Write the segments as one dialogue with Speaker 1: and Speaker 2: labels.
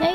Speaker 1: 哎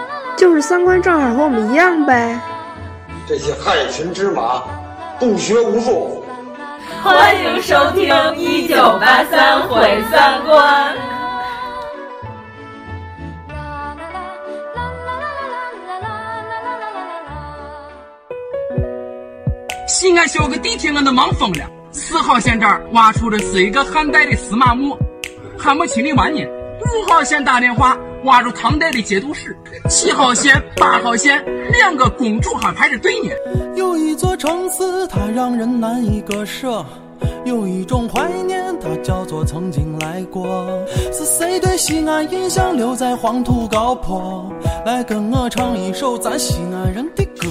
Speaker 2: 就是三观正好和我们一样呗。
Speaker 3: 这些害群之马，不学无术。
Speaker 4: 欢迎收听《一九八三毁三观》。
Speaker 5: 西安小个地铁，我都忙疯了。四号线这儿挖出了是一个汉代的司马墓，还没清理完呢。五号线打电话挖出唐代的节度使，七号线、八号线两个公主还排着队呢。
Speaker 6: 有一座城市，它让人难以割舍；有一种怀念，它叫做曾经来过。是谁对西安印象留在黄土高坡？来跟我唱一首咱西安人的歌。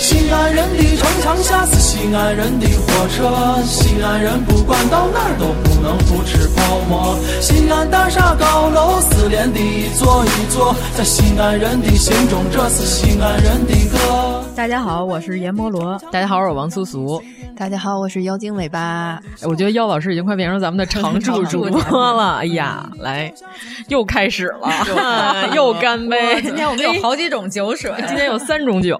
Speaker 6: 西安人的城墙下是西安人的火车，西安人不管到哪儿都不能不吃泡馍。西安大厦高楼失联的一座一座，在西安人的心中，这是西安人的歌。
Speaker 7: 大家好，我是阎摩罗。
Speaker 8: 大家好，我是王苏苏。哎
Speaker 9: 大家好，我是妖精尾巴。
Speaker 8: 我觉得妖老师已经快变成咱们的常驻主播了。哎呀，来，又开始了，又干杯。
Speaker 7: 今天我们有好几种酒水，
Speaker 8: 今天有三种酒。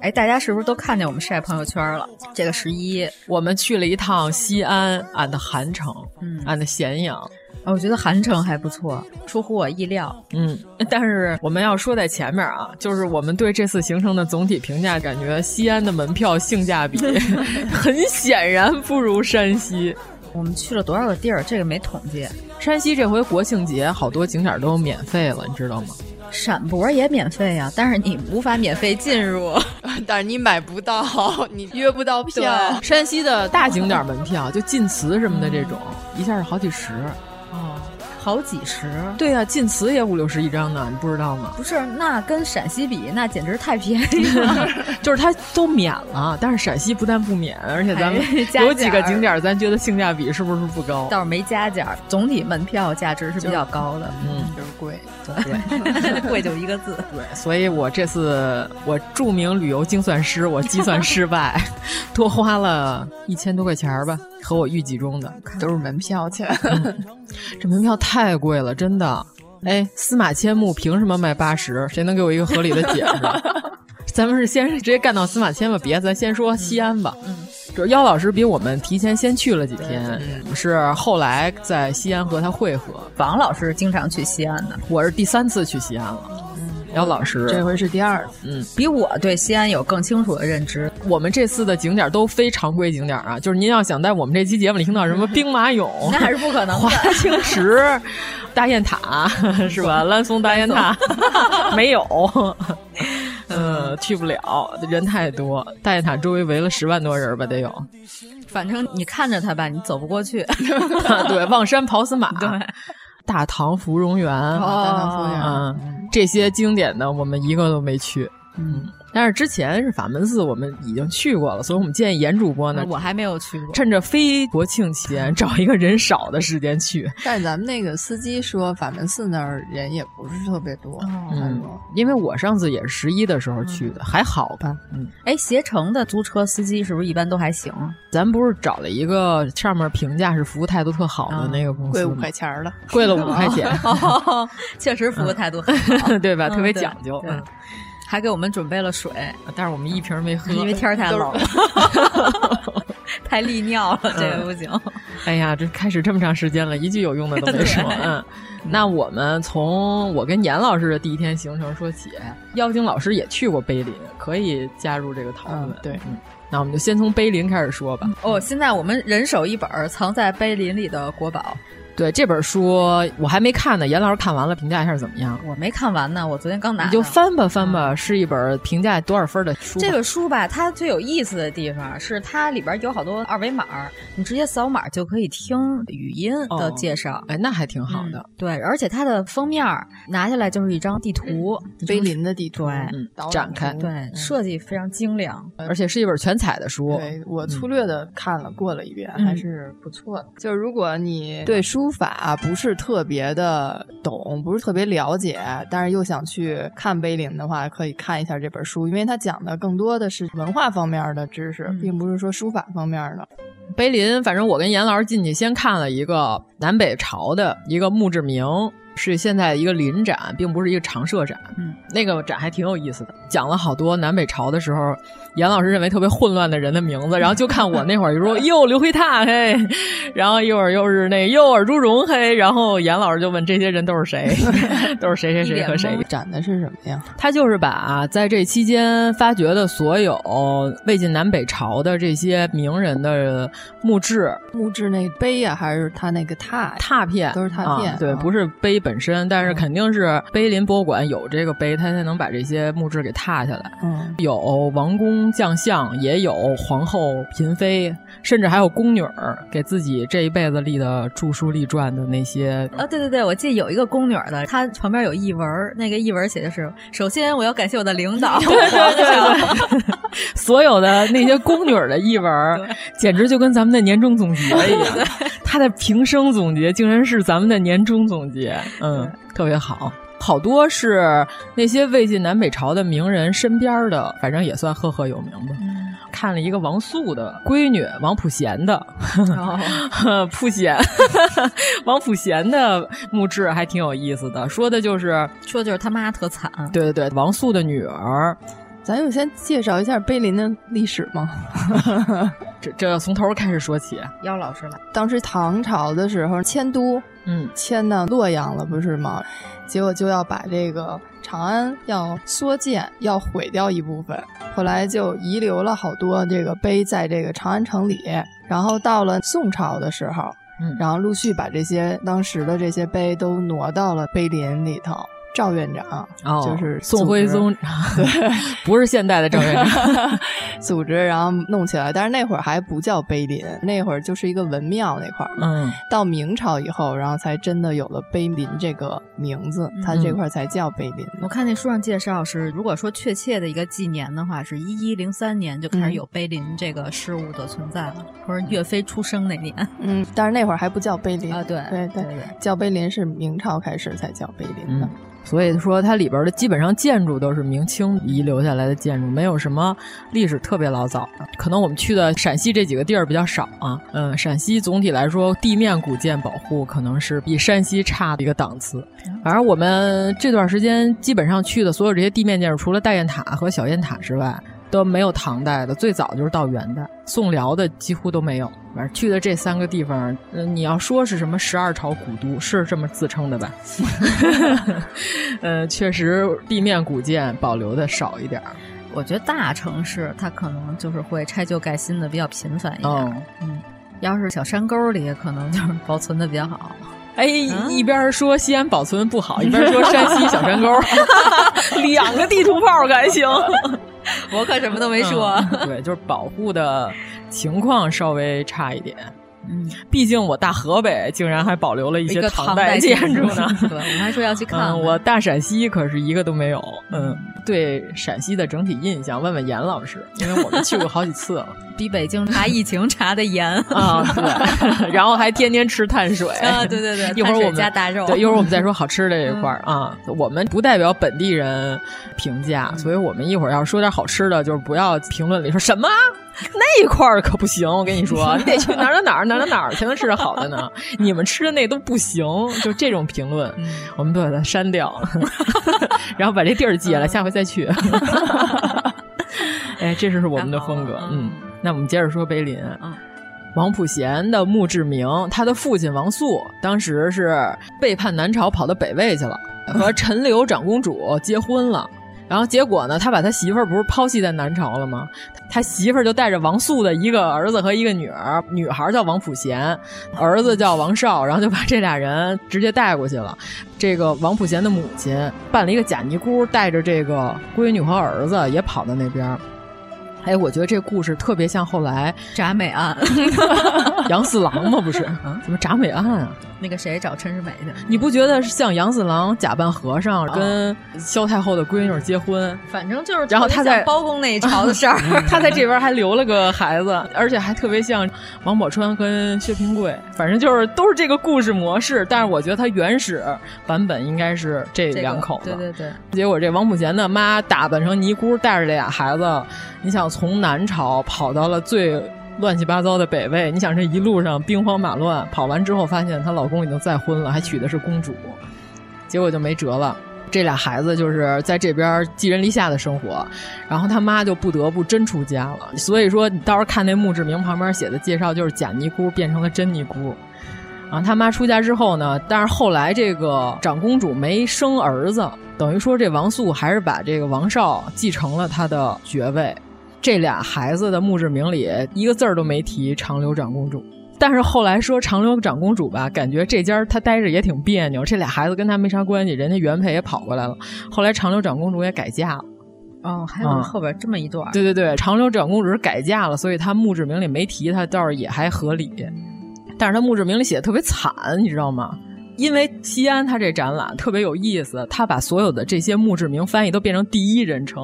Speaker 7: 哎，大家是不是都看见我们晒朋友圈了？这个十一，
Speaker 8: 我们去了一趟西安俺的韩城，嗯，俺的咸阳。
Speaker 7: 啊，我觉得韩城还不错，出乎我意料。
Speaker 8: 嗯，但是我们要说在前面啊，就是我们对这次行程的总体评价，感觉西安的门票性价比很显然不如山西。
Speaker 7: 我们去了多少个地儿？这个没统计。
Speaker 8: 山西这回国庆节好多景点都免费了，你知道吗？
Speaker 7: 陕博也免费呀、啊，但是你无法免费进入，
Speaker 9: 但是你买不到，你约不到
Speaker 7: 啊
Speaker 9: 票。
Speaker 8: 山西的大景点门票，就晋祠什么的这种，一下是好几十。
Speaker 7: 哦，好几十？
Speaker 8: 对呀、啊，晋祠也五六十一张呢，你不知道吗？
Speaker 7: 不是，那跟陕西比，那简直太便宜了。
Speaker 8: 就是它都免了，但是陕西不但不免，而且咱们有几个景点，咱觉得性价比是不是不高？
Speaker 7: 倒是没加价，总体门票价值是比较高的，
Speaker 8: 嗯，
Speaker 9: 就是贵。
Speaker 7: 对，贵就一个字。
Speaker 8: 对，所以我这次我著名旅游精算师，我计算失 败，多花了一千多块钱儿吧，和我预计中的
Speaker 9: 都是门票钱
Speaker 8: 嗯。这门票太贵了，真的。
Speaker 9: 嗯
Speaker 8: 哎，司马迁墓凭什么卖八十？谁能给我一个合理的解释？ 咱们是先直接干到司马迁吧，别，咱先说西安吧。嗯，这、嗯、妖老师比我们提前先去了几天，嗯、是后来在西安和他会合。
Speaker 7: 王老师经常去西安的，
Speaker 8: 我是第三次去西安了。姚老师，
Speaker 9: 嗯这回是第二次，
Speaker 8: 嗯，
Speaker 7: 比我对西安有更清楚的认知。
Speaker 8: 我们这次的景点都非常规景点啊，就是您要想在我们这期节目里听到什么兵马 俑，
Speaker 7: 那还是不可能。
Speaker 8: 华清池、 大雁塔是 吧？兰松大雁塔 没有，嗯，去不了，人太多。大雁塔周围围了十万多人 吧，得有。
Speaker 7: 反正你看着它吧，你走不过去。
Speaker 8: 对，望山跑死马。
Speaker 7: 对。
Speaker 8: 大唐芙蓉园，
Speaker 9: 哦、大唐芙蓉园、
Speaker 8: 嗯，这些经典的我们一个都没去。嗯，但是之前是法门寺，我们已经去过了，所以我们建议严主播呢，
Speaker 7: 我还没有去过，
Speaker 8: 趁着非国庆期间找一个人少的时间去。
Speaker 9: 但是咱们那个司机说，法门寺那儿人也不是特别多，哦、
Speaker 8: 嗯，因为我上次也是十一的时候去的，嗯、还好吧。嗯，
Speaker 7: 哎，携程的租车司机是不是一般都还行？
Speaker 8: 咱不是找了一个上面评价是服务态度特好的那个公司、哦，
Speaker 9: 贵五块钱了，
Speaker 8: 贵了五块钱，
Speaker 7: 哦、确实服务态度很好，
Speaker 8: 对吧？特别讲究。
Speaker 7: 嗯还给我们准备了水，
Speaker 8: 但是我们一瓶没喝，
Speaker 7: 因为天太冷， 太利尿了，这个不行。
Speaker 8: 哎呀，这开始这么长时间了，一句有用的都没说。嗯，那我们从我跟严老师的第一天行程说起，妖精老师也去过碑林，可以加入这个讨论。嗯、
Speaker 9: 对。嗯
Speaker 8: 那我们就先从碑林开始说吧。
Speaker 7: 哦，现在我们人手一本藏在碑林里的国宝。
Speaker 8: 对这本书我还没看呢，严老师看完了，评价一下怎么样？
Speaker 7: 我没看完呢，我昨天刚拿。
Speaker 8: 你就翻吧翻吧，是一本评价多少分的书吧。
Speaker 7: 这个书吧，它最有意思的地方啊是它里边有好多二维码，你直接扫码就可以听语音的介绍。嗯
Speaker 8: 哎，那还挺好的。
Speaker 7: 对，而且它的封面拿下来就是一张地图，
Speaker 8: 嗯
Speaker 9: 碑林的地图，
Speaker 7: 嗯
Speaker 8: 对，嗯展开，嗯
Speaker 7: 对，设计非常精良，
Speaker 8: 而且是一本全彩的书。
Speaker 9: 对我嗯粗略的看了过了一遍，还是不错的。就如果你对书法不是特别的懂，不是特别了解，但是又想去看碑林的话，可以看一下这本书，因为它讲的更多的是文化方面的知识，并不是说书法方面的。
Speaker 8: 碑林，反正我跟严老师进去先看了一个南北朝的一个墓志铭。是现在一个临展，并不是一个常设展。
Speaker 7: 嗯，
Speaker 8: 那个展还挺有意思的，讲了好多南北朝的时候，严老师认为特别混乱的人的名字，然后就看我那会儿就说 哟刘惠大嘿，然后一会儿又是那又尔朱荣嘿，然后严老师就问这些人都 是谁，都是谁谁谁和谁。
Speaker 9: 展的是什么呀？
Speaker 8: 他就是把在这期间发掘的所有魏晋南北朝的这些名人的墓志、
Speaker 9: 墓志那碑呀、啊，还是他那个拓
Speaker 8: 拓片，
Speaker 9: 都是拓片、嗯
Speaker 8: 啊，对，不是碑本。本身，但是肯定是碑林博物馆有这个碑，它才能把这些墓志给拓下来。
Speaker 9: 嗯，
Speaker 8: 有王公将相，也有皇后、嫔妃，甚至还有宫女儿给自己这一辈子立的著书立传的那些。
Speaker 9: 呃
Speaker 7: 啊、哦，对对对，我记得有一个宫女的，她旁边有译文，那个译文写的是：首先我要感谢我的领导，
Speaker 8: 对 对对对，所有的那些宫女的译文， 简直就跟咱们的年终总结一样。她的平生总结，竟然是咱们的年终总结。嗯，特别好，好多是那些魏晋南北朝的名人身边的，反正也算赫赫有名吧。
Speaker 7: 嗯、
Speaker 8: 看了一个王肃的闺女王普贤的，
Speaker 7: 哦、
Speaker 8: 普贤， 王普贤的墓志还挺有意思的，说的就是
Speaker 7: 说就是他妈特惨，啊
Speaker 8: 对对对，王肃的女儿。
Speaker 9: 咱就先介绍一下碑林的历史吗？
Speaker 8: 这这要从头开始说起。啊
Speaker 7: 姚老师来，
Speaker 9: 当时唐朝的时候迁都，
Speaker 8: 嗯，
Speaker 9: 迁到洛阳了，不是吗？结果就要把这个长安要缩建，要毁掉一部分，后来就遗留了好多这个碑在这个长安城里。然后到了宋朝的时候，
Speaker 8: 嗯，
Speaker 9: 然后陆续把这些当时的这些碑都挪到了碑林里头。赵院长、
Speaker 8: 哦、
Speaker 9: 就是
Speaker 8: 宋徽 宗，
Speaker 9: 对，
Speaker 8: 不是现代的赵院 长
Speaker 9: 组织，然后弄起来。但是那会儿还不叫碑林，那会儿就是一个文庙那块儿。
Speaker 8: 嗯，
Speaker 9: 到明朝以后，然后才真的有了碑林这个名字，
Speaker 8: 嗯
Speaker 9: 它这块才叫碑林。
Speaker 7: 嗯、我看那书上介绍是，如果说确切的一个纪年的话，是一一零三年就开
Speaker 8: 嗯
Speaker 7: 始有碑林这个事物的存在了，或者岳飞出生那年。
Speaker 9: 嗯，但是那会儿还不叫碑林
Speaker 7: 啊，对
Speaker 9: 对
Speaker 7: 对对，
Speaker 9: 叫碑林是明朝开始才叫碑林的。
Speaker 8: 嗯所以说，它里边的基本上建筑都是明清遗留下来的建筑，没有什么历史特别老早的。可能我们去的陕西这几个地儿比较少啊，嗯，陕西总体来说地面古建保护可能是比山西差的一个档次。反正我们这段时间基本上去的所有这些地面建筑，除了大雁塔和小雁塔之外，都没有唐代的，最早就是到元代、宋辽的几乎都没有。反正去的这三个地方，嗯，你要说是什么十二朝古都，是这么自称的吧？ 呃，确实地面古建保留的少一点儿。
Speaker 7: 我觉得大城市它可能就是会拆旧盖新的比较频繁一点。哦、嗯，要是小山沟里，可能就是 保存的比较好。
Speaker 8: 哎，
Speaker 7: 啊
Speaker 8: 一边说西安保存不好，一边说山西小山沟， 两个地图炮还行。
Speaker 7: 我可什么都没说、
Speaker 8: 嗯。对，就是保护的情况稍微差一点。
Speaker 7: 嗯，
Speaker 8: 毕竟我大河北竟然还保留了一些
Speaker 7: 唐
Speaker 8: 代
Speaker 7: 建
Speaker 8: 筑呢。 嗯
Speaker 7: 对，我们还说要去看,看、
Speaker 8: 嗯。我大陕西可是一个都没有。嗯，对陕西的整体印象，问问严老师，因为我们去过好几次了。
Speaker 7: 比北京查疫情查的严
Speaker 8: 啊嗯，对，然后还天天吃碳水
Speaker 7: 啊，对对对，
Speaker 8: 一会儿我们
Speaker 7: 加大肉，
Speaker 8: 对，一会儿我们再说好吃的这一块儿啊、嗯嗯。我们不代表本地人评价，
Speaker 7: 嗯
Speaker 8: 所以我们一会儿要说点好吃的，就是不要评论里说什么那一块儿可不行，我跟你说，你得去哪儿哪儿哪儿哪儿哪儿才能吃着好的呢？你们吃的那都不行，就这种评论，我们都把它删掉，然后把这地儿记下来，下回再去。 哎，这就是我们的风格，嗯。那我们接着说碑林。
Speaker 7: 嗯，
Speaker 8: 王普贤的墓志铭，他的父亲王肃当时是背叛南朝，跑到北魏去了，和陈留长公主结婚了。然后结果呢，他把他媳妇儿不是抛弃在南朝了吗？他媳妇儿就带着王素的一个儿子和一个女儿，女孩儿叫王普贤，儿子叫王少，然后就把这俩人直接带过去了。这个王普贤的母亲扮了一个假尼姑，带着这个闺女和儿子也跑到那边儿。哎，我觉得这故事特别像 后来
Speaker 7: 铡美案，
Speaker 8: 杨四郎吗？不是，怎么铡美案啊？
Speaker 7: 那个谁找陈世美去？
Speaker 8: 你不觉得是像杨四郎假扮和尚跟萧太后的闺女结婚？
Speaker 7: 反正就是，
Speaker 8: 然后他在，
Speaker 7: 包公那一朝的事儿
Speaker 8: 他在这边还留了个孩子，而且还特别像王宝钏跟薛平贵，反正就是都是这个故事模式。但是我觉得他原始版本应该是这
Speaker 7: 这
Speaker 8: 两口子。
Speaker 7: 对对对，
Speaker 8: 结果这王普贤的妈打扮成尼姑，带着这俩孩子，你想从南朝跑到了最乱七八糟的北魏，你想这一路上兵荒马乱，跑完之后发现她老公已经再婚了，还娶的是公主，结果就没辙了。这俩孩子就是在这边寄人篱下的生活，然后他妈就不得不真出家了。所以说，你到时候看那墓志铭旁边写的介绍，就是假尼姑变成了真尼姑。然后啊他妈出家之后呢，但是后来这个长公主没生儿子，等于说这王素还是把这个王少继承了他的爵位。这俩孩子的墓志铭里一个字儿都没提长留长公主。但是后来说长留长公主吧，感觉这家儿她待着也挺别扭，这俩孩子跟她没啥关系，人家原配也跑过来了。后来长留长公主也改嫁了。
Speaker 7: 哦，还有
Speaker 8: 嗯
Speaker 7: 后边这么一段儿，
Speaker 8: 对对对，长留长公主是改嫁了，所以她墓志铭里没提她，倒是也还合理。但是她墓志铭里写的特别惨，你知道吗？因为西安它这展览特别有意思，它把所有的这些墓志铭翻译都变成第一人称，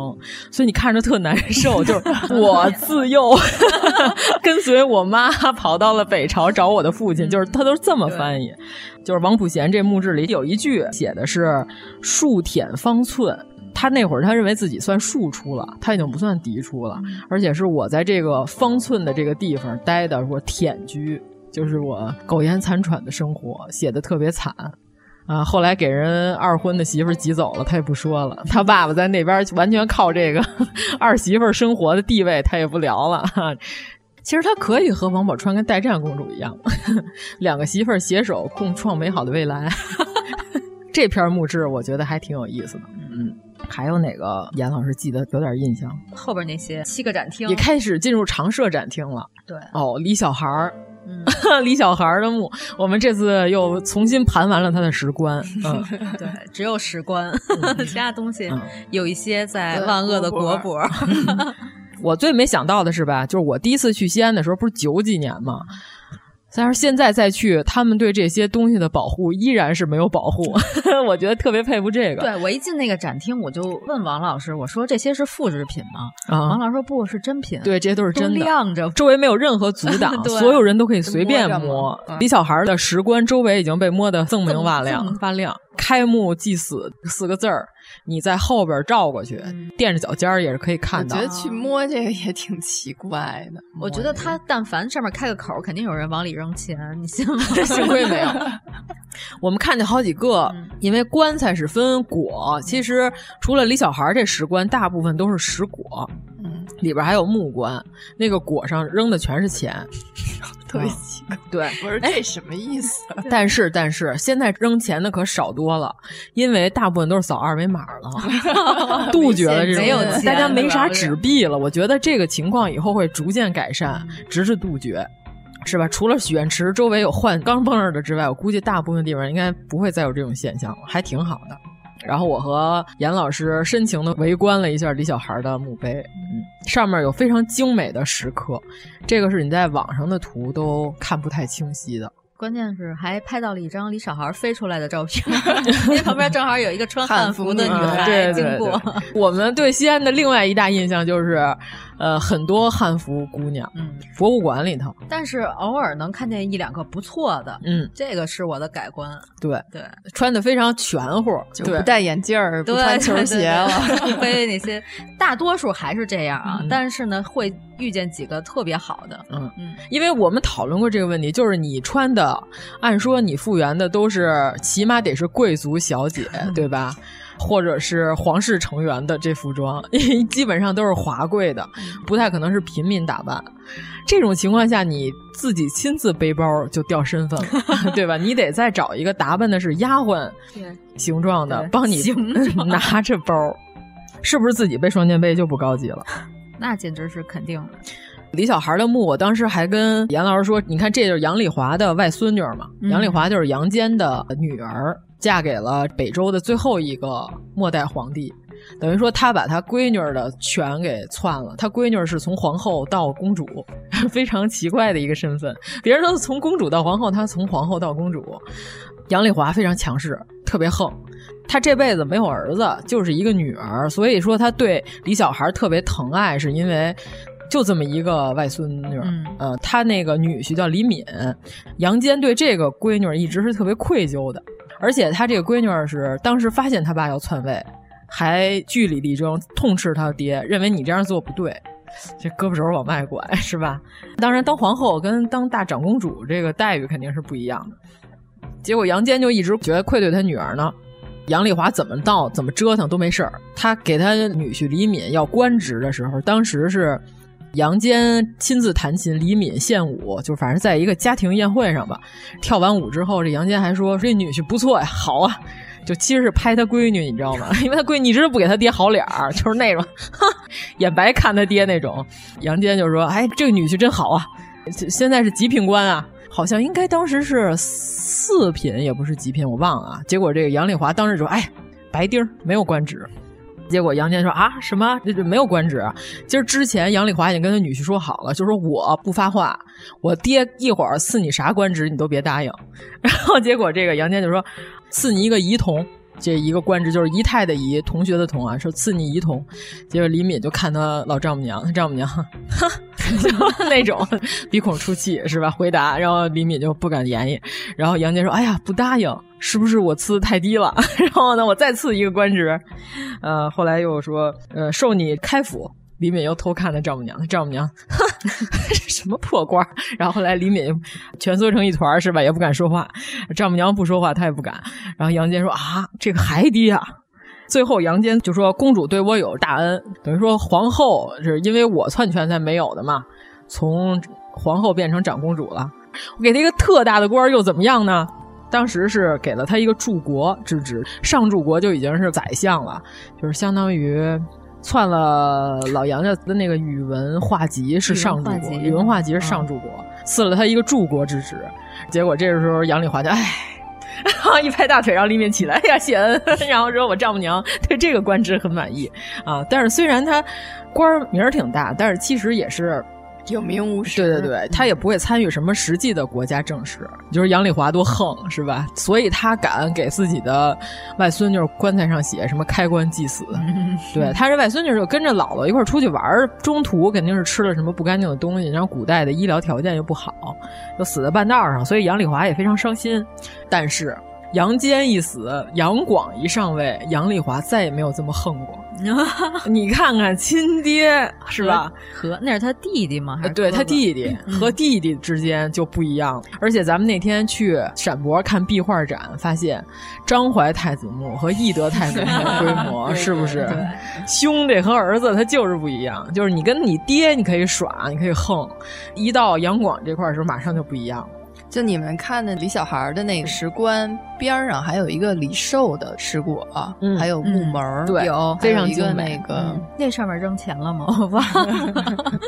Speaker 8: 所以你看着特难受。就是我自幼 跟随我妈跑到了北朝找我的父亲，就是他都是这么翻译。就是王普贤这墓志里有一句写的是“数舔方寸”，他那会儿他认为自己算庶出了，他已经不算嫡出了，而且是我在这个方寸的这个地方待的，我舔居，就是我苟延残喘的生活，写的特别惨。啊，后来给人二婚的媳妇儿挤走了，他也不说了。他爸爸在那边完全靠这个 二媳妇儿生活的地位，他也不聊了。其实他可以和王宝钏跟代战公主一样， 两个媳妇儿携手共创美好的未来。 这篇墓志我觉得还挺有意思的。嗯，还有哪个严老师记得有点印象？
Speaker 7: 后边那些七个展厅
Speaker 8: 也开始进入常设展厅了。
Speaker 7: 对
Speaker 8: 哦，李小孩儿。 李小孩儿的墓，我们这次又重新盘完了他的石棺。嗯，
Speaker 7: 对，只有史官， 其他东西
Speaker 8: 嗯
Speaker 7: 有一些在
Speaker 8: 对
Speaker 7: 万恶的
Speaker 8: 国
Speaker 7: 国
Speaker 8: 博
Speaker 7: 博。
Speaker 8: 我最没想到的是吧，就是我第一次去西安的时候，不是九几年吗？但是现在再去，他们对这些东西的保护依然是没有保护， 我觉得特别佩服这 个。
Speaker 7: 对我一进那个展厅，我就问王老师，我说这些是复制品吗？
Speaker 8: 啊
Speaker 7: 王老师说不是真品，
Speaker 8: 对，这些都是真的，
Speaker 7: 都亮着，，
Speaker 8: 周围没有任何阻挡
Speaker 7: 对
Speaker 8: 所有人都可以随便
Speaker 7: 摸着
Speaker 8: 摸
Speaker 7: 摸。嗯
Speaker 8: 李小孩的石棺周围已经被摸得锃明瓦亮
Speaker 7: 锃，
Speaker 8: 发亮。开幕即死四个字儿，你在后边照过去，垫着脚尖儿也是可以看
Speaker 9: 我
Speaker 8: 到？
Speaker 9: 觉。得去摸这个也挺奇怪的。
Speaker 7: 我觉得他但凡上面开个口，肯定有人往里扔钱，你信吗
Speaker 8: 幸亏没有。我们看见好几个，因为棺材是分椁，其实除了李小孩这石棺，大部分都是石椁，里边还有木棺，那个椁上扔的全是钱，
Speaker 9: 特别
Speaker 8: 嗯
Speaker 9: 奇怪，
Speaker 8: 对，
Speaker 9: 不是这什么意思？
Speaker 8: 但是但是现在扔钱的可少多了，因为大部分都是扫二维码 了，杜绝了这种
Speaker 7: 没有钱
Speaker 8: 大家没啥
Speaker 7: 是吧
Speaker 8: 纸币了。我觉得这个情况以后会逐渐改善，
Speaker 7: 嗯
Speaker 8: 直至杜绝。是吧？除了许愿池周围有换钢镚儿的之外，我估计大部分地方应该不会再有这种现象了，还挺好的。然后我和严老师深情的围观了一下李小孩的墓碑，嗯，上面有非常精美的石刻，这个是你在网上的图都看不太清晰的。
Speaker 7: 关键是还拍到了一张李小孩飞出来的照片， 因为旁边正好有一个穿汉服的女
Speaker 8: 嗯
Speaker 7: 孩
Speaker 8: 对
Speaker 7: 经
Speaker 8: 对
Speaker 7: 过。
Speaker 8: 对。我们对西安的另外一大印象就是，呃，很多汉服姑娘，
Speaker 7: 嗯，
Speaker 8: 博物馆里头，
Speaker 7: 但是偶尔能看见一两个不错的，
Speaker 8: 嗯
Speaker 7: 这个是我的改观。
Speaker 8: 对，
Speaker 7: 对，
Speaker 8: 穿的非常全乎，
Speaker 9: 就
Speaker 8: 对
Speaker 9: 不戴眼镜儿，不
Speaker 7: 对，
Speaker 9: 穿球
Speaker 7: 对
Speaker 9: 鞋了。，
Speaker 7: 对对非那些大多数还是这样啊，但是呢，会遇见几个特别好的，
Speaker 8: 嗯
Speaker 7: 嗯，
Speaker 8: 因为我们讨论过这个问题，就是你穿的，按说你复原的都是起码得是贵族 小姐，对吧？或者是皇室成员的这服装， 基本上都是华贵的，
Speaker 7: 嗯
Speaker 8: 不太可能是平民打扮。这种情况下，你自己亲自背包就掉身份 了，对吧？你得再找一个打扮的是丫鬟
Speaker 7: 对，
Speaker 8: 形状的
Speaker 7: 对，
Speaker 8: 帮你
Speaker 7: 形状
Speaker 8: 拿着包，是不是自己背双肩背就不高级了？
Speaker 7: 那简直是肯定的。
Speaker 8: 李小孩的墓，我当时还跟严老师说，你看这就是杨丽华的外孙女嘛，
Speaker 7: 嗯
Speaker 8: 杨丽华就是杨坚的女儿，嫁给了北周的最后一个末代皇帝。等于说，他把他闺女的权给篡了。他闺女是从皇后到公主， 非常奇怪的一个身份。别人都是从公主到皇后，他从皇后到公主。杨丽华非常强势，特别横。她这辈子没有儿子，就是一个女儿，所以说她对李小孩特别疼爱，是因为就这么一个外孙女。
Speaker 7: 嗯，
Speaker 8: 呃，她那个女婿叫李敏，杨坚对这个闺女一直是特别愧疚的，而且她这个闺女是当时发现她爸要篡位，还据理力争，痛斥她爹，认为你这样做不对。这胳膊肘往外拐是吧？当然，当皇后跟当大长公主这个待遇肯定是不一样的。结果杨坚就一直觉得愧对他女儿呢。杨丽华怎么闹、怎么折腾都没事儿。他给他女婿李敏要官职的时候，当时是杨坚亲自弹琴，李敏献舞，就反正在一个家庭宴会上吧。跳完舞之后，这杨坚还说：“这女婿不错呀，好啊。”就其实是拍他闺女，你知道吗？ 因为他闺女一直不给他爹好脸儿，就是那种 哈眼白看他爹那种。杨坚就说：“哎，这个女婿真好啊，现在是几品官啊？好像应该当时是四品，也不是几品，我忘了啊。结果这个杨丽华当时说：‘哎，白丁儿没有官职。’结果杨坚说：‘啊，什么？这这没有官职啊？’今儿之前杨丽华已经跟他女婿说好了，就说我不发话，我爹一会儿赐你啥官职你都别答应。 然后结果这个杨坚就说：‘赐你一个仪同。’这一个官职就是仪态的仪，同学的同啊，说赐你仪同。结果李敏就看他老丈母娘，他丈母娘哈， 就那种鼻孔出气是吧？回答，然后李敏就不敢言语。然后杨坚说：“哎呀，不答应，是不是我赐太低了？ 然后呢，我再赐一个官职。”呃，后来又说：“呃，受你开府。”李敏又偷看他丈母娘，他丈母娘， 哈，什么破官儿？然后后来李敏蜷缩成一团儿是吧？也不敢说话，丈母娘不说话，他也不敢。然后杨坚说：“啊，这个还低啊！”最后，杨坚就说：“公主对我有大恩，等于说皇后是因为我篡权才没有的嘛，从皇后变成长公主了。我给她一个特大的官儿又怎么样呢？当时是给了她一个柱国之职，上柱国就已经是宰相了，就是相当于。”篡了老杨家的那个宇文化及是上柱
Speaker 7: 宇文
Speaker 8: 国，
Speaker 7: 化及
Speaker 8: 宇文化及是上柱国，赐了他一个柱国之职。结果这时候杨丽华就哎， 然后一拍大腿，让李敏起来，哎呀，谢恩。 然后说我丈母娘对这个官职很满意啊。但是虽然他官儿名儿挺大，但是其实也是
Speaker 9: 有名无实。
Speaker 8: 对对对，他也不会参与什么实际的国家政事。就是杨丽华多横是吧？所以他敢给自己的外孙女棺材上写什么开棺祭死。对，他这外孙女就跟着姥姥一块儿出去玩儿，中途肯定是吃了什么不干净的东西，然后古代的医疗条件又不好，就死在半道上，所以杨丽华也非常伤心。但是杨坚一死，杨广一上位，杨丽华再也没有这么横过。你看看亲爹是吧？
Speaker 7: 和那是他弟弟吗？还
Speaker 8: 呃
Speaker 7: 是
Speaker 8: 对
Speaker 7: 哥
Speaker 8: 他
Speaker 7: 哥
Speaker 8: 弟弟和弟弟之间就不一样了。而且咱们那天去陕博看壁画展，发现张怀太子墓和懿德太子墓的规模
Speaker 7: 对
Speaker 8: 是不是
Speaker 7: 对对？
Speaker 8: 兄弟和儿子他就是不一样，就是你跟你爹你可以耍，你可以横，一到杨广这块儿的时候马上就不一样了。
Speaker 9: 就你们看的李小孩的那个石棺边儿上，还有一个李寿的石椁，还有
Speaker 7: 嗯
Speaker 9: 木门儿，
Speaker 7: 对
Speaker 9: 有
Speaker 7: 非常
Speaker 9: 还有一个
Speaker 7: 精
Speaker 9: 那
Speaker 7: 美
Speaker 9: 个
Speaker 7: 嗯那上面扔钱了吗？我忘了。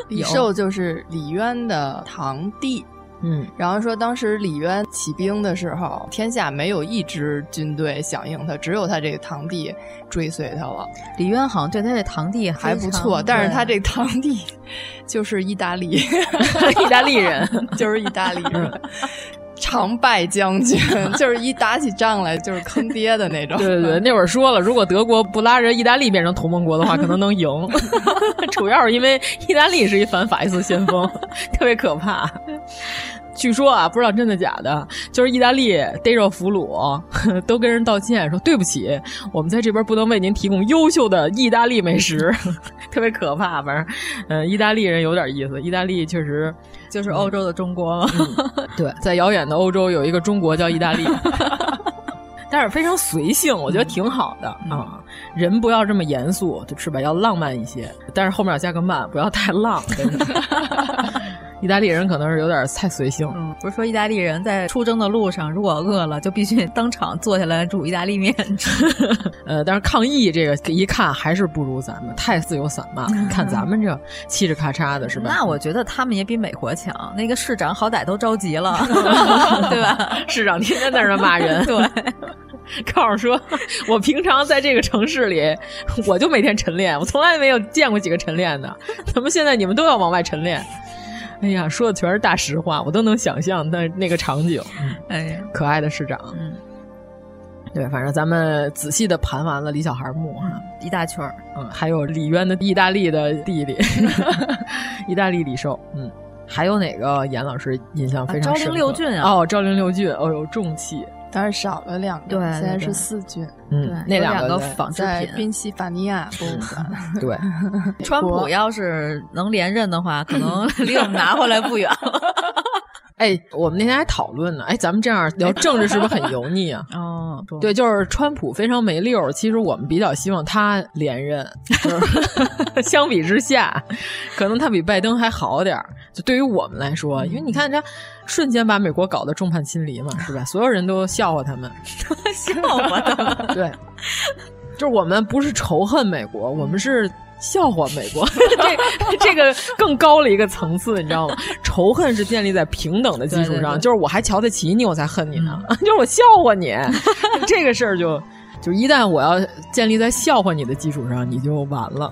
Speaker 9: 李寿就是李渊的堂弟。
Speaker 8: 嗯，
Speaker 9: 然后说当时李渊起兵的时候，天下没有一支军队响应他，只有他这个堂弟追随他了。
Speaker 7: 李渊好像对他这堂弟
Speaker 9: 还不错，
Speaker 7: 非常
Speaker 9: 但是
Speaker 7: 对
Speaker 9: 他这堂弟 就是意 大利，
Speaker 8: 意大利 人
Speaker 9: 就是意大利人，常嗯败将 军，就是一打起仗来就是坑爹的那种。
Speaker 8: 对对对，那会儿说了，如果德国不拉着意大利变成同盟国的话，可能 能赢。主要是因为意大利是一反法西斯先锋，特别可怕。据说啊，不知道真的假的，就是意大利逮着俘虏， 都跟人道歉说对不起，我们在这边不能为您提供优秀的意大利美食， 特别可怕。反正，嗯、意大利人有点意思，意大利确实
Speaker 7: 就是欧洲的中国嘛。
Speaker 8: 对，在遥远的欧洲有一个中国叫意大利，但是非常随性，我觉得挺好的啊、人不要这么严肃，就是吧，要浪漫一些，但是后面要加个慢，不要太浪。真的意大利人可能是有点太随性了。
Speaker 7: 嗯，不是说意大利人在出征的路上，如果饿了，就必须当场坐下来煮意大利面吃。
Speaker 8: 呃，但是抗议这个一看还是不如咱们，太自由散漫。你看咱们这嘁哩咔嚓的，是吧？嗯
Speaker 7: 那我觉得他们也比美国强，那个市长好歹都着急 了， 对吧？
Speaker 8: 市长天天在那骂 人，
Speaker 7: 对。
Speaker 8: 告诉说，我平常在这个城市里，我就每天晨练，我从来没有见过几个晨练的。 怎么现在你们都要往外晨练？哎呀，说的全是大实话，我都能想象那那个场景。
Speaker 7: 哎呀，
Speaker 8: 可爱的市长，
Speaker 7: 嗯，
Speaker 8: 对，反正咱们仔细的盘完了李小孩墓哈、
Speaker 7: 一大圈儿，
Speaker 8: 嗯，还有李渊的意大利的 弟弟，意大利李寿，嗯，还有哪个严老师印象非常
Speaker 7: 啊昭
Speaker 8: 深刻？
Speaker 7: 陵六郡啊
Speaker 8: 哦，昭陵六郡，哦有重器，
Speaker 9: 但是少了两个，
Speaker 7: 对
Speaker 9: 现在
Speaker 7: 对
Speaker 9: 是四郡。
Speaker 8: 嗯，那
Speaker 7: 有
Speaker 8: 两
Speaker 7: 两
Speaker 8: 个
Speaker 7: 个
Speaker 8: 在
Speaker 7: 仿制
Speaker 9: 在
Speaker 7: 品
Speaker 9: 宾夕法尼亚博物馆，
Speaker 8: 对。
Speaker 7: 川
Speaker 9: 美
Speaker 7: 普
Speaker 9: 国
Speaker 7: 要是能连任的话，可能 离我们拿回来不远。
Speaker 8: 哎，我们那天还讨论呢，哎，咱们这样聊政治是不是很油腻啊？
Speaker 7: 哦，说
Speaker 8: 对，就是川普非常没溜儿。其实我们比较希望他连任， 就是相比之下，可能他比拜登还好点儿。就对于我们来说，因为
Speaker 7: 嗯
Speaker 8: 你看他瞬间把美国搞得众叛亲离嘛，是吧？所有人都笑话他们，
Speaker 7: 笑话他 们。
Speaker 8: 对，就是我们不是仇恨美国，我们是笑话美国， 这这个更高了一个层次，你知道吗？仇恨是建立在平等的基础
Speaker 7: 对
Speaker 8: 上，
Speaker 7: 对对嗯
Speaker 8: 就是我还瞧得起你，我才恨你呢， 就是我笑话你，这个事儿就就一旦我要建立在笑话你的基础上，你就完了。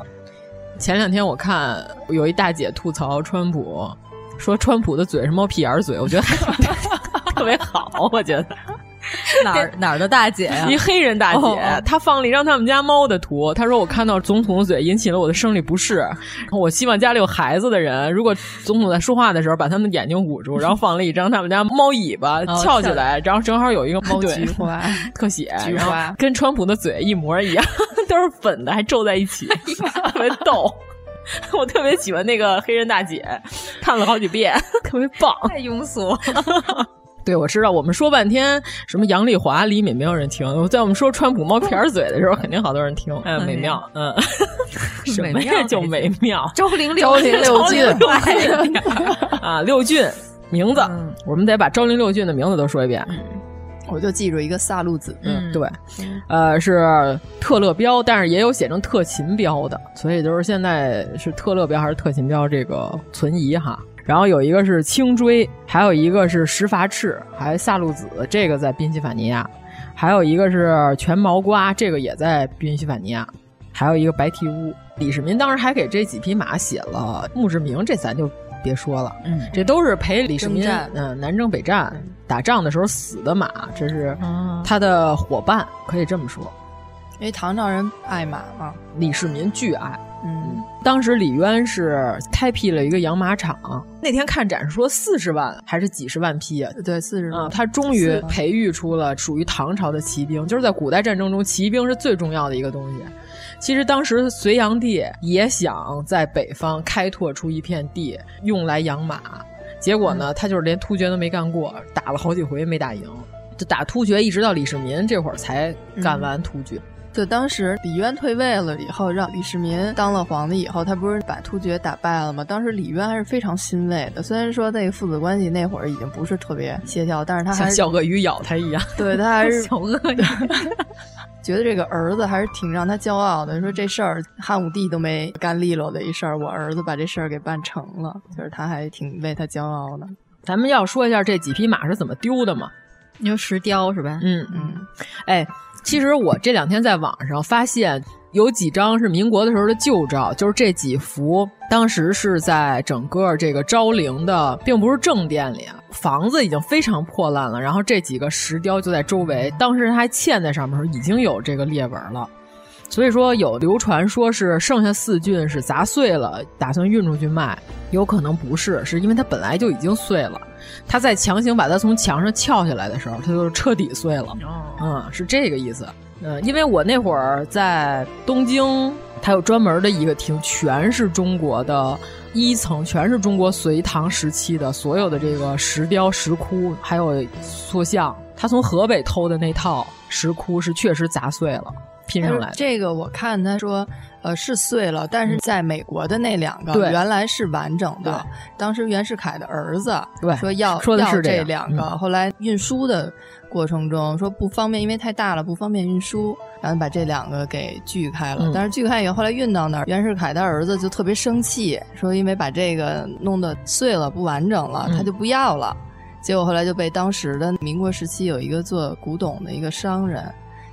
Speaker 8: 前两天我看有一大姐吐槽川普，说川普的嘴是猫屁眼儿嘴，我觉得 特别好，我觉得。
Speaker 7: 哪儿哪儿的大姐呀、
Speaker 8: 一黑人大姐，
Speaker 7: 哦哦
Speaker 8: 她放了一张他们家猫的图，她说我看到总统的嘴引起了我的生理不适，我希望家里有孩子的人，如果总统在说话的时候把他们的眼睛捂住，然后放了一张他们家猫尾巴
Speaker 7: 哦
Speaker 8: 翘起来，然后正好有一个猫
Speaker 9: 对
Speaker 8: 对
Speaker 9: 菊花，
Speaker 8: 特写，
Speaker 9: 菊
Speaker 8: 然后
Speaker 9: 花
Speaker 8: 跟川普的嘴一模一样， 都是粉的，还皱在一起，特别逗。 我特别喜欢那个黑人大姐，看了好几遍， 特别棒。
Speaker 7: 太庸俗了。
Speaker 8: 对，我知道，我们说半天什么杨丽华、李敏，没有人听。我在我们说川普猫片儿嘴的时候，肯定好多人听。哎，美妙，嗯， 什么呀？就美 妙。
Speaker 7: 昭陵
Speaker 8: 昭陵 六郡
Speaker 7: 六 郡
Speaker 8: 啊，六郡名字，
Speaker 7: 嗯
Speaker 8: 我们得把昭陵六郡的名字都说一遍。
Speaker 9: 我就记住一个萨路子，
Speaker 8: 嗯，对，呃，是特勒标，但是也有写成特勤标的，所以就是现在是特勒标还是特勤标这个存疑哈。然后有一个是青锥，还有一个是石筏翅，还有萨路子，这个在宾夕法尼亚；还有一个是全毛瓜，这个也在宾夕法尼亚；还有一个白蹄乌。李世民当时还给这几匹马写了墓志铭，这咱就别说了。
Speaker 7: 嗯，
Speaker 8: 这都是陪李世民
Speaker 9: 征战
Speaker 8: 嗯、南征北战打仗的时候死的马，这是
Speaker 7: 哦
Speaker 8: 他的伙伴，可以这么说。
Speaker 9: 因为唐朝人爱马嘛，
Speaker 8: 李世民巨爱，
Speaker 9: 嗯，
Speaker 8: 当时李渊是开辟了一个养马场，那天看展示说四十万还是几十万匹啊？
Speaker 9: 嗯对，四十
Speaker 8: 啊，他终于培育出了属于唐朝的骑兵，就是在古代战争中，骑兵是最重要的一个东西。其实当时隋炀帝也想在北方开拓出一片地用来养马，结果
Speaker 9: 嗯
Speaker 8: 呢，他就是连突厥都没干过，打了好几回没打赢，就打突厥一直到李世民这会儿才
Speaker 9: 嗯
Speaker 8: 干完突厥。
Speaker 9: 就当时李渊退位了以后，让李世民当了皇帝以后，他不是把突厥打败了吗？当时李渊还是非常欣慰的，虽然说那个父子关系那会儿已经不是特别协调，但是他
Speaker 8: 像
Speaker 9: 还是
Speaker 8: 小鳄鱼咬他一样，
Speaker 9: 对他 还是
Speaker 7: 小鳄鱼，
Speaker 9: 觉得这个儿子还是挺让他骄傲的。说这事儿汉武帝都没干利落的一事儿，我儿子把这事儿给办成了，就是他还挺为他骄傲的。
Speaker 8: 咱们要说一下这几匹马是怎么丢的嘛？
Speaker 7: 你说石雕是吧？
Speaker 8: 嗯，
Speaker 9: 嗯，
Speaker 8: 哎，其实我这两天在网上发现有几张是民国的时候的旧照，就是这几幅当时是在整个这个昭陵的，并不是正殿里，啊房子已经非常破烂了，然后这几个石雕就在周围，当时还嵌在上面的时候已经有这个裂纹了。所以说有流传说是剩下四郡是砸碎了，打算运出去卖，有可能不是，是因为它本来就已经碎了，他在强行把它从墙上撬下来的时候，它就彻底碎了。
Speaker 9: 哦
Speaker 8: 嗯，是这个意思。嗯，因为我那会儿在东京，它有专门的一个厅，全是中国的一层，全是中国隋唐时期的所有的这个石雕、石窟，还有塑像。他从河北偷的那套石窟是确实砸碎了，拼上来的。
Speaker 9: 嗯这个我看他说，呃，是碎了，但是在美国的那两个
Speaker 8: 对
Speaker 9: 原来是完整的。当时袁世凯的儿子啊
Speaker 8: 对
Speaker 9: 说要
Speaker 8: 说的
Speaker 9: 要
Speaker 8: 是这
Speaker 9: 这
Speaker 8: 样
Speaker 9: 两个，
Speaker 8: 嗯
Speaker 9: 后来运输的过程中说不方便，因为太大了不方便运输，然后把这两个给锯开了。
Speaker 8: 嗯
Speaker 9: 但是锯开以后，后来运到那儿，袁世凯的儿子就特别生气，说因为把这个弄得碎了不完整了，
Speaker 8: 嗯
Speaker 9: 他就不要了。结果后来就被当时的民国时期有一个做古董的一个商人，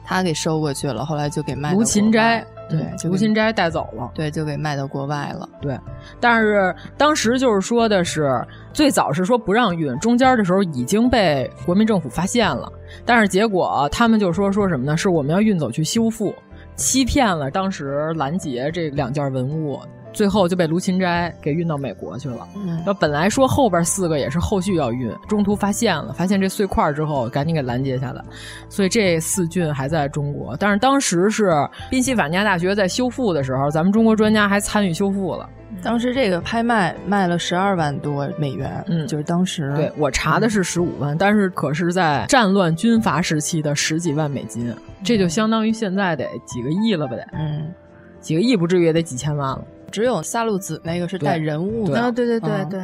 Speaker 9: 他给收过去了，后来就给卖到
Speaker 8: 卢芹
Speaker 9: 国
Speaker 8: 斋
Speaker 9: 外，对
Speaker 8: 嗯，
Speaker 9: 就
Speaker 8: 卢
Speaker 9: 给
Speaker 8: 芹斋带走了。
Speaker 9: 对，就给卖到国外了。
Speaker 8: 对，但是当时就是说的是，最早是说不让运，中间的时候已经被国民政府发现了，但是结果他们就说说什么呢？是我们要运走去修复，欺骗了当时拦截这两件文物。最后就被卢芹斋给运到美国去了。
Speaker 9: 嗯
Speaker 8: 然后本来说后边四个也是后续要运，中途发现了，发现这碎块儿之后，赶紧给拦截下来。所以这四郡还在中国，但是当时是宾夕法尼亚大学在修复的时候，咱们中国专家还参与修复了。
Speaker 9: 当时这个拍卖卖了十二万多美元，
Speaker 8: 嗯
Speaker 9: 就是当时
Speaker 8: 对我查的是十五万，但是可是在战乱军阀时期的十几万美金，这就相当于现在得几个亿了吧？得，
Speaker 9: 嗯，
Speaker 8: 几个亿不至于也得几千万了。
Speaker 9: 只有萨路子那个是带
Speaker 8: 对
Speaker 9: 人物
Speaker 8: 对
Speaker 9: 的，
Speaker 8: 啊
Speaker 9: 对对
Speaker 1: 对对，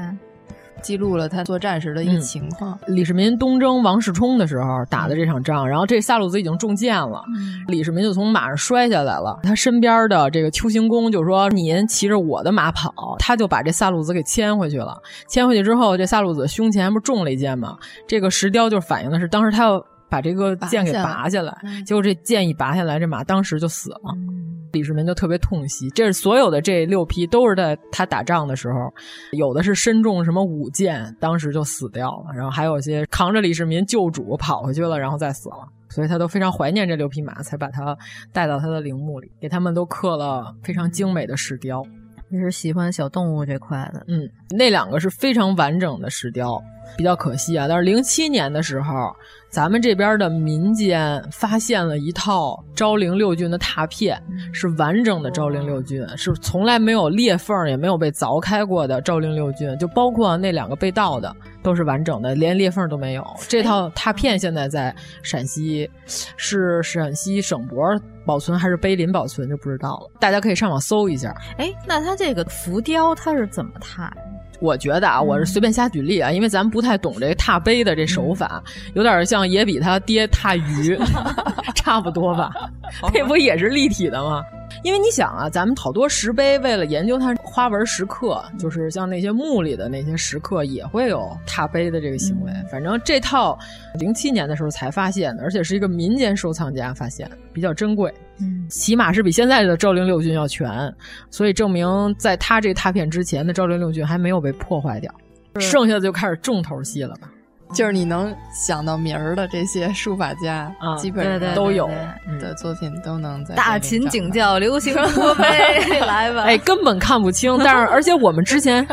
Speaker 9: 记录了他作战时的一些
Speaker 8: 嗯
Speaker 9: 情况。
Speaker 8: 李世民东征王世充的时候打的这场仗，然后这萨鲁子已经中箭了，李世民就从马上摔下来了。他身边的这个丘行恭就说：“您骑着我的马跑。”他就把这萨鲁子给牵回去了。牵回去之后，这萨鲁子胸前不是中了一箭吗？这个石雕就反映的是当时他要把这个箭给拔
Speaker 9: 拔
Speaker 8: 下
Speaker 9: 下
Speaker 8: 来嗯
Speaker 9: 来，
Speaker 8: 结果这箭一拔下来，这马当时就死了。李世民就特别痛惜，这是所有的这六批都是在他打仗的时候，有的是身中什么五箭，当时就死掉了，然后还有些扛着李世民救主跑回去了，然后再死了，所以他都非常怀念这六匹马，才把他带到他的陵墓里，给他们都刻了非常精美的石雕。
Speaker 7: 也是喜欢小动物这块的。
Speaker 8: 嗯，那两个是非常完整的石雕，比较可惜啊。但是零七年的时候，咱们这边的民间发现了一套昭陵六郡的拓片，是完整的昭陵六郡，是从来没有裂缝，也没有被凿开过的昭陵六郡，就包括那两个被盗的都是完整的，连裂缝都没有。这套拓片现在在陕西，是陕西省博保存还是碑林保存就不知道了，大家可以上网搜一下。
Speaker 7: 哎，那它这个浮雕它是怎么拓的？
Speaker 8: 我觉得啊，我是随便瞎举例啊，因为咱们不太懂这踏碑的这手法，有点像也比他爹踏鱼，差不多吧？ 那不也是立体的吗？因为你想啊，咱们好多石碑为了研究它花纹石刻，就是像那些墓里的那些石刻，也会有踏碑的这个行为。反正这套零七年的时候才发现的，而且是一个民间收藏家发现，比较珍贵。起码是比现在的昭陵六郡要全，所以证明在他这拓片之前的昭陵六郡还没有被破坏掉，剩下的就开始重头戏了吧？
Speaker 9: 就是你能想到名儿的这些书法家，
Speaker 8: 啊
Speaker 9: 基本上
Speaker 8: 对对对嗯都有
Speaker 9: 的作品都能在
Speaker 7: 大
Speaker 9: 这里
Speaker 7: 秦
Speaker 9: 找
Speaker 7: 景
Speaker 9: 到
Speaker 7: 教，流行波碑， 来 吧。
Speaker 8: 哎，根本看不清。 但是，而且我们之前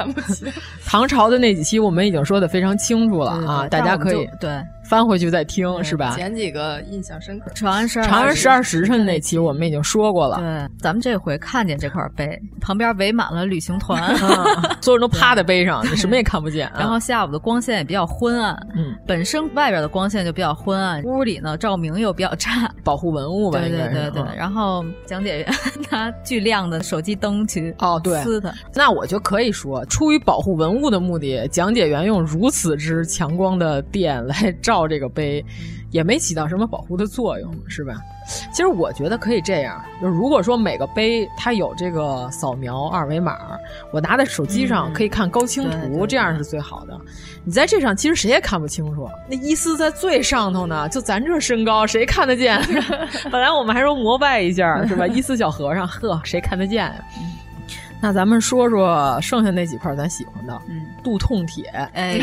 Speaker 8: 唐朝的那几期，我们已经说的非常清楚了啊，大家可以
Speaker 7: 对
Speaker 8: 翻回去再听，
Speaker 7: 嗯
Speaker 8: 是吧？
Speaker 9: 前几个印象深刻，
Speaker 7: 长安十二
Speaker 8: 长安十二时辰那期我们已经说过了，
Speaker 7: 对，咱们这回看见这块碑，旁边围满了旅行 团，
Speaker 8: 啊所有人都趴在碑上，你什么也看不见啊。
Speaker 7: 然后下午的光线也比较昏暗，
Speaker 8: 嗯，
Speaker 7: 本身外边的光线就比较昏暗，屋里呢照明又比较 差，
Speaker 8: 保护文物吧，
Speaker 7: 对
Speaker 8: 应该
Speaker 7: 对对
Speaker 8: 是
Speaker 7: 对
Speaker 8: 嗯。
Speaker 7: 然后讲解员 拿巨亮的手机灯去
Speaker 8: 哦对
Speaker 7: 撕它，
Speaker 8: 那我就可以说，出于保护文物的目的，讲解员用如此之强光的电来 照这个碑，也没起到什么保护的作用，是吧？其实我觉得可以这样，就是如果说每个碑它有这个扫描二维码，我拿在手机上可以看高清
Speaker 7: 嗯对
Speaker 8: 图，
Speaker 7: 对
Speaker 8: 这样是最好的。你在这上其实谁也看不清楚，那伊斯在最上头呢，就咱这身高谁看得见？ 本来我们还说膜拜一下是吧？伊斯小和尚，呵，谁看得见啊呀？那咱们说说剩下那几块咱喜欢的，
Speaker 7: 嗯，
Speaker 8: 杜痛帖，
Speaker 7: 哎，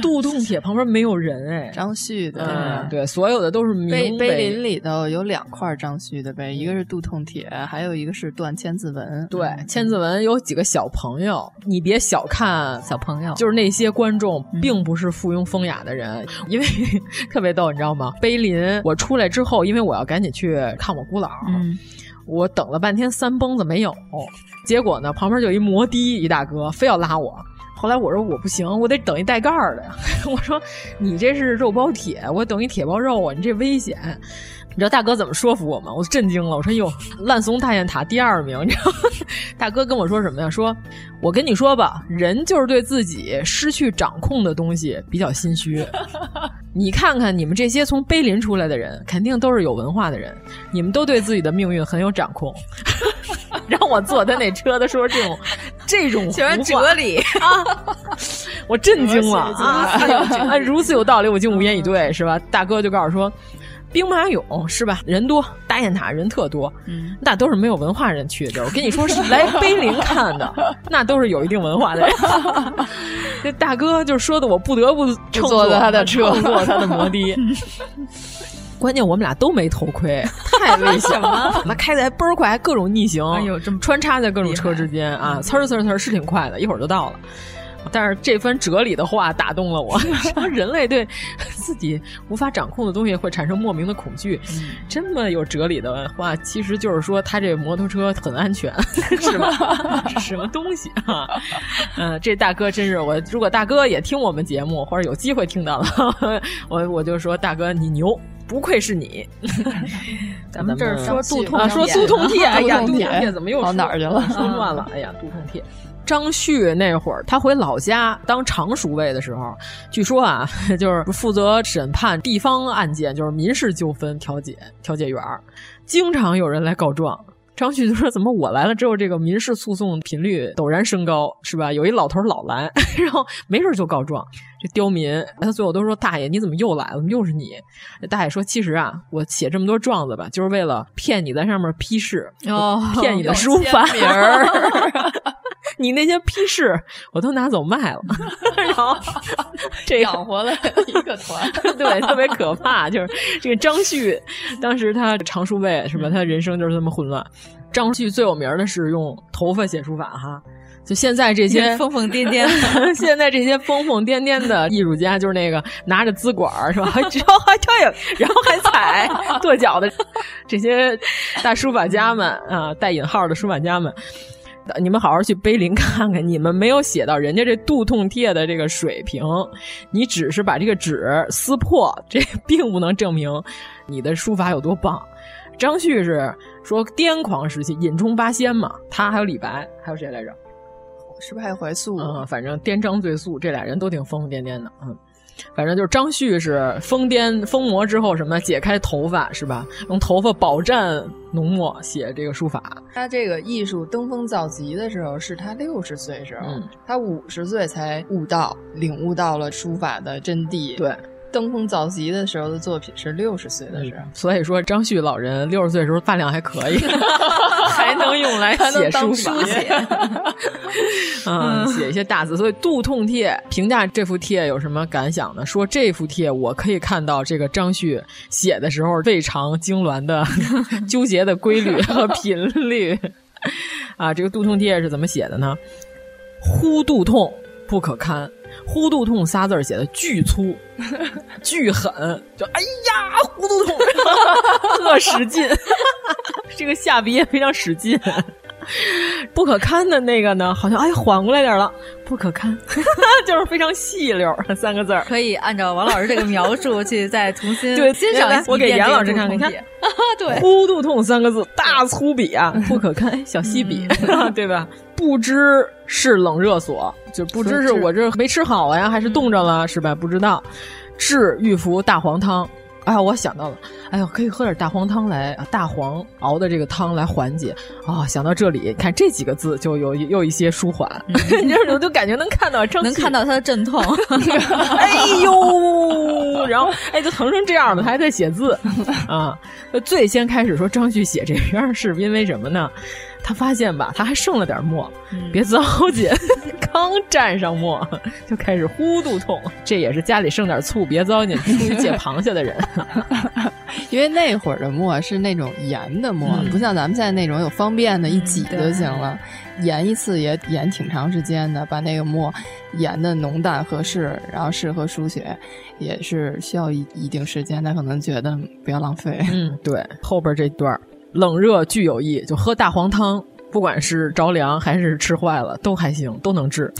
Speaker 8: 杜痛帖旁边没 有人哎，
Speaker 9: 张旭的
Speaker 8: 嗯，对，所有的都是
Speaker 9: 碑
Speaker 8: 名
Speaker 9: 碑林里头有两块张旭的碑，一个是杜痛帖，还有一个是断千字文。
Speaker 8: 嗯对，千字文有几个小朋友，你别小看
Speaker 7: 小朋友
Speaker 8: 就是那些观众
Speaker 9: 嗯
Speaker 8: 并不是附庸风雅的人，因为 特别逗，你知道吗？碑林，我出来之后，因为我要赶紧去看我姑姥，
Speaker 7: 嗯，
Speaker 8: 我等了半天三蹦子没有，结果呢，旁边就一摩的一大哥非要拉我。后来我说我不行，我得等一带盖 儿的。我说你这是肉包铁，我等一铁包肉啊，你这危险。你知道大哥怎么说服我吗？我震惊了，我说哟，烂怂大雁塔第二名。你知道 大哥跟我说什么呀？说我跟你说吧，人就是对自己失去掌控的东西比较心虚。你看看你们这些从碑林出来的人，肯定都是有文化的人，你们都对自己的命运很有掌控。 让我坐他那车，他说这种这种
Speaker 10: 全是
Speaker 8: 胡话
Speaker 10: 哲理
Speaker 8: 啊，我震惊了啊！啊，如此有道理，我竟无言以对，是吧？大哥就告诉说。兵马俑是吧？人多，大雁塔人特多，
Speaker 10: 嗯
Speaker 8: 那都是没有文化人去的地儿。我跟你说，是来碑林看的，那都是有一定文化的人。这大哥就说的，我不得不乘啊
Speaker 9: 坐他的车
Speaker 8: 乘坐他的摩的。关键我们俩都没头盔，太危险了！ 他妈开的还倍儿快，还各种逆行，哎呦，这么穿插在各种车之间啊，呲儿呲儿呲儿是挺快的，一会儿就到了。但是这番哲理的话打动了我，什么人类对自己无法掌控的东西会产生莫名的恐惧，这么有哲理的话，其实就是说他这摩托车很安全， 是吧？是什么东西啊？嗯、这大哥真是我，如果大哥也听我们节目，或者有机会听到了， 我我就说大哥你牛，不愧 是你。咱们
Speaker 7: 这儿说杜
Speaker 8: 啊，
Speaker 7: 仲
Speaker 8: 说
Speaker 7: 铁
Speaker 8: 杜仲帖，哎呀，
Speaker 7: 杜
Speaker 8: 杜
Speaker 7: 仲
Speaker 8: 仲
Speaker 7: 帖
Speaker 8: 帖怎么又
Speaker 7: 跑
Speaker 8: 说
Speaker 7: 哪儿去了
Speaker 8: 说乱了，哎呀，杜仲帖。张旭那会儿，他回老家当常熟卫的时候，据说啊， 就是负责审判地方案件，就是民事纠纷调解调解员儿，经常有人来告状。张旭就说：“怎么我来了之后，这个民事诉讼频率陡然升高，是吧？有一老头儿老来， 然后没事儿就告状。这刁民，他最后都说：‘大爷，你怎么又来了？怎么又是你？’大爷说：‘其实啊，我写这么多状子吧，就是为了骗你在上面批示，
Speaker 7: 哦
Speaker 8: 骗你的
Speaker 7: 有
Speaker 8: 书法
Speaker 7: 签名儿
Speaker 8: 你那些批示我都拿走卖了， 然后这个、养
Speaker 9: 活了一个团，
Speaker 8: 对，特别可怕。就是这个张旭，当时他常书卫是吧？他人生就是这么混乱。张旭最有名的是用头发写书法哈。就现在这些
Speaker 10: 疯疯癫癫的
Speaker 8: 现在这些疯疯癫癫的艺术家，就是那个拿着滋管儿是吧？ 然后还跳，然后还踩跺脚的这些大书法家们啊，带引号的书法家们，你们好好去碑林看看，你们没有写到人家这杜痛帖的这个水平，你只是把这个纸撕破，这并不能证明你的书法有多棒。张旭是说癫狂时期引冲八仙嘛，他还有李白，还有谁来着？
Speaker 9: 是不是还有怀素？
Speaker 8: 嗯，反正颠张醉素这俩人都挺疯疯癫癫的，嗯。反正就是张旭是疯癫疯魔之后，什么解开头发是吧？用头发饱蘸浓墨写这个书法，
Speaker 9: 他这个艺术登峰造极的时候是他六十岁时候，
Speaker 8: 嗯
Speaker 9: 他五十岁才悟到、领悟到了书法的真谛。
Speaker 8: 对，
Speaker 9: 登峰造极的时候的作品是六十岁的时候。
Speaker 8: 嗯所以说张旭老人六十岁的时候发量还可 以，还能用来写书法，嗯，写一些大字。所以杜痛帖评价这幅帖有什么感想呢？说这幅帖我可以看到这个张旭写的时候非常痉挛的 纠结的规律和频率。啊，这个杜痛帖是怎么写的呢？忽肚痛不可堪，忽肚痛仨字儿写的巨粗、巨狠，就哎呀，忽肚痛， 特使劲， 这个下笔也非常使劲。不可堪的那个呢，好像哎缓过来点儿了，不可堪， 就是非常细溜儿三个字儿。
Speaker 10: 可以按照王老师这个描述去再重 新
Speaker 8: 对
Speaker 10: 欣赏一
Speaker 8: 来
Speaker 10: 遍
Speaker 8: 我给
Speaker 10: 这
Speaker 8: 严
Speaker 10: 个
Speaker 8: 老师
Speaker 10: 杜
Speaker 8: 看
Speaker 10: 仲
Speaker 8: 看，你看
Speaker 10: 帖，
Speaker 8: 对， 忽肚痛三个字，大粗笔啊， 不可堪，哎小细笔， 对吧？不知是冷热所，就不知是嗯我这没吃好了呀，还是冻着了，是吧？不知道。治玉服大黄汤，哎呀，我想到了，哎呦，可以喝点大黄汤来，啊大黄熬的这个汤来缓解啊、想到这里，看这几个字就有又一些舒缓， 就是我就感觉嗯能看到张，
Speaker 10: 能看到他的阵 痛。
Speaker 8: 哎呦， 然后哎，就疼成这样了，他还在写字啊。最先开始说张旭写这篇是因为什么呢？他发现吧，他还剩了点墨，别糟践，刚蘸上墨就开始呼肚痛，这也是家里剩点醋，别糟践，出去借螃蟹的人。
Speaker 9: 因为那会儿的墨是那种研的墨，
Speaker 8: 嗯
Speaker 9: 不像咱们现在那种有方便的，一挤就行了。研一次也研挺长时间的，把那个墨研的浓淡合适，然后适合书写，也是需要一一定时间。他可能觉得不要浪费。
Speaker 8: 嗯，对，后边这段儿冷热俱有 益，就喝大黄汤，不管是着凉还是吃坏了都还行，都能治。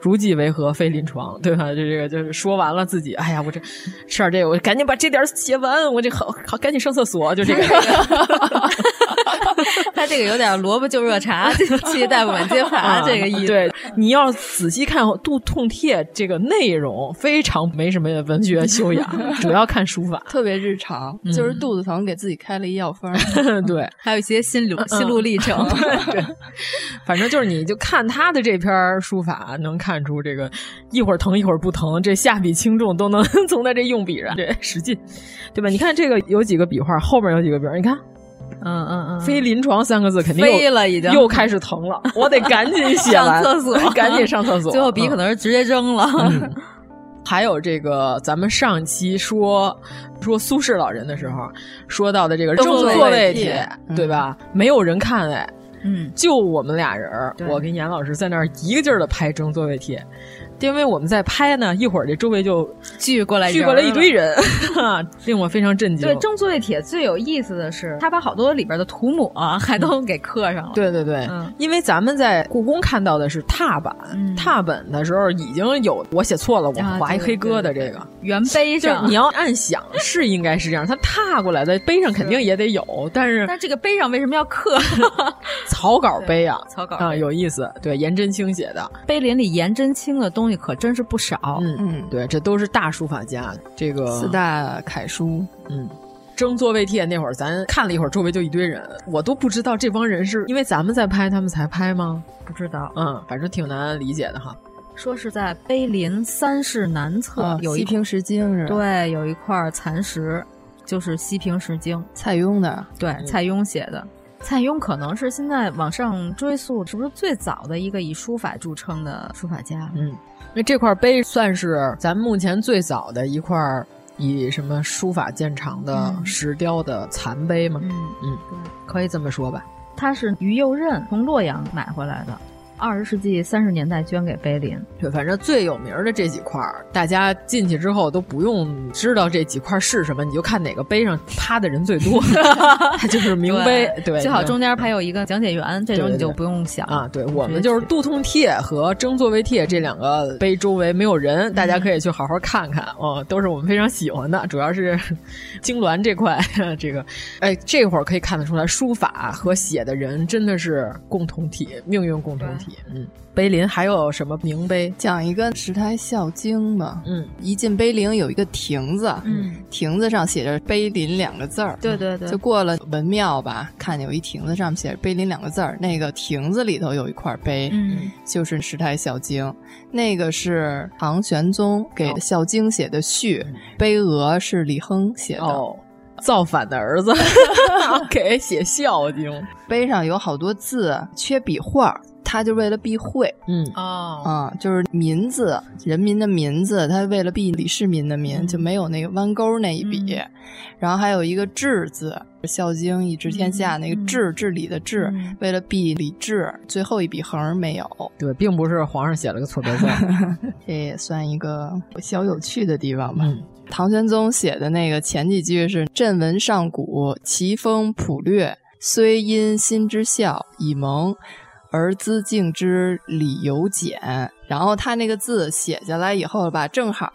Speaker 8: 如计为何非临床，对吧？就这个就是说完了自己，哎呀，我这吃点这个，我赶紧把这点儿写完，我这好好赶紧上厕所，就这 个。
Speaker 7: 他这个有点萝卜就热茶， 气大夫满街爬啊这个意思。
Speaker 8: 啊对，你要仔细看《肚痛帖》这个内容，非常没什么文学 修养，主要看书法。
Speaker 9: 特别日常，
Speaker 8: 嗯
Speaker 9: 就是肚子疼给自己开了一药 方儿。
Speaker 8: 对，
Speaker 7: 还有一些心
Speaker 8: 嗯
Speaker 7: 路心路历 程。
Speaker 8: 对，反正就是你就看他的这篇书法，能看出这个一会儿疼一会儿不疼，这下笔轻重都能 从他这用笔上这使劲，对吧？你看这个有几个笔画，后面有几个笔画，你看。
Speaker 7: 嗯嗯嗯，
Speaker 8: 非临床三个字肯定又
Speaker 7: 飞了已经
Speaker 8: 又开始疼了，我得赶紧写
Speaker 7: 上
Speaker 8: 完
Speaker 7: 厕所
Speaker 8: 赶紧上厕所，
Speaker 7: 最后笔可能是直接扔了。
Speaker 8: 嗯 还有这个，咱们上期说说苏轼老人的时候，说到的这个
Speaker 7: 正
Speaker 8: 正
Speaker 7: 坐
Speaker 8: 坐
Speaker 7: 位嗯
Speaker 8: 位
Speaker 7: 帖
Speaker 8: 帖，对吧？没有人看哎，
Speaker 7: 嗯，
Speaker 8: 就我们俩人儿，我跟严老师在那儿一个劲儿的拍正坐位帖，因为我们在拍呢，一会儿这周围就
Speaker 7: 聚过来
Speaker 8: 聚过来一堆人， 令我非常震惊。
Speaker 7: 对，正座位帖最有意思的是，他把好多里边的涂抹啊还都给刻上了。
Speaker 8: 对对对，
Speaker 7: 嗯
Speaker 8: 因为咱们在故宫看到的是拓版，拓本的时候已经有我写错了，我
Speaker 7: 啊
Speaker 8: 划一
Speaker 7: 对
Speaker 8: 黑疙瘩
Speaker 7: 对
Speaker 8: 这个。
Speaker 7: 原碑
Speaker 8: 就是
Speaker 7: 上，
Speaker 8: 你要按想是应该是这样，他踏过来的碑上肯定也得有，但是
Speaker 7: 但这个碑上为什么要 刻？
Speaker 8: 草稿碑啊，
Speaker 7: 草稿
Speaker 8: 啊有意思，对，颜真卿写的，
Speaker 7: 碑林里颜真卿的东西可真是不少。
Speaker 8: 嗯嗯，对，这都是大书法家，这个
Speaker 7: 四
Speaker 8: 大楷书，嗯。争座位帖那会儿，咱看了一会儿，周围就一堆人，我都不知道这帮人是因为咱们在拍，他们才拍吗？
Speaker 7: 不知道，
Speaker 8: 嗯，反正挺难理解的哈。
Speaker 7: 说是在碑林三室南侧、
Speaker 9: 啊
Speaker 7: 有一
Speaker 9: 西平石经是吧
Speaker 7: 对，有一块残石，就是西平石经，
Speaker 9: 蔡邕的，
Speaker 7: 对，蔡邕写的。蔡邕可能是现在往上追溯，是不是最早的一个以书法著称的书法家？
Speaker 8: 嗯，那这块碑算是咱目前最早的一块儿以什么书法见长的
Speaker 7: 嗯
Speaker 8: 石雕的残碑吗？
Speaker 7: 嗯
Speaker 8: 嗯，可以这么说吧。
Speaker 7: 他是于右任从洛阳买回来的，二十世纪三十年代捐给碑林。
Speaker 8: 对，反正最有名儿的这几块儿，大家进去之后都不用知道这几块儿是什么，你就看哪个碑上趴的人最多， 它就是名碑。对，
Speaker 7: 最好
Speaker 8: 你就
Speaker 7: 中间还嗯有一个讲解员，这种
Speaker 8: 对
Speaker 7: 你就
Speaker 8: 对
Speaker 7: 不用想
Speaker 8: 啊，对我们就是杜痛帖和争座位帖这两个碑周围没有人，大家可以去好好看看哦，都是我们非常喜欢的，主要是 痉挛这块，这个哎，这会儿可以看得出来，书法和写的人真的是共同体，命运共同体。嗯，碑林还有什么名碑？
Speaker 9: 讲一个石台孝经吧。
Speaker 8: 嗯，
Speaker 9: 一进碑林有一个亭子，
Speaker 7: 嗯，
Speaker 9: 亭子上写着“碑林”两个字儿。
Speaker 7: 对对对
Speaker 9: 就过了文庙吧，看有一亭子上面写着“碑林”两个字儿，那个亭子里头有一块碑，
Speaker 7: 嗯，
Speaker 9: 就是石台孝经，那个是唐玄宗给
Speaker 7: 哦
Speaker 9: 孝经写的序，
Speaker 7: 嗯
Speaker 9: 碑额是李亨写的。
Speaker 8: 哦造反的 儿子给写孝经，
Speaker 9: 碑上有好多字缺笔画，他就为了避讳，
Speaker 8: 嗯
Speaker 7: 哦
Speaker 9: 啊，就是“民”字，人民的“民”字，他为了避李世民的“民”，就没有那个弯钩那一笔。然后还有一个“治”字，孝经以治天下，那个“治”治理的“治”，为了避李治，最后一笔横没有。
Speaker 8: 对，并不是皇上写了个错别 字。
Speaker 9: 这也算一个小有趣的地方吧。唐玄宗写的那个前几句是“朕闻上古，奇风普略，虽因心之孝以蒙，而资敬之理由简”。然后他那个字写下来以后吧，正好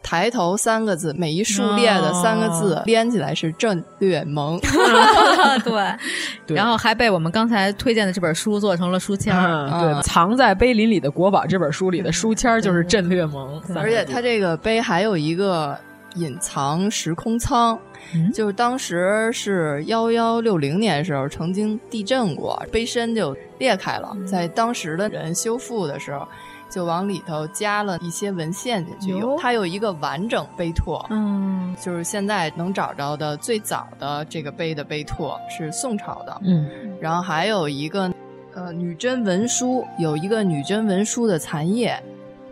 Speaker 9: 抬头三个字，每一竖列的三个字
Speaker 7: 哦
Speaker 9: 连起来是“朕略蒙”。
Speaker 7: 对， 然后还被我们刚才推荐的这本书做成了书签儿、
Speaker 8: 嗯，对，藏在碑林里的国宝这本书里的书签儿就是镇略
Speaker 7: 嗯
Speaker 8: 盟，三
Speaker 9: 而
Speaker 8: 个
Speaker 9: 且
Speaker 8: 字
Speaker 9: 它这个碑还有一个隐藏时空舱，就是当时是幺幺六零年的时候曾经地震过，碑身就裂开了，在当时的人修复的时候。就往里头加了一些文献进去，有它有一个完整碑拓，
Speaker 7: 嗯，
Speaker 9: 就是现在能找着的最早的这个碑的碑拓是宋朝的，
Speaker 8: 嗯，
Speaker 9: 然后还有一个呃女真文书，有一个女真文书的残页，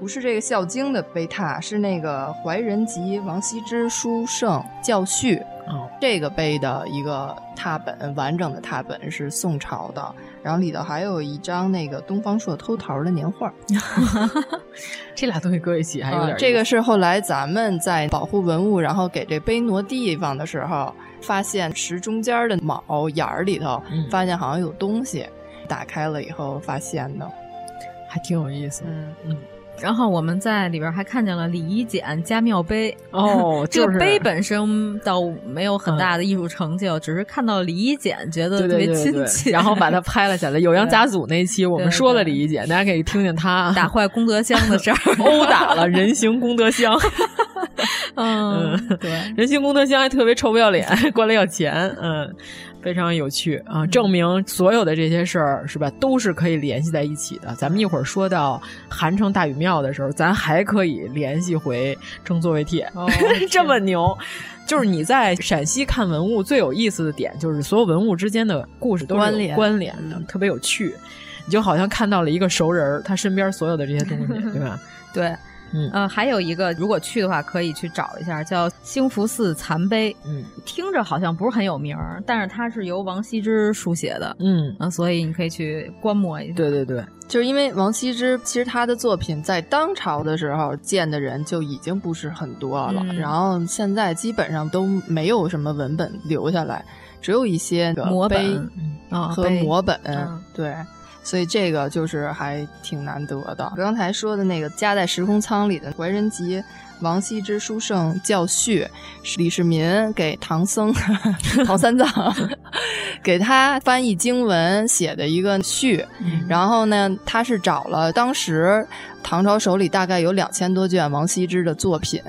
Speaker 9: 不是这个《孝经》的碑拓，是那个怀仁集王羲之书圣教序。
Speaker 8: 哦，
Speaker 9: 这个碑的一个拓本，完整的拓本是宋朝的，然后里头还有一张那个东方朔偷桃的年画，
Speaker 8: 这俩东西搁一起还有
Speaker 9: 啊
Speaker 8: 点意思
Speaker 9: 这个是后来咱们在保护文物，然后给这碑挪地方的时候，发现石中间的卯眼儿里头，
Speaker 8: 嗯
Speaker 9: 发现好像有东西，打开了以后发现的。
Speaker 8: 还挺有意思。
Speaker 9: 嗯
Speaker 8: 嗯，
Speaker 7: 然后我们在里边还看见了李夷简加庙碑
Speaker 8: 哦
Speaker 7: 这
Speaker 8: 就
Speaker 7: 个
Speaker 8: 是
Speaker 7: 碑本身倒没有很大的艺术成就，只是看到李夷简觉得
Speaker 8: 对
Speaker 7: 特别
Speaker 8: 对对
Speaker 7: 亲
Speaker 8: 对
Speaker 7: 切，
Speaker 8: 然后把它拍了下来。《酉阳家族》那一期我们说了李一姐，大家可以听听她
Speaker 7: 打坏功德箱的事儿，
Speaker 8: 殴打了人形功德箱。
Speaker 7: 嗯，
Speaker 8: 对，人形功德箱还特别臭不要脸，过来要钱，嗯，非常有趣啊！证明所有的这些事儿是吧，都是可以联系在一起的。咱们一会儿说到韩城大禹庙的时候，咱还可以联系回正座位帖， 这么牛。就是你在陕西看文物最有意思的点，就是所有文物之间的故事都是有
Speaker 9: 关联
Speaker 8: 关联的，特别有趣。你就好像看到了一个熟人儿，他身边所有的这些东西，对吧？
Speaker 7: 对。
Speaker 8: 嗯
Speaker 7: 呃，还有一个，如果去的话，可以去找一下，叫兴福寺残碑。
Speaker 8: 嗯，
Speaker 7: 听着好像不是很有名儿，但是它是由王羲之书写的。
Speaker 8: 嗯，
Speaker 7: 啊，所以你可以去观摩一下。
Speaker 8: 对对对，
Speaker 9: 就是因为王羲之，其实他的作品在当朝的时候见的人就已经不是很多了，
Speaker 7: 嗯
Speaker 9: 然后现在基本上都没有什么文本留下来，只有一些这个
Speaker 7: 摹本
Speaker 9: 碑
Speaker 7: 啊
Speaker 9: 和
Speaker 7: 碑
Speaker 9: 摹本，
Speaker 7: 嗯
Speaker 9: 对。所以这个就是还挺难得的。刚才说的那个夹在时空舱里的怀仁集，王羲之书圣教序，是李世民给唐僧、 唐三藏 给他翻译经文写的一个序。然后呢，他是找了当时唐朝手里大概有两千多卷王羲之的作品，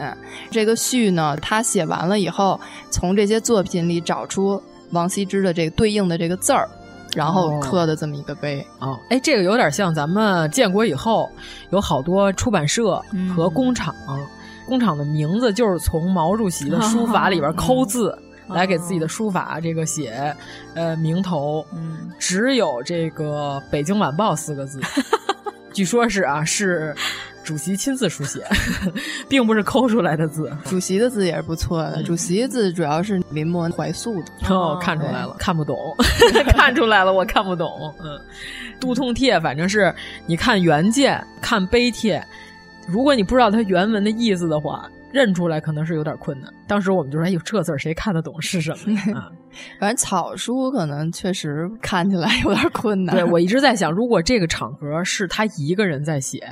Speaker 9: 这个序呢，他写完了以后，从这些作品里找出王羲之的这个对应的这个字儿，然后
Speaker 8: 哦
Speaker 9: 刻的这么一个碑。
Speaker 8: 哦，哎，这个有点像咱们建国以后有好多出版社和工厂，工厂的名字就是从毛主席的书法里边抠字。来给自己的书法这个写，呃，名头，
Speaker 7: 嗯，
Speaker 8: 只有这个《北京晚报》四个字，据说是啊，是主席亲自书写， 并不是抠出来的字。
Speaker 9: 主席的字也是不错
Speaker 7: 嗯
Speaker 9: 的，主席的字主要是临摹怀素的。
Speaker 8: 哦，看出来了，看不懂， 看出来了，我看不懂。嗯，都通帖反正是你看原件，看碑帖，如果你不知道它原文的意思的话，认出来可能是有点困难。当时我们就说：“哎呦，这字儿谁看得懂是什么呀？”啊
Speaker 9: 反正草书可能确实看起来有点困难。
Speaker 8: 对我一直在想，如果这个场合是他一个人在写，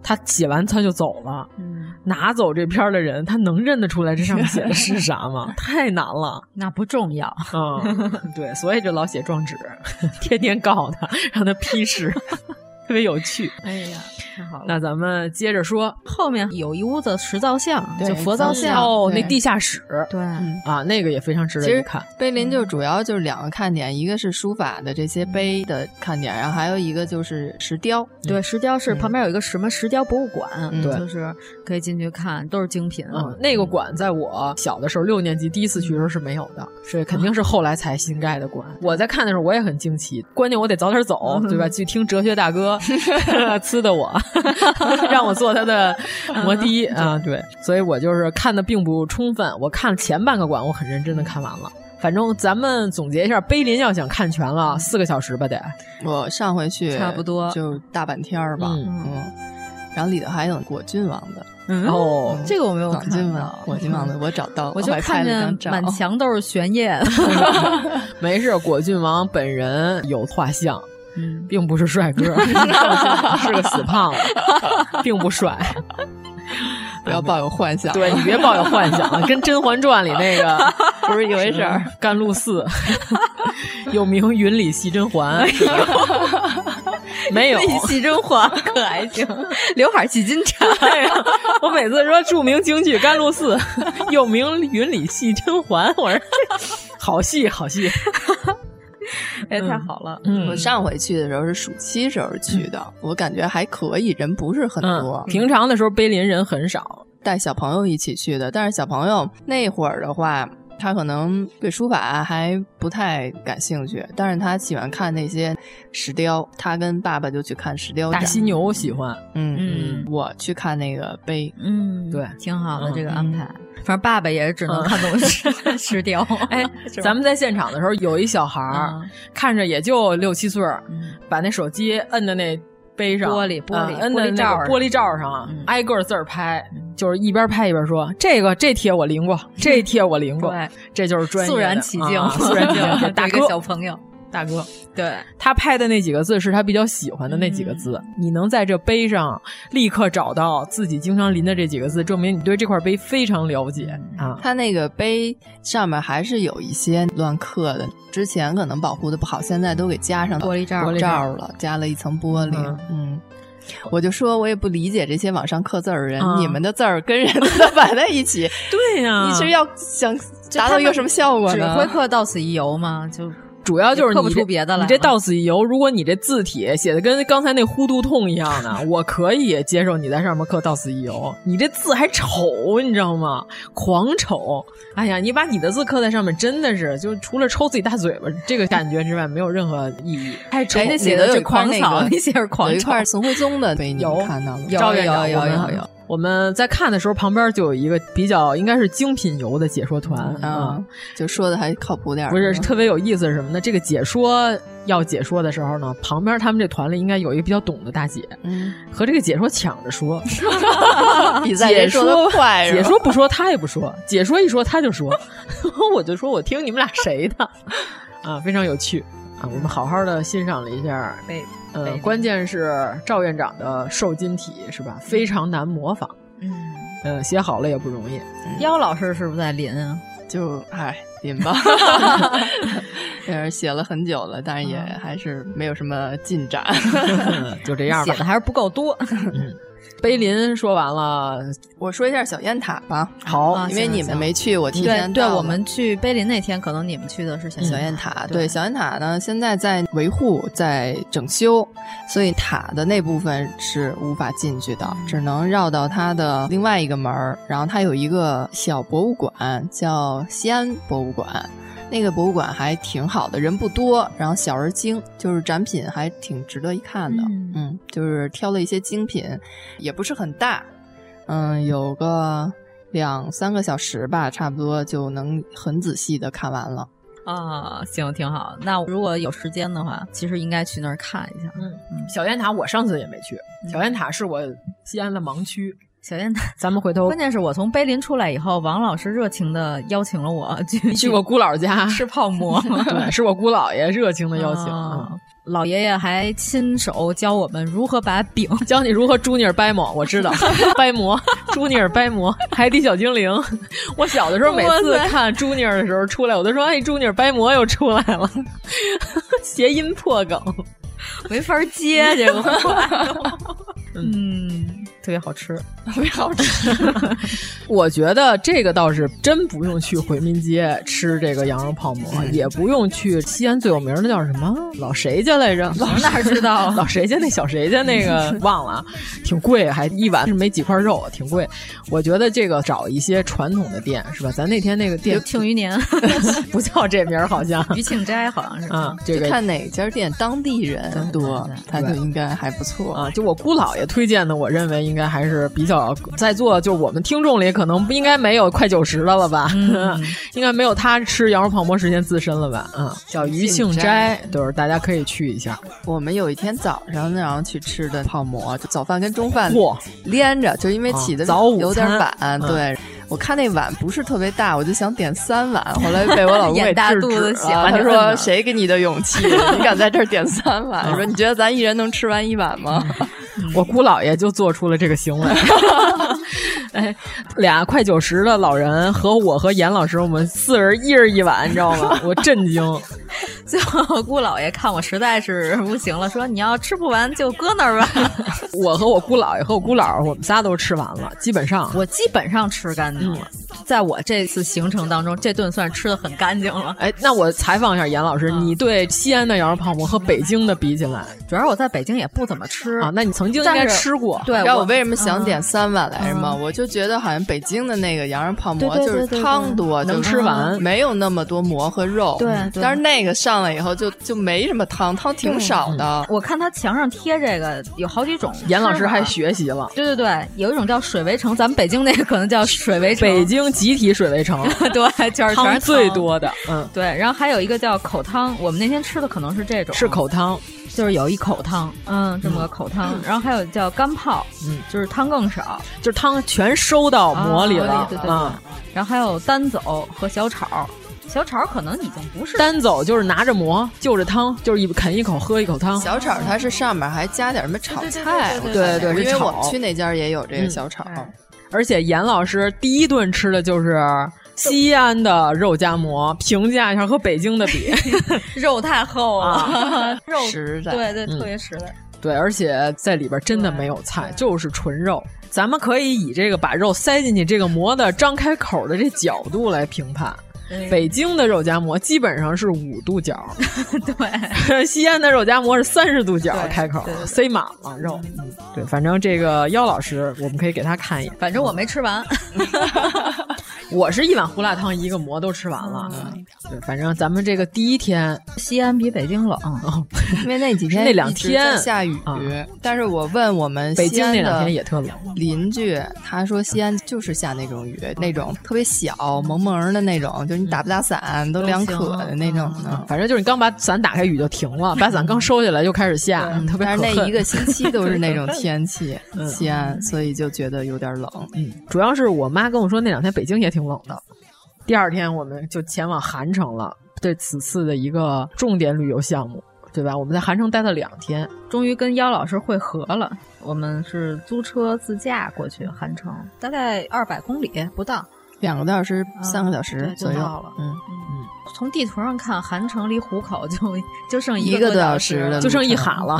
Speaker 8: 他写完他就走了，
Speaker 7: 嗯
Speaker 8: 拿走这篇儿的人，他能认得出来这上面写的是 啥吗？太难了。
Speaker 7: 那不重要。
Speaker 8: 嗯，对，所以就老写状纸， 天天告他，让他批示， 特别有趣。
Speaker 7: 哎呀，太好了！
Speaker 8: 那咱们接着说，
Speaker 7: 后面有一屋子石造像，
Speaker 9: 对
Speaker 7: 就佛造像
Speaker 8: 哦，那
Speaker 9: 对
Speaker 8: 地下室，
Speaker 7: 对，嗯
Speaker 8: 啊，那个也非常值得
Speaker 9: 其
Speaker 8: 一
Speaker 9: 实
Speaker 8: 看。
Speaker 9: 碑林就是主要就是两个看点，一个是书法的这些碑的看点，然后还有一个就是石雕。
Speaker 7: 对，石雕是旁边有一个什么石雕博物馆，
Speaker 9: 嗯对
Speaker 7: 就是可以进去看，都是精品啊。
Speaker 8: 嗯，那个馆在我小的时候六年级第一次去的时候是没有的，是肯定是后来才新盖的馆。我在看的时候我也很惊奇，关键我得早点走，对吧？去听哲学大 哥呲的我， 让我坐他的摩的啊，对，所以我就是看的并不充分。我看了前半个馆，我很认真的看完了。反正咱们总结一下，碑林要想看全了，四个小时吧得。
Speaker 9: 我上回去
Speaker 7: 差不多
Speaker 9: 就大半天儿吧，
Speaker 8: 嗯
Speaker 9: 嗯然后里头还有果郡王的，
Speaker 7: 嗯
Speaker 8: 哦，
Speaker 7: 这啊个我没有
Speaker 9: 果
Speaker 7: 看
Speaker 9: 郡王
Speaker 7: 到，，嗯
Speaker 9: 果郡王的我找到了，
Speaker 7: 我就
Speaker 9: 还拍
Speaker 7: 看
Speaker 9: 了
Speaker 7: 见
Speaker 9: 张照
Speaker 7: 满墙都是玄烨，
Speaker 8: 没事，果郡王本人有画像，
Speaker 7: 嗯，
Speaker 8: 并不是帅哥， 是个死胖子，并不帅。
Speaker 9: 不要抱有幻想，
Speaker 8: 对你别抱有幻想了，跟《甄嬛传》里那个
Speaker 9: 不是一回事儿。
Speaker 8: 甘露寺有名云里戏甄嬛，没有。
Speaker 7: 戏甄嬛可还行，刘海戏金蝉，
Speaker 8: 哎呀，我每次说著名京剧《甘露寺》，又名云里戏甄嬛，我说好戏好戏。
Speaker 7: 哎，太好了，
Speaker 8: 嗯
Speaker 9: 我上回去的时候是暑期时候去的，
Speaker 7: 嗯
Speaker 9: 我感觉还可以，人不是很
Speaker 8: 嗯
Speaker 9: 多，，
Speaker 8: 平常的时候碑林人很少，
Speaker 9: 带小朋友一起去的。但是小朋友那会儿的话，他可能对书法还不太感兴趣，但是他喜欢看那些石雕。他跟爸爸就去看石雕
Speaker 8: 大
Speaker 9: 展。
Speaker 8: 犀牛喜 欢。
Speaker 9: 嗯
Speaker 7: 嗯，
Speaker 9: 我去看那个碑。
Speaker 7: 嗯，
Speaker 8: 对
Speaker 7: 挺好的
Speaker 8: 嗯
Speaker 7: 这个安排。反正爸爸也只能看 懂石石雕， 哎，
Speaker 8: 咱们在现场的时候，有一小孩儿、
Speaker 7: 嗯
Speaker 8: 看着也就六七岁儿，
Speaker 7: 嗯
Speaker 8: 把那手机摁在那杯上，
Speaker 7: 玻璃玻璃
Speaker 8: 嗯摁在
Speaker 7: 玻璃
Speaker 8: 那
Speaker 7: 罩
Speaker 8: 个
Speaker 7: 上
Speaker 8: 玻璃罩上，
Speaker 7: 嗯
Speaker 8: 挨个字儿拍，就是一边拍一边说：“这个这帖我 临过，这帖我临过。
Speaker 7: 对
Speaker 8: 这就是专业的
Speaker 7: 肃然起敬
Speaker 8: 啊，肃然起敬，
Speaker 7: 对
Speaker 8: 大
Speaker 7: 一
Speaker 8: 哥
Speaker 7: 个小朋友，
Speaker 8: 大哥。
Speaker 7: 对
Speaker 8: 他拍的那几个字是他比较喜欢的那
Speaker 7: 嗯
Speaker 8: 几个字，你能在这碑上立刻找到自己经常临的这几个字，证明你对这块碑非常了解
Speaker 7: 嗯
Speaker 8: 啊。
Speaker 9: 它那个碑上面还是有一些乱刻的，之前可能保护的不好，现在都给加上
Speaker 7: 玻璃罩
Speaker 9: 罩了，加了一层玻璃。嗯，我就说，我也不理解这些网上刻字儿人，
Speaker 7: 嗯
Speaker 8: 啊
Speaker 9: 你们的字儿跟人 的摆在一起，
Speaker 8: 对呀
Speaker 9: 你是要想达到一个什么效果
Speaker 7: 只
Speaker 9: 呢？
Speaker 7: 会刻到此一游吗？就
Speaker 8: 主要就是
Speaker 7: 刻
Speaker 8: 你
Speaker 7: 不
Speaker 8: 这
Speaker 7: 出别的来
Speaker 8: 你这
Speaker 7: 了
Speaker 8: 到此一游，如果你这字体写的跟刚才那呼嘟痛一样的，我可以接受你在上面刻到此一游。你这字还丑，你知道吗？狂丑！哎呀，你把你的字刻在上面，真的是就除了抽自己大嘴巴这个感觉之外，没有任何意义。太丑
Speaker 9: 哎，那写的有一块 那个，
Speaker 8: 你写着狂
Speaker 9: 有一
Speaker 8: 草
Speaker 9: 块怂胡宗的碑，你们
Speaker 8: 有
Speaker 9: 看到了吗？
Speaker 8: 赵院长
Speaker 9: 有有
Speaker 8: 我们
Speaker 9: 有有。
Speaker 8: 我们在看的时候，旁边就有一个比较应该是精品游的解说团啊、
Speaker 9: 啊，就说的还靠谱点儿
Speaker 8: 不是
Speaker 9: 吧
Speaker 8: 特别有意思是什么呢？这个解说要解说的时候呢，旁边他们这团里应该有一个比较懂的大姐，
Speaker 9: 嗯，
Speaker 8: 和这个解说抢着说，
Speaker 9: 比赛谁
Speaker 8: 解
Speaker 9: 说
Speaker 8: 说
Speaker 9: 得快是吧
Speaker 8: 解说不说他也不说，解说一说他就说， 我就说我听你们俩谁的啊，非常有趣啊，我们好好的欣赏了一下
Speaker 7: 被
Speaker 8: 呃，关键是赵院长的瘦金体是
Speaker 9: 嗯
Speaker 8: 吧，非常难模仿，
Speaker 7: 嗯，
Speaker 8: 呃，写好了也不容易，
Speaker 7: 刁老师是不是在临啊？
Speaker 9: 就哎，临吧，也是写了很久了，但是也还是没有什么进展，
Speaker 8: 就这样吧
Speaker 9: 写的还
Speaker 7: 是不够多。
Speaker 8: 碑林说完了，
Speaker 9: 我说一下小雁塔吧。
Speaker 8: 好
Speaker 9: 因为你们没去， 我提前
Speaker 7: 对，对
Speaker 9: 到了
Speaker 7: 我们去碑林那天，可能你们去的是小
Speaker 9: 小雁塔，啊对小雁塔呢，现在在维护，在整修，所以塔的那部分是无法进去的，只能绕到它的另外一个门儿。然后它有一个小博物馆，叫西安博物馆。那个博物馆还挺好的，人不多，然后小而精，就是展品还挺值得一看的。嗯就是挑了一些精品，也不是很大，嗯，有个两三个小时吧，差不多就能很仔细的看完了。
Speaker 7: 啊，行，挺好。那如果有时间的话，其实应该去那儿看一下。
Speaker 8: 嗯，小雁塔我上次也没去，
Speaker 7: 嗯
Speaker 8: 小雁塔是我西安的盲区。
Speaker 7: 小雁塔，
Speaker 8: 咱们回头
Speaker 7: 关键是我从碑林出来以后，王老师热情的邀请了我去
Speaker 8: 去我姑姥 家，
Speaker 7: 吃泡 馍
Speaker 8: 对，是我姑姥爷热情的邀请，
Speaker 7: 啊
Speaker 8: 嗯
Speaker 7: 老爷爷还亲手教我们如何把饼，
Speaker 8: 教你如何朱尼尔掰馍，我 知道掰馍，朱尼尔掰馍，海底小精灵。 我小的时候每次
Speaker 7: 哇塞
Speaker 8: 看朱尼尔的时候出来，我都说哎，朱尼尔掰馍又出来了， 谐音破梗，
Speaker 7: 没法 接这个话。嗯，特别好吃，
Speaker 8: 特别好吃。 我觉得这个倒是真不用去回民街吃这个羊肉泡馍，
Speaker 7: 嗯
Speaker 8: 也不用去西安最有名的叫什么老谁家来着？老
Speaker 7: 哪知道啊 嗯
Speaker 8: 老谁家那小谁家那个忘了啊，挺贵，还一碗是没几块肉，啊挺贵。我觉得这个找一些传统的店是吧？咱那天那个
Speaker 7: 有
Speaker 8: 店
Speaker 7: 庆余 年、
Speaker 8: 不叫这名儿，好像
Speaker 7: 余庆斋好像是。
Speaker 8: 啊，这
Speaker 9: 就
Speaker 8: 个
Speaker 9: 看哪家店当地人多，他就应该还不错。
Speaker 8: 啊，就我姑姥爷推荐的，我认为应该还是比较在座，就我们听众里可能不应该没有快九十的了吧， 应该没有他吃羊肉泡馍时间资深了吧？啊，叫余庆斋，就是大家可以去一下。
Speaker 9: 我们有一天早上，然后去吃的泡馍，就早饭跟中饭
Speaker 8: 嚯
Speaker 9: 连着，就因为起的
Speaker 8: 啊早午餐
Speaker 9: 有点晚。
Speaker 8: 嗯
Speaker 9: 对，我看那碗不是特别大，我就想点三碗，后来被我老公给
Speaker 7: 眼大
Speaker 9: 制
Speaker 7: 肚
Speaker 9: 止
Speaker 7: 子
Speaker 9: 了。
Speaker 7: 小
Speaker 9: 他
Speaker 7: 着
Speaker 9: 说
Speaker 7: 呢：“
Speaker 9: 谁给你的勇气？你敢在这儿点三碗？说你觉得咱一人能吃完一碗吗？”
Speaker 8: 我姑姥爷就做出了这个行为。 哎，俩快九十的老人和我和严老师，我们四人一人一碗，你知道吗？我震惊。
Speaker 7: 最后姑姥爷看我实在是不行了，说你要吃不完就搁那儿吧。
Speaker 8: 我和我姑姥爷和我姑姥儿，我们仨都吃完了，基本上。
Speaker 7: 我基本上吃干净了，在我这次行程当中，这顿算吃的很干净了。
Speaker 8: 哎，那我采访一下严老师，
Speaker 7: 嗯
Speaker 8: 你对西安的羊肉泡馍和北京的比起来
Speaker 7: 主要我在北京也不怎么吃
Speaker 8: 啊，那你曾经应
Speaker 7: 但
Speaker 8: 该
Speaker 7: 是
Speaker 8: 吃过，
Speaker 7: 对，
Speaker 9: 你知道我为什么想点三碗来着吗？
Speaker 7: 哎嗯
Speaker 9: 我就觉得好像北京的那个羊肉泡馍
Speaker 7: 对对
Speaker 9: 就是
Speaker 7: 对对
Speaker 9: 汤多，
Speaker 8: 能
Speaker 9: 就是
Speaker 8: 吃完
Speaker 9: 没有那么多馍和肉。
Speaker 7: 对
Speaker 9: 嗯
Speaker 7: 对
Speaker 9: 但是那个上来以后就就没什么汤，汤挺少的。
Speaker 7: 我看他墙上贴这个有好几种，啊
Speaker 8: 严老师还。学习了。
Speaker 7: 对对对，有一种叫水围城，咱们北京那个可能叫水围城。
Speaker 8: 北京集体水围城，
Speaker 7: 对，就是全是
Speaker 8: 汤最多的，嗯，
Speaker 7: 对，然后还有一个叫口汤，我们那天吃的可能是这种，
Speaker 8: 是口汤，
Speaker 7: 就是有一口汤，嗯，这么个口汤。然后还有叫干泡，
Speaker 8: 嗯，
Speaker 7: 就是汤更少。
Speaker 8: 就是汤全收到馍里了
Speaker 7: 啊对对对
Speaker 8: 啊。
Speaker 7: 然后还有单走和小炒。小炒可能已经不是
Speaker 8: 单走就是拿着馍，就着汤，就是一啃一口喝一口汤。
Speaker 9: 小炒它是上面还加点什么炒菜，
Speaker 8: 嗯对对对
Speaker 9: 因为
Speaker 8: 是炒
Speaker 9: 我们去那家也有这个小炒。
Speaker 8: 而且严老师第一顿吃的就是西安的肉夹馍，评价一下和北京的比，
Speaker 7: 肉太厚了，肉
Speaker 9: 实在
Speaker 7: 哦对对，
Speaker 8: 啊嗯
Speaker 7: 特别实在。
Speaker 8: 对，而且在里边真的没有菜，就是纯肉。咱们可以以这个把肉塞进去这个馍的张开口的这角度来评判。
Speaker 7: 对
Speaker 8: 北京的肉夹馍基本上是五度角，
Speaker 7: 对，
Speaker 8: 西安的肉夹馍是三十度角
Speaker 7: 对
Speaker 8: 开口
Speaker 7: 对对，对
Speaker 8: 塞满了肉。嗯，对，反正这个妖老师，我们可以给他看一眼。
Speaker 7: 反正我没吃完，
Speaker 8: 我是一碗胡辣汤，一个馍都吃完了。
Speaker 9: 嗯
Speaker 8: 对，反正咱们这个第一天，
Speaker 7: 西安比北京冷，
Speaker 9: 因为那几 天
Speaker 8: 那两
Speaker 9: 一直
Speaker 8: 天啊
Speaker 9: 在下雨，但是我问我们
Speaker 8: 北京
Speaker 9: 西安
Speaker 8: 那两
Speaker 9: 的
Speaker 8: 天也特冷
Speaker 9: 邻居他说西安就是下那种雨，那种特别小蒙蒙的那种，就是你打不打伞都凉渴的那种的。
Speaker 8: 反正就是你刚把伞打开，雨就停了，把伞刚收起来就开始下，嗯特别
Speaker 9: 但
Speaker 8: 可
Speaker 9: 是那
Speaker 8: 恨，
Speaker 9: 一个星期 都是那种天气
Speaker 8: 嗯
Speaker 9: 西安，所以就觉得有点冷。
Speaker 8: 嗯，主要是我妈跟我说那两天北京也挺冷的，第二天我们就前往韩城了，对此次的一个重点旅游项目，对吧？我们在韩城待了两天，
Speaker 7: 终于跟妖老师会合了。我们是租车自驾过去韩城，大概二百公里不到，
Speaker 9: 两个多小时，三个小
Speaker 7: 啊对
Speaker 9: 时
Speaker 7: 就
Speaker 9: 左右
Speaker 7: 到了。
Speaker 9: 嗯，
Speaker 7: 从地图上看，韩城离虎口就就剩
Speaker 9: 一
Speaker 7: 个
Speaker 9: 个
Speaker 7: 多
Speaker 9: 多
Speaker 7: 小
Speaker 9: 小时的
Speaker 7: 就
Speaker 9: 路
Speaker 7: 剩一
Speaker 9: 程
Speaker 7: 喊 了。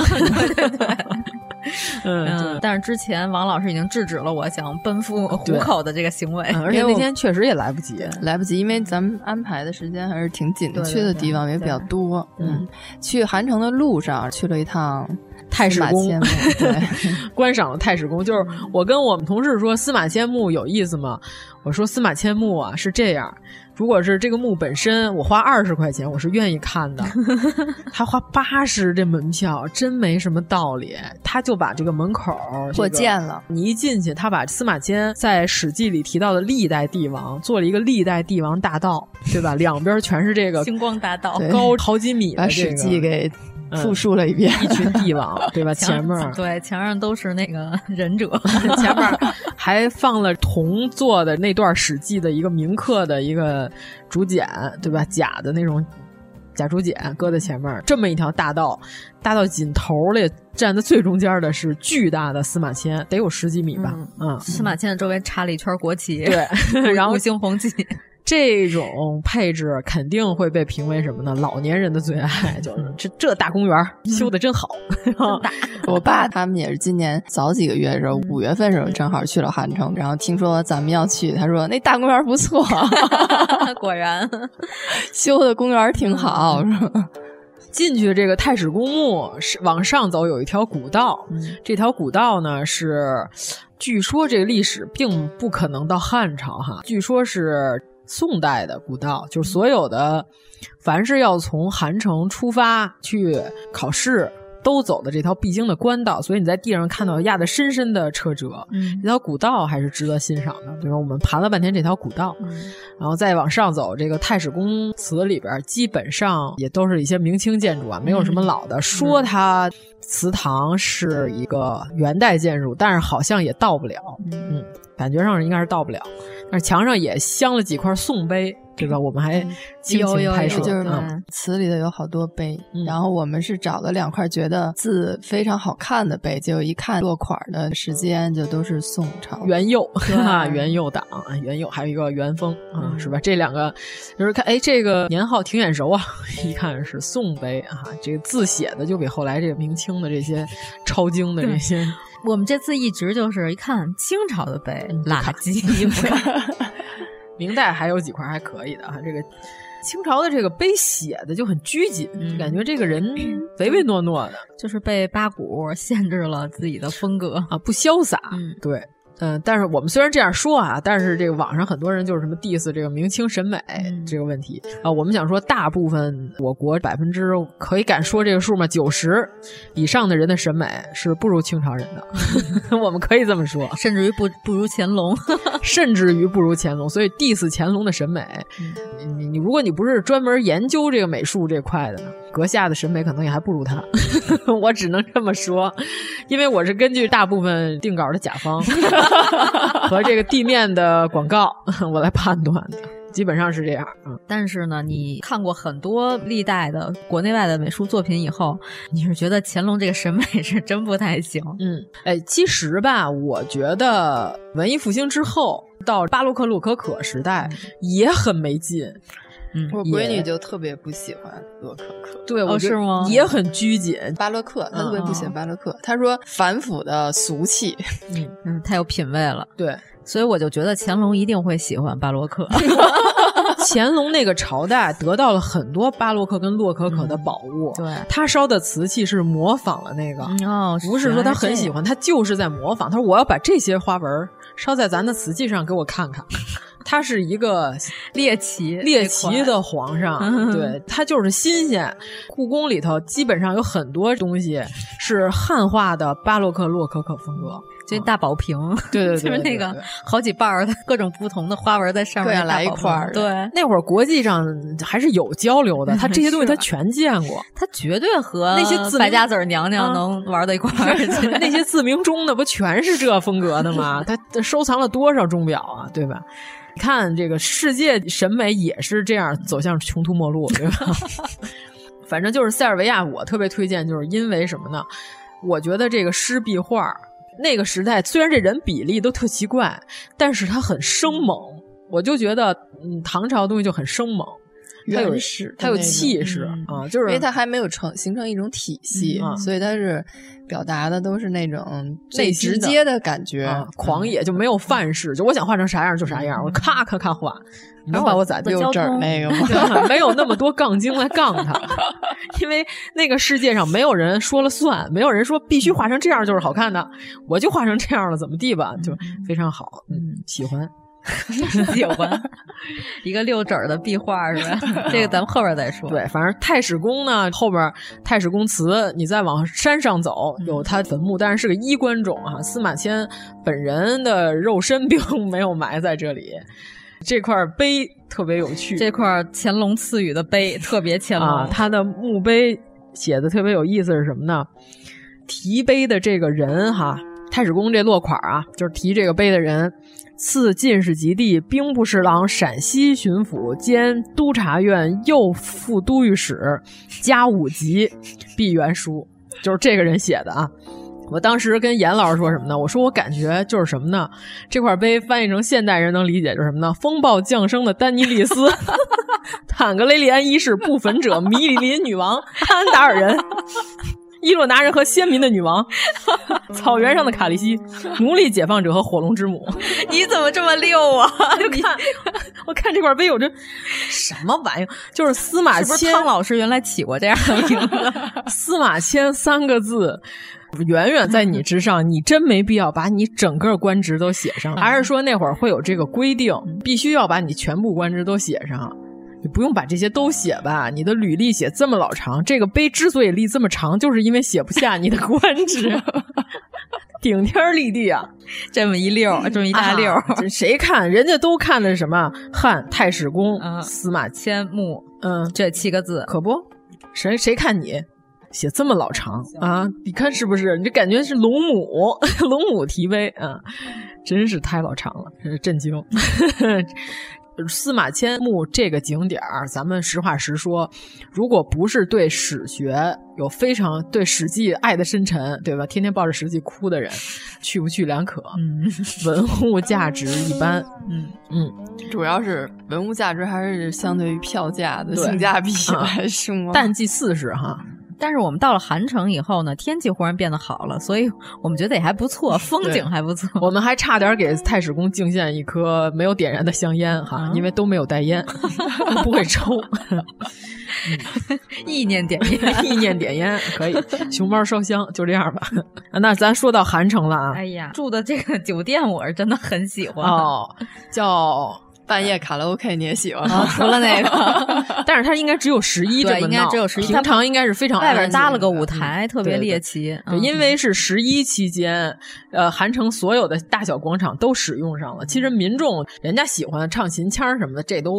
Speaker 8: 嗯
Speaker 7: 嗯，但是之前王老师已经制止了我想奔赴虎口的这个行
Speaker 8: 哎
Speaker 7: 为，
Speaker 9: 嗯
Speaker 7: 因嗯为我
Speaker 8: 确实也来不及，
Speaker 9: 来不及，因为咱们安排的时间还是挺紧的，
Speaker 7: 对
Speaker 9: 去的地方也比较多。嗯，去韩城的路上去了一趟
Speaker 8: 太史
Speaker 9: 司马
Speaker 8: 公
Speaker 9: 迁墓，对，
Speaker 8: 观赏了太史公。就是我跟我们同事说司马迁墓有意思吗？我说司马迁墓啊是这样，如果是这个墓本身，我花二十块钱我是愿意看 的，他花八十这门票真没什么道理。他就把这个门口
Speaker 9: 扩建
Speaker 8: 了。
Speaker 9: 了。
Speaker 8: 你一进去，他把司马迁在《史记》里提到的历代帝王做了一个历代帝王大道，对 吧？两边全是这个
Speaker 7: 星光大道
Speaker 9: 对
Speaker 8: 高好几米
Speaker 9: 把
Speaker 8: 的
Speaker 9: 《
Speaker 8: 这
Speaker 9: 史
Speaker 8: 个
Speaker 9: 记》给
Speaker 8: 嗯
Speaker 9: 复述了一遍，
Speaker 8: 一群帝王，对 吧？前面儿
Speaker 7: 对墙上都是那个 忍 者，
Speaker 8: 前面儿还放了铜做的那段《史记》的一个铭刻的一个竹简，对吧？假的那种假竹简搁在前面儿，这么一条大道，大道尽头嘞，站在最中间的是巨大的司马迁，得有十几米吧，嗯
Speaker 7: 司马迁的周围插了一圈国旗，
Speaker 8: 对然后
Speaker 7: 五星红旗，
Speaker 8: 这种配置肯定会被评为什么呢？老年人的最爱，就是这这大公园儿修的真好。
Speaker 9: 我
Speaker 8: 嗯
Speaker 9: 爸他们也是今年早几个月的时候，五月份
Speaker 7: 嗯
Speaker 9: 的时候正好去了韩城，然后听说咱们要去，他说那大公园不错，
Speaker 7: 果然
Speaker 9: 修的公园挺好，是吧？
Speaker 8: 进去这个太史公墓是往上走有一条古道，这条古道呢是，据说这个历史并不可能到汉朝哈，据说是宋代的古道，就是所有的凡是要从韩城出发去考试。都走的这条必经的官道，所以你在地上看到压得深深的车辙。
Speaker 7: 嗯
Speaker 8: 这条古道还是值得欣赏的，对吧？我们盘了半天这条古道，
Speaker 9: 嗯
Speaker 8: 然后再往上走，这个太史公祠里边基本上也都是一些明清建筑啊，没有什么
Speaker 9: 嗯
Speaker 8: 老的。说它祠堂是一个元代建筑，但是好像也到不了，嗯，感觉上应该是到不了。但是墙上也镶了几块宋碑，对吧？我们还
Speaker 9: 嗯
Speaker 8: 轻
Speaker 9: 有
Speaker 8: 轻
Speaker 9: 有
Speaker 8: 拍
Speaker 9: 有，
Speaker 8: 摄，
Speaker 9: 就是
Speaker 8: 嗯
Speaker 9: 词里头有好多碑，然后我们是找了两块觉得字非常好看的碑，结果一看落款的时间就都是宋朝。
Speaker 8: 元佑
Speaker 9: 对
Speaker 8: 啊，元佑党，元佑，还有一个元丰啊，是吧？这两个就是看，哎，这个年号挺眼熟啊，一看是宋碑啊，这个字写的就比后来这个明清的这些抄经的这些，
Speaker 7: 我们这次一直就是一看清朝的碑，
Speaker 8: 嗯
Speaker 7: 垃圾，
Speaker 8: 明代还有几块还可以的啊，这个。清朝的这个碑写的就很拘谨，感觉这个人唯唯诺诺的，
Speaker 7: 就是被八股限制了自己的风格
Speaker 8: 啊，不潇洒。
Speaker 7: 嗯，
Speaker 8: 对，嗯、但是我们虽然这样说啊，但是这个网上很多人就是什么 diss 这个明清审美这个问题啊、我们想说，大部分我国百分之可以敢说这个数吗？九十以上的人的审美是不如清朝人的， 我们可以这么说，
Speaker 7: 甚至于不不如乾隆，
Speaker 8: 甚至于不如乾隆，所以 diss 乾隆的审美，
Speaker 7: 嗯
Speaker 8: 你你如果你不是专门研究这个美术这块的呢，阁下的审美可能也还不如他， 我只能这么说，因为我是根据大部分 定 稿的甲方和这个地面的广告我来判断的。基本上是这样。嗯，
Speaker 7: 但是呢，你看过很多历代的国内外的美术作品以后，你是觉得乾隆这个审美是真不太行。
Speaker 8: 嗯，哎，其实吧，我觉得文艺复兴之后到巴洛克洛可可时代也很没劲。
Speaker 7: 嗯，
Speaker 9: 我闺女就特别不喜欢洛可可，
Speaker 8: 对，
Speaker 7: 哦
Speaker 8: 我觉得
Speaker 7: 是吗
Speaker 8: 也很拘谨。
Speaker 9: 巴洛克，她特别不喜欢
Speaker 7: 嗯
Speaker 9: 巴洛克。她说反腐的俗气，
Speaker 8: 嗯
Speaker 7: 嗯，太有品位了。
Speaker 8: 对，
Speaker 7: 所以我就觉得乾隆一定会喜欢巴洛克。
Speaker 8: 乾隆那个朝代得到了很多巴洛克跟洛可可的宝物，
Speaker 7: 嗯 对
Speaker 8: 他烧的瓷器是模仿了那个，
Speaker 7: 哦，
Speaker 8: 不是说他很喜欢，他就是在模仿。他说我要把这些花纹儿烧在咱的瓷器上，给我看看。他是一个
Speaker 7: 猎奇
Speaker 8: 猎奇的皇上，
Speaker 7: 嗯
Speaker 8: 对他就是新鲜。故宫里头基本上有很多东西是汉化的巴洛克洛可可风格，
Speaker 7: 就大宝瓶，
Speaker 8: 对对对
Speaker 7: 就是那
Speaker 8: 对对
Speaker 7: 个
Speaker 8: 对
Speaker 7: 好几瓣儿的各种不同的花纹在上面，
Speaker 9: 各样来一
Speaker 7: 大宝瓶
Speaker 9: 块儿
Speaker 7: 对，
Speaker 8: 那会儿国际上还是有交流的，他这些东西他全见过。
Speaker 7: 他绝对和
Speaker 8: 那些字
Speaker 7: 白
Speaker 8: 幕
Speaker 7: 家子儿娘娘
Speaker 8: 啊
Speaker 7: 能玩到一块 儿去。
Speaker 8: 那些自鸣钟的不全是这风格 的吗？他他收藏了多少钟表啊，对吧？你看这个世界审美也是这样走向穷途末路，对吧？ 反正就是塞尔维亚，我特别推荐，就是因为什么呢？我觉得这个湿壁画儿那个时代，虽然这人比例都特奇怪，但是它很生猛。我就觉得，嗯，唐朝的东西就很生猛，它有
Speaker 9: 原始的
Speaker 8: 它有
Speaker 9: 那种
Speaker 8: 气势、
Speaker 9: 嗯
Speaker 8: 啊，就是
Speaker 9: 因为它还没有成形成一种体系
Speaker 8: 嗯啊，
Speaker 9: 所以它是表达的都是那种最
Speaker 8: 内心
Speaker 9: 直
Speaker 8: 的
Speaker 9: 接的感觉。嗯
Speaker 8: 啊，狂野就没有范式，就我想画成啥样就啥样，我咔咔咔画，你能把我咋地？
Speaker 9: 六指儿那个 吗？
Speaker 8: 对没有那么多杠精来杠他，因为那个世界上没有人说了算，没有人说必须画成这样就是好看的，我就画成这样了，怎么地吧，就非常好，嗯，喜欢。
Speaker 7: 喜欢一个六指儿的壁画是吧？ 这个咱们后边再说。
Speaker 8: 对，反正太史公呢，后边儿太史公祠，你再往山上走，
Speaker 7: 嗯
Speaker 8: 有他坟墓，但是是个衣冠冢啊。司马迁本人的肉身并 没有埋在这里，这块儿碑特别有趣，
Speaker 7: 这块儿乾隆赐予的碑特别乾隆，
Speaker 8: 啊，他的墓碑写的特别有意思是什么呢？提碑的这个人哈，太史公这落款啊，就是提这个碑的人，赐进士及第、兵部侍郎、陕西巡抚兼督察院右副都御史，加五级，毕元书，就是这个人写的啊。我当时跟严老师说什么呢？我说我感觉就是什么呢？这块碑翻译成现代人能理解就是什么呢？风暴降生的丹尼利斯， 坦格雷利安一世不焚者，米里林 女王，安达尔人。伊洛拿人和先民的 女王，草原上的卡利西，奴隶解放者和火龙之母。
Speaker 7: 你怎么这么溜啊？
Speaker 8: 就看，我看这块碑，我这什么玩意儿？就是司马
Speaker 7: 是不是
Speaker 8: 迁
Speaker 7: 汤老师原来起过这样的名字？
Speaker 8: 司马迁三个字远远在你之上，你真没必要把你整个官职都写上。还是说那会儿会有这个规定，必须要把你全部官职都写上？你不用把这些都写吧，你的履历写这么老长，这个碑之所以立这么长，就是因为写不下你的官职， 顶天立地啊！
Speaker 7: 这么一溜儿，这么一大溜儿，
Speaker 8: 啊这 谁看？人家都看的什么汉太史公、
Speaker 7: 啊
Speaker 8: 司马迁，
Speaker 7: 千木
Speaker 8: 嗯，
Speaker 7: 这七个字，
Speaker 8: 可不，谁谁看你写这么老长啊？你看是不是？你这感觉是龙 母，龙母题碑啊，真是太老长了，真是震惊。司马迁墓这个景点儿，咱们实话实说，如果不是对史学有非常对《史记》爱的深沉，对吧？天天抱着《史记》哭的人，去不去两可。
Speaker 7: 嗯，
Speaker 8: 文物价值一般。
Speaker 7: 嗯
Speaker 8: 嗯，
Speaker 9: 主要是文物价值还是相对于票价的
Speaker 8: 对
Speaker 9: 性价比
Speaker 8: 啊
Speaker 9: 来 说，
Speaker 8: 淡季四十哈，
Speaker 7: 但是我们到了韩城以后呢，天气忽然变得好了，所以我们觉得也还不错，风景还不错。
Speaker 8: 我们还差点给太史公敬献一颗没有点燃的香烟哈，
Speaker 7: 啊
Speaker 8: 因为都没有 带烟，都不会抽，
Speaker 7: 意念点烟，
Speaker 8: 意念点烟可以，熊猫烧香就这样吧。 啊那咱说到韩城了啊，
Speaker 7: 哎呀，住的这个酒店我是真的很喜欢，
Speaker 8: 哦，叫。
Speaker 9: 半夜卡拉 OK 你也喜欢？
Speaker 8: 哦
Speaker 7: 除了那个
Speaker 8: 但是它应该只有十一这么
Speaker 7: 啊对
Speaker 8: 闹，
Speaker 7: 应该只有11
Speaker 8: 平常应该是非常
Speaker 7: 外边搭了个
Speaker 8: 安静的
Speaker 7: 舞台，特别猎奇，
Speaker 8: 嗯
Speaker 7: 嗯
Speaker 8: 对，因为是十一期间，呃，韩城所有的大小广场都使用上了。其实
Speaker 7: 嗯嗯
Speaker 8: 民众人家喜欢唱秦腔什么的，这都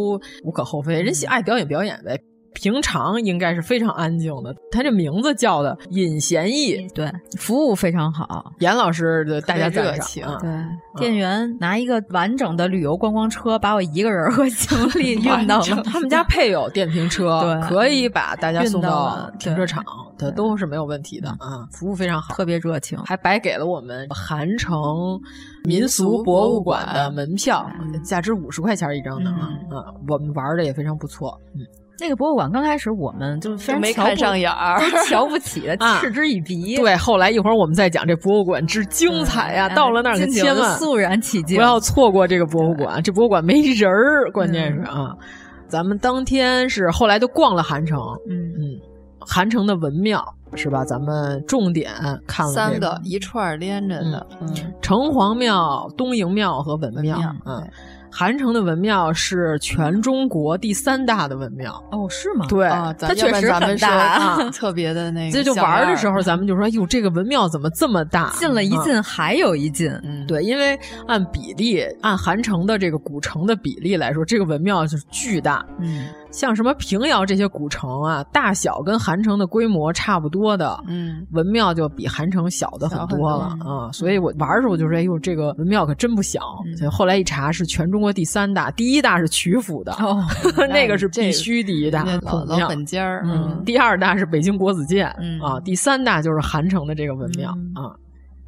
Speaker 8: 无可厚非，人喜爱表演表演呗。平常应该是非常安静的。他这名字叫的尹贤义，
Speaker 7: 对，服务非常好。
Speaker 8: 严老师的大家
Speaker 7: 特别
Speaker 8: 赞
Speaker 7: 热
Speaker 8: 赏啊，
Speaker 7: 对，店员拿一个完整的旅游观光车，把我一个人和行 李运到了
Speaker 8: 他们 家配有电瓶车，
Speaker 7: 对
Speaker 8: 可以把大家
Speaker 7: 运
Speaker 8: 送
Speaker 7: 到
Speaker 8: 到
Speaker 7: 了
Speaker 8: 停
Speaker 7: 对嗯
Speaker 8: 车场，它都是没有问题的啊，服务非常好，
Speaker 7: 特别热情。
Speaker 8: 还白给了我们韩城民俗博物馆的门票，
Speaker 7: 嗯
Speaker 8: 价值五十块钱一张呢啊啊，我们玩的也非常不错，嗯，
Speaker 7: 那个博物馆刚开始我们就是非常
Speaker 8: 没
Speaker 7: 瞧
Speaker 8: 看
Speaker 7: 不
Speaker 8: 上眼儿
Speaker 7: 都瞧不 起的，
Speaker 8: 啊
Speaker 7: 嗤之以鼻。
Speaker 8: 对，后来一会儿我们再讲这博物馆之精彩呀，
Speaker 7: 嗯
Speaker 8: 到了那儿可
Speaker 7: 进去我
Speaker 8: 千
Speaker 7: 就
Speaker 8: 万
Speaker 7: 肃然起敬
Speaker 8: 不要错过这个博物馆。这博物馆没人儿，关键是
Speaker 7: 嗯
Speaker 8: 啊，咱们当天是后来就逛了韩城，
Speaker 7: 嗯
Speaker 8: 嗯，韩城的文庙是吧？咱们重点看了
Speaker 9: 三
Speaker 8: 这
Speaker 9: 个一串儿连着的，嗯，
Speaker 8: 城隍庙、东营庙和文庙，嗯。韩城的文庙是全中国第三大的文庙，
Speaker 7: 哦，是吗？
Speaker 8: 对，
Speaker 9: 啊，咱
Speaker 8: 它确
Speaker 9: 要不然
Speaker 8: 实
Speaker 9: 咱们
Speaker 8: 很大
Speaker 9: 说
Speaker 8: 啊。
Speaker 9: 特别的那个，
Speaker 8: 这就玩儿的时候，，咱们就说，哎哟，这个文庙怎么这么大？
Speaker 7: 进了一进还有一进，
Speaker 8: 嗯对，因为按比例，按韩城的这个古城的比例来说，这个文庙就是巨大。
Speaker 7: 嗯，
Speaker 8: 像什么平遥这些古城啊，大小跟韩城的规模差不多的，
Speaker 9: 嗯，
Speaker 8: 文庙就比韩城小的很多了
Speaker 9: 小很嗯
Speaker 8: 啊、所以我玩儿的时候就说，哎呦，这个文庙可真不小。
Speaker 9: 嗯
Speaker 8: 所以后来一查，是全中国第三大，第一大是曲阜的，
Speaker 7: 哦
Speaker 8: 那个是必须第一大
Speaker 9: 那，老
Speaker 8: 孔
Speaker 9: 老嗯
Speaker 8: 庙
Speaker 9: 本尖儿，
Speaker 8: 嗯，第二大是北京国子监，啊，第三大就是韩城的这个文庙
Speaker 9: 嗯
Speaker 8: 啊。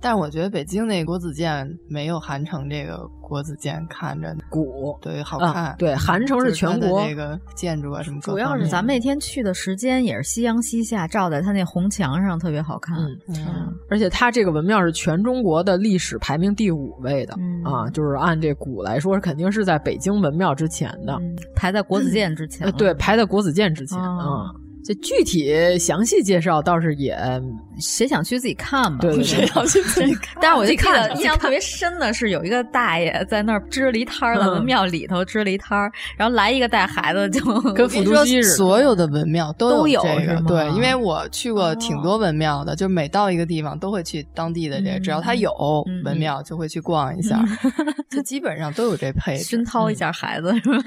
Speaker 9: 但是我觉得北京那国子监没有韩城这个国子监看着
Speaker 8: 古，
Speaker 9: 对，好
Speaker 8: 啊
Speaker 9: 看。嗯
Speaker 8: 对韩城是
Speaker 9: 就是它
Speaker 8: 全
Speaker 9: 的
Speaker 8: 国
Speaker 9: 这个建筑啊什么各
Speaker 7: 主要
Speaker 9: 方
Speaker 7: 是
Speaker 9: 面
Speaker 7: 咱们那天去的时间也是夕阳西下，照在他那红墙上特别好看。
Speaker 8: 嗯
Speaker 7: 嗯
Speaker 8: 而且它这个文庙是全中国的历史排名第五位的、
Speaker 7: 嗯
Speaker 8: 啊，就是按这古来说，肯定是在北京文庙之前的，
Speaker 7: 嗯排在国子监之前
Speaker 8: 呃，
Speaker 7: 了。
Speaker 8: 对，排在国子监之前
Speaker 7: 哦
Speaker 8: 啊。这具体详细介绍倒是也，
Speaker 7: 谁想去自己看吧？
Speaker 8: 对对对 谁想
Speaker 7: 去自己看？但是我就记
Speaker 8: 自己
Speaker 7: 得
Speaker 8: 看
Speaker 7: 印象特别深的是，有一个大爷在那儿支了一摊儿，在
Speaker 8: 嗯
Speaker 7: 文庙里头支了一摊儿，然后来一个带孩子就
Speaker 8: 跟复读机似的。
Speaker 9: 所有的文庙
Speaker 7: 都
Speaker 9: 有
Speaker 7: 有
Speaker 9: 这
Speaker 7: 是
Speaker 9: 个
Speaker 7: 吗，
Speaker 9: 对，因为
Speaker 8: 啊
Speaker 9: 我去
Speaker 8: 哦
Speaker 9: 过挺多文庙的，就每到一个地方都会去当地的这，
Speaker 7: 嗯
Speaker 9: 只要它有
Speaker 7: 嗯
Speaker 9: 文庙就会去逛一下，
Speaker 8: 嗯
Speaker 9: 就基本上都有这配置。
Speaker 7: 熏陶一下孩子是 吧？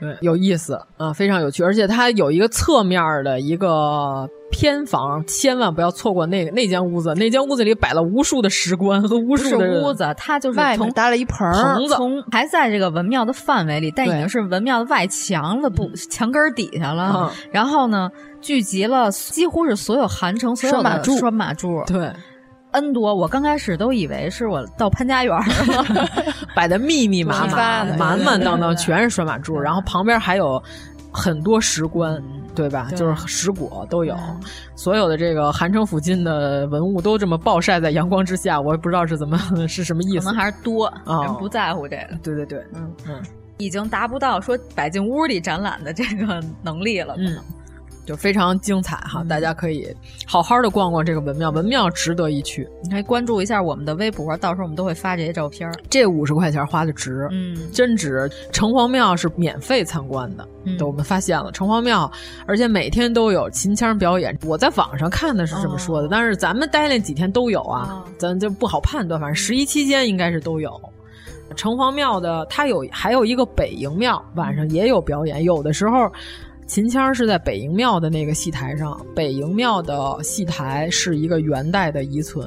Speaker 8: 对，有意思啊，非常有趣，而且它有一个侧面的一个偏房，千万不要错过那那间屋子。那间屋子里摆了无数的石棺和无
Speaker 7: 不是
Speaker 8: 数的
Speaker 7: 屋子，它就是
Speaker 9: 外
Speaker 7: 从
Speaker 9: 面搭了一棚儿
Speaker 8: 棚子
Speaker 7: 从还在这个文庙的范围里，但已
Speaker 9: 对
Speaker 7: 经是文庙的外墙了，不墙根儿底下了。
Speaker 8: 嗯
Speaker 7: 然后呢，聚集了几乎是所有韩城所有
Speaker 8: 拴马
Speaker 7: 的
Speaker 8: 柱
Speaker 7: 拴马柱，
Speaker 8: 对
Speaker 7: n 多。我刚开始都以为是我到潘家园 了，
Speaker 8: 摆的密密麻
Speaker 9: 批
Speaker 8: 麻
Speaker 9: 发的、
Speaker 8: 满满当
Speaker 7: 对对对
Speaker 8: 当，
Speaker 7: 嗯
Speaker 8: 全是拴马柱，然后旁边还有很多石棺，对吧？
Speaker 7: 对嗯
Speaker 8: 就是石椁都有，所有的这个韩城附近的文物都这么暴晒在阳光之下，我也不知道是怎么 是什么意
Speaker 7: 可
Speaker 8: 思
Speaker 7: 能。还是多，
Speaker 8: 哦
Speaker 7: 人不在乎这个，
Speaker 8: 对对对，
Speaker 7: 嗯
Speaker 8: 嗯，
Speaker 7: 已经达不到说摆进屋里展览的这个能力了。
Speaker 8: 嗯，就非常精彩哈，大
Speaker 7: 嗯
Speaker 8: 家可以好好的逛逛这个文庙，文庙值得一去，
Speaker 7: 你可以关注一下我们的微博，到时候我们都会发这些照片儿。
Speaker 8: 这五十块钱花的值，
Speaker 7: 嗯
Speaker 8: 真值。城隍庙是免费参观的，
Speaker 7: 嗯
Speaker 8: 对，我们发现了城隍庙，而且每天都有秦腔表演。我在网上看的是这么说的，但是咱们待那几天都有啊，咱就不好判断，反正十一期间应该是都有。城隍庙的，它有还有一个北营庙，晚上也有表演，有的时候。秦腔是在北营庙的那个戏台上，北营庙的戏台是一个元代的遗存，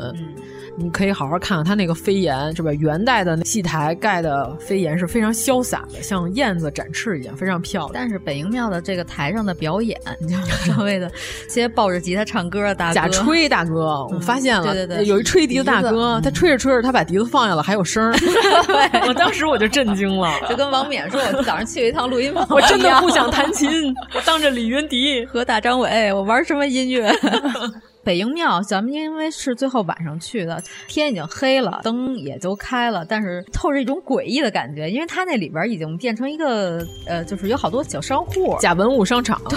Speaker 8: 你可以好好看看它那个飞檐，是吧？元代的戏台盖的飞檐是非常潇洒的，像燕子展翅一样，非常漂亮。
Speaker 7: 但是北营庙的这个台上的表演，你 知道吗？稍微的，些抱着吉他唱歌啊的大哥，
Speaker 8: 贾吹大哥，嗯我发现了，
Speaker 7: 对对对
Speaker 8: 有一吹笛子大哥，他吹着吹着，他把笛子放下了，还有声儿。 我当时我就震惊 了，
Speaker 7: 就跟王冕说，我早上去了一趟录音棚，
Speaker 8: 我真的不想弹琴， 我当着李云迪。
Speaker 7: 和大张伟，我玩什么音乐？ 北营庙，咱们因为是最后晚上去的，天已经黑了，灯也都开了，但是透着一种诡异的感觉，因为它那里边已经变成一个呃，就是有好多小商户，
Speaker 8: 贾文武商场，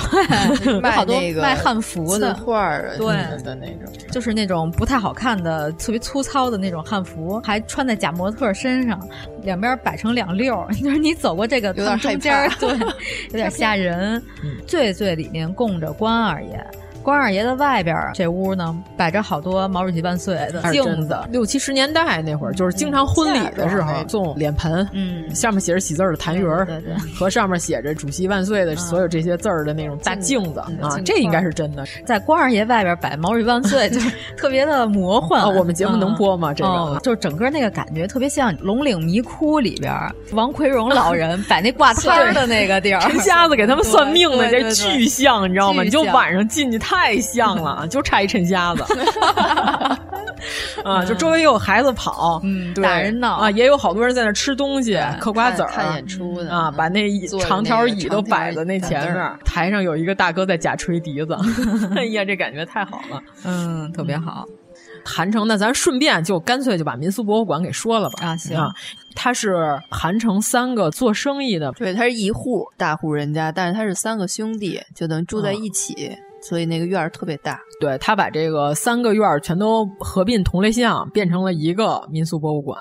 Speaker 7: 有好多
Speaker 9: 那个
Speaker 7: 卖汉服的
Speaker 9: 字，画儿啊
Speaker 7: 对
Speaker 9: 什么的那种，
Speaker 7: 就是那种不太好看的、特别粗糙的那种汉服，还穿在假模特身上，两边摆成两溜儿， 就是你走过这个
Speaker 9: 有点
Speaker 7: 他们中间儿，
Speaker 9: 害怕
Speaker 8: 嗯
Speaker 7: 对，有点吓人。最最里面供着关二爷。关二爷的外边儿这屋呢，摆着好多毛主席万岁的
Speaker 8: 那是
Speaker 7: 镜
Speaker 8: 真
Speaker 7: 子
Speaker 8: 的，六七十年代那会儿，就是经常婚礼的时候送脸盆，
Speaker 7: 嗯，
Speaker 8: 上面写着喜字儿的痰盂儿，
Speaker 7: 对对
Speaker 8: 和上面写着“主席万岁”的所有这些字儿的那种大嗯镜子啊，这应该是真的。
Speaker 7: 在关二爷外边摆毛主席万岁， 就是特别的魔幻。
Speaker 8: 哦我们节目能播吗
Speaker 7: 嗯
Speaker 8: 这个
Speaker 7: 哦就整个那个感觉特别像《龙岭迷窟》里边王奎荣老人摆那挂摊 儿的那个地儿。
Speaker 8: 陈瞎子给他们算命
Speaker 7: 对
Speaker 8: 的，这
Speaker 7: 对对
Speaker 8: 巨像，你知道吗？
Speaker 7: 巨
Speaker 8: 你就
Speaker 7: 像
Speaker 8: 晚上进去太像了，就差一陈瞎子。 啊，就周围又有孩子跑，嗯，对，
Speaker 7: 打人闹
Speaker 8: 啊，也有好多人在那吃东西、嗑瓜子儿、
Speaker 9: 看看演出呢
Speaker 8: 啊，把那椅
Speaker 9: 坐着
Speaker 8: 长
Speaker 9: 那
Speaker 8: 条
Speaker 9: 个
Speaker 8: 椅
Speaker 9: 长
Speaker 8: 都
Speaker 9: 条
Speaker 8: 摆在那
Speaker 9: 板
Speaker 8: 前
Speaker 9: 凳
Speaker 8: 面
Speaker 9: 儿
Speaker 8: 儿，台上有一个大哥在假吹笛子， 哎呀，这感觉太好了，
Speaker 7: 嗯，特别好。
Speaker 8: 韩城，那咱顺便就干脆就把民俗博物馆给说了吧。
Speaker 7: 啊行
Speaker 8: 它是韩城三个做生意的，
Speaker 9: 对，他是一户大户人家，但是他是三个兄弟，就等于住在一起，所以那个院儿特别大。
Speaker 8: 对他把这个三个院儿全都合并同类项，变成了一个民俗博物馆。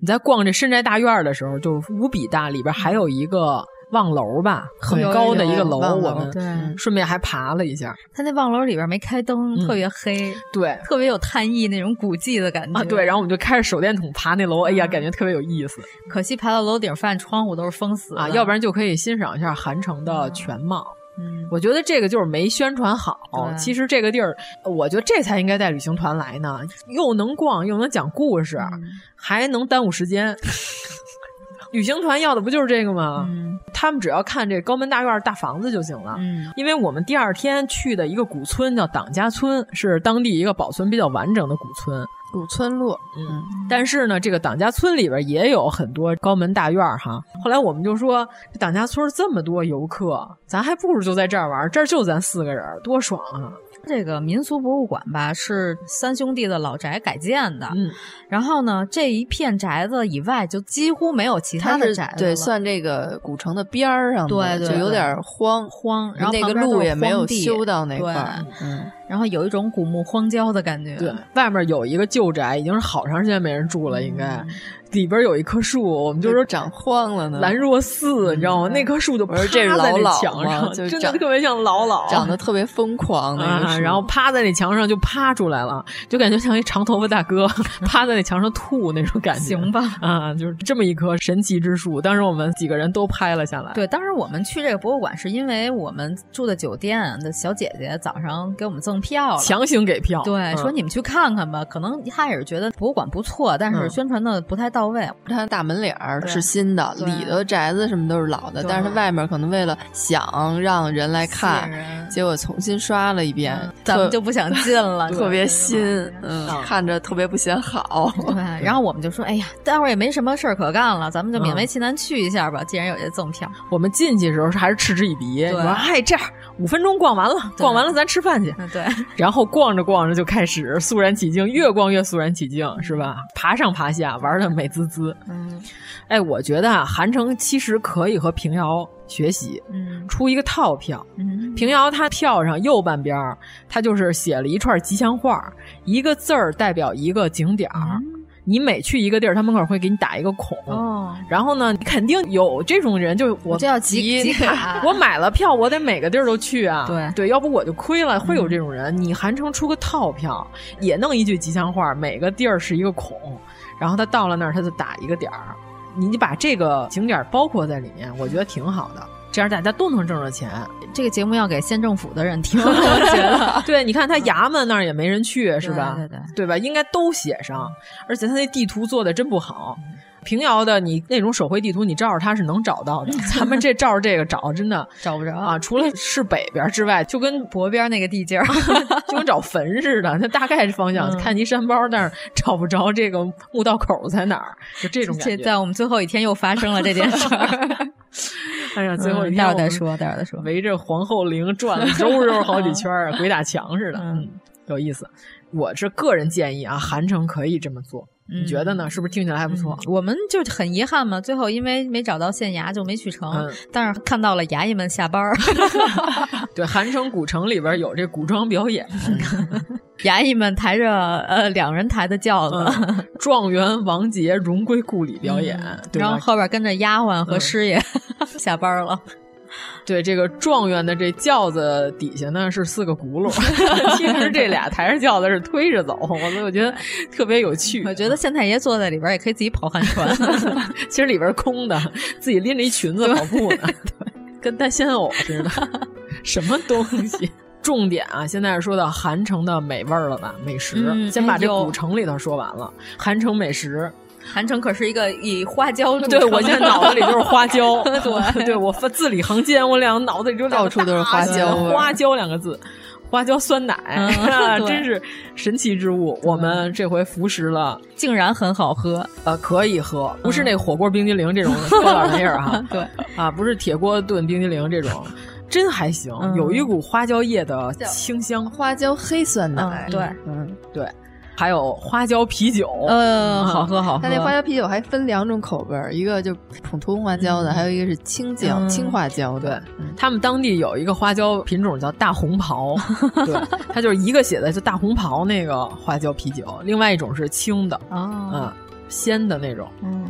Speaker 8: 你在逛这深宅大院儿的时候，就无比大，里边还有一个望楼吧，很
Speaker 7: 有
Speaker 8: 高的
Speaker 7: 有
Speaker 8: 一个楼，
Speaker 7: 望楼
Speaker 8: 我们
Speaker 7: 对
Speaker 8: 顺便还爬了一下。
Speaker 7: 他那望楼里边没开灯，
Speaker 8: 嗯
Speaker 7: 特别黑，
Speaker 8: 对，
Speaker 7: 特别有探意那种古迹的感觉
Speaker 8: 啊，对，然后我们就开着手电筒爬那楼，哎呀，感觉特别有意思
Speaker 7: 可惜爬到楼顶，发现窗户都是封死的
Speaker 8: 啊！要不然就可以欣赏一下韩城的全貌。
Speaker 7: 嗯，
Speaker 8: 我觉得这个就是没宣传好
Speaker 7: 对。
Speaker 8: 其实这个地儿，我觉得这才应该带旅行团来呢，又能逛，又能讲故事，还能耽误时间。旅行团要的不就是这个吗？他们只要看这高门大院、大房子就行了。
Speaker 7: 嗯，
Speaker 8: 因为我们第二天去的一个古村叫党家村，是当地一个保存比较完整的古村。
Speaker 9: 古村落，
Speaker 8: 嗯，但是呢，这个党家村里边也有很多高门大院儿哈。后来我们就说，这党家村这么多游客，咱还不如就在这儿玩儿，这儿就咱四个人儿，多爽啊！
Speaker 7: 这个民俗博物馆吧，是三兄弟的老宅改建的。
Speaker 8: 嗯，
Speaker 7: 然后呢，这一片宅子以外，就几乎没有其
Speaker 9: 他
Speaker 7: 的
Speaker 9: 是
Speaker 7: 宅子了。
Speaker 9: 对算这个古城的边儿上的，
Speaker 7: 对对
Speaker 9: 就有
Speaker 7: 对
Speaker 9: 点荒
Speaker 7: 荒，然后
Speaker 9: 那
Speaker 7: 旁
Speaker 9: 个
Speaker 7: 边都
Speaker 9: 路
Speaker 7: 是
Speaker 9: 也没有
Speaker 7: 荒地
Speaker 9: 修到那
Speaker 7: 对
Speaker 9: 块儿，嗯，
Speaker 7: 然后有一种古木荒郊的感觉。
Speaker 8: 对，外面有一个旧宅，已经是好长时间没人住了，应该、里边有一棵树，我们就说
Speaker 9: 嗯长荒了呢。嗯
Speaker 8: 兰若寺，你知道吗？那棵树就
Speaker 9: 我
Speaker 8: 趴
Speaker 9: 说这
Speaker 8: 在
Speaker 9: 是
Speaker 8: 那
Speaker 9: 老老
Speaker 8: 墙
Speaker 9: 吗
Speaker 8: 上，
Speaker 9: 就
Speaker 8: 真的
Speaker 9: 长
Speaker 8: 特别像老老，
Speaker 9: 长得特别疯狂那个
Speaker 8: 啊，
Speaker 9: 树
Speaker 8: 然后趴在那墙上就趴出来了，就感觉像一长头发大哥 趴在那墙上吐那种感觉。
Speaker 7: 行吧
Speaker 8: 啊，就是这么一棵神奇之树，当时我们几个人都拍了下来。
Speaker 7: 对，当时我们去这个博物馆，是因为我们住的酒店的小姐姐早上给我们赠票了，
Speaker 8: 强行给票，
Speaker 7: 对，
Speaker 8: 嗯
Speaker 7: 说你们去看看吧。可能她也是觉得博物馆不错，但是
Speaker 9: 嗯
Speaker 7: 宣传的不太到位。
Speaker 9: 它大门脸儿
Speaker 7: 对
Speaker 9: 是新的，
Speaker 7: 对
Speaker 9: 里头宅子什么都是老的，
Speaker 7: 对
Speaker 9: 但是它外面可能为了想让人来看
Speaker 7: 吸引，人嗯
Speaker 9: 结果重新刷了一遍，
Speaker 7: 咱们
Speaker 9: 特
Speaker 7: 就不想进了，
Speaker 9: 特别
Speaker 7: 对
Speaker 9: 新，嗯，看着特别不显好。
Speaker 7: 对，然后我们就说，哎呀，待会儿也没什么事儿可干了，咱们就
Speaker 9: 嗯
Speaker 7: 勉为其难去一下吧。既然有这赠票，
Speaker 8: 我们进去的时候还是嗤之以鼻，你说哎这儿五分钟逛完了，逛完了咱吃饭去。
Speaker 7: 嗯，对，
Speaker 8: 然后逛着逛着就开始肃然起敬，越逛越肃然起敬，是吧？爬上爬下，玩的美滋滋。
Speaker 7: 嗯，
Speaker 8: 哎，我觉得啊，韩城其实可以和平遥学习，
Speaker 7: 嗯
Speaker 8: 出一个套票。
Speaker 7: 嗯，
Speaker 8: 平遥它票上右半边儿，它就是写了一串吉祥话，一个字儿代表一个景点儿。你每去一个地儿，它门口会给你打一个孔。
Speaker 7: 嗯哦，
Speaker 8: 然后呢，肯定有这种人，就是我
Speaker 7: 这叫集 集 卡
Speaker 8: 我买了票，我得每个地儿都去啊。
Speaker 7: 对嗯
Speaker 8: 要不我就亏了。会有这种人，你韩城出个套票，也弄一句吉祥话，每个地儿是一个孔，然后他到了那儿，他就打一个点儿。你你把这个景点包括在里面，我觉得挺好的，这样大家都能挣着钱。
Speaker 7: 这个节目要给县政府的人听，我觉得
Speaker 8: 对，你看他衙门那儿也没人去，是吧？
Speaker 7: 对对对
Speaker 8: 吧？应该都写上，而且他那地图做的真不好。平遥的你那种手绘地图，你照着它是能找到 的。咱们这照着这个找，真 的
Speaker 7: 找不着
Speaker 8: 啊！除了市北边之外，就跟
Speaker 7: 博边那个地界儿，
Speaker 8: 就跟找坟似的，那大概是方向，
Speaker 7: 嗯
Speaker 8: 看一山包，但是找不着这个墓道口在哪儿，就这种
Speaker 7: 这
Speaker 8: 感觉。
Speaker 7: 在我们最后一天又发生了这件事儿。
Speaker 8: 哎呀，最后 一
Speaker 7: 嗯
Speaker 8: 天
Speaker 7: 待会儿
Speaker 8: 我们
Speaker 7: 再说，待会儿再说。
Speaker 8: 围着皇后陵转了 周周好几圈儿，啊鬼打墙似的，嗯，有意思。我是个人建议啊，韩城可以这么做，
Speaker 7: 嗯
Speaker 8: 你觉得呢？是不是听起来还不错？
Speaker 7: 我们就很遗憾嘛，最后因为没找到县衙就没去成，
Speaker 8: 嗯
Speaker 7: 但是看到了衙役们下班儿，
Speaker 8: 对，韩城古城里边有这古装表演，
Speaker 7: 衙役们抬着呃两人抬的轿子，
Speaker 8: 嗯状元王杰荣归故里表演，对
Speaker 7: 嗯然后
Speaker 8: 吧？
Speaker 7: 后边跟着丫鬟和
Speaker 8: 嗯
Speaker 7: 师爷、下班了。
Speaker 8: 对，这个状元的这轿子底下呢是四个轱辘， 其实这俩抬着轿子是推着走，我我觉得特别有趣。
Speaker 7: 我觉得县太爷坐在里边也可以自己跑旱船，
Speaker 8: 其实里边空的，自己拎着一裙子跑步呢， 跟单身偶似的， 什么东西。重点啊，现在是说到韩城的美味儿了吧？美食，
Speaker 7: 嗯、
Speaker 8: 先把这古城里头说完了。哎、韩城美食，
Speaker 7: 韩城可是一个以花椒
Speaker 8: 对我现在脑子里就是花椒，
Speaker 7: 对，
Speaker 8: 对我字里行间，我两脑子里就
Speaker 9: 到处都是花椒，
Speaker 8: 花椒两个字，花椒酸奶， 啊
Speaker 7: 嗯、
Speaker 8: 真是神奇之物。我们这回服食了，
Speaker 7: 竟然很好喝，
Speaker 8: 呃，可以喝，不是那火锅冰激凌这种破玩意儿哈，
Speaker 7: 对，
Speaker 8: 啊，不是铁锅炖冰激凌这种。真还行，有一股花椒叶的清香，
Speaker 9: 花椒黑酸奶，
Speaker 7: 对，
Speaker 8: 嗯对，还有花椒啤酒，嗯
Speaker 7: 呃，好喝好喝。
Speaker 9: 它那花椒啤酒还分两种口味，一个就普通花
Speaker 7: 嗯
Speaker 9: 椒的，还有一个是青椒、青花椒。
Speaker 8: 对，他们当地有一个花椒品种叫大红 袍，对，它就是一个写的就大红袍那个花椒啤酒，另外一种是青的，啊，鲜的那种，
Speaker 7: 嗯。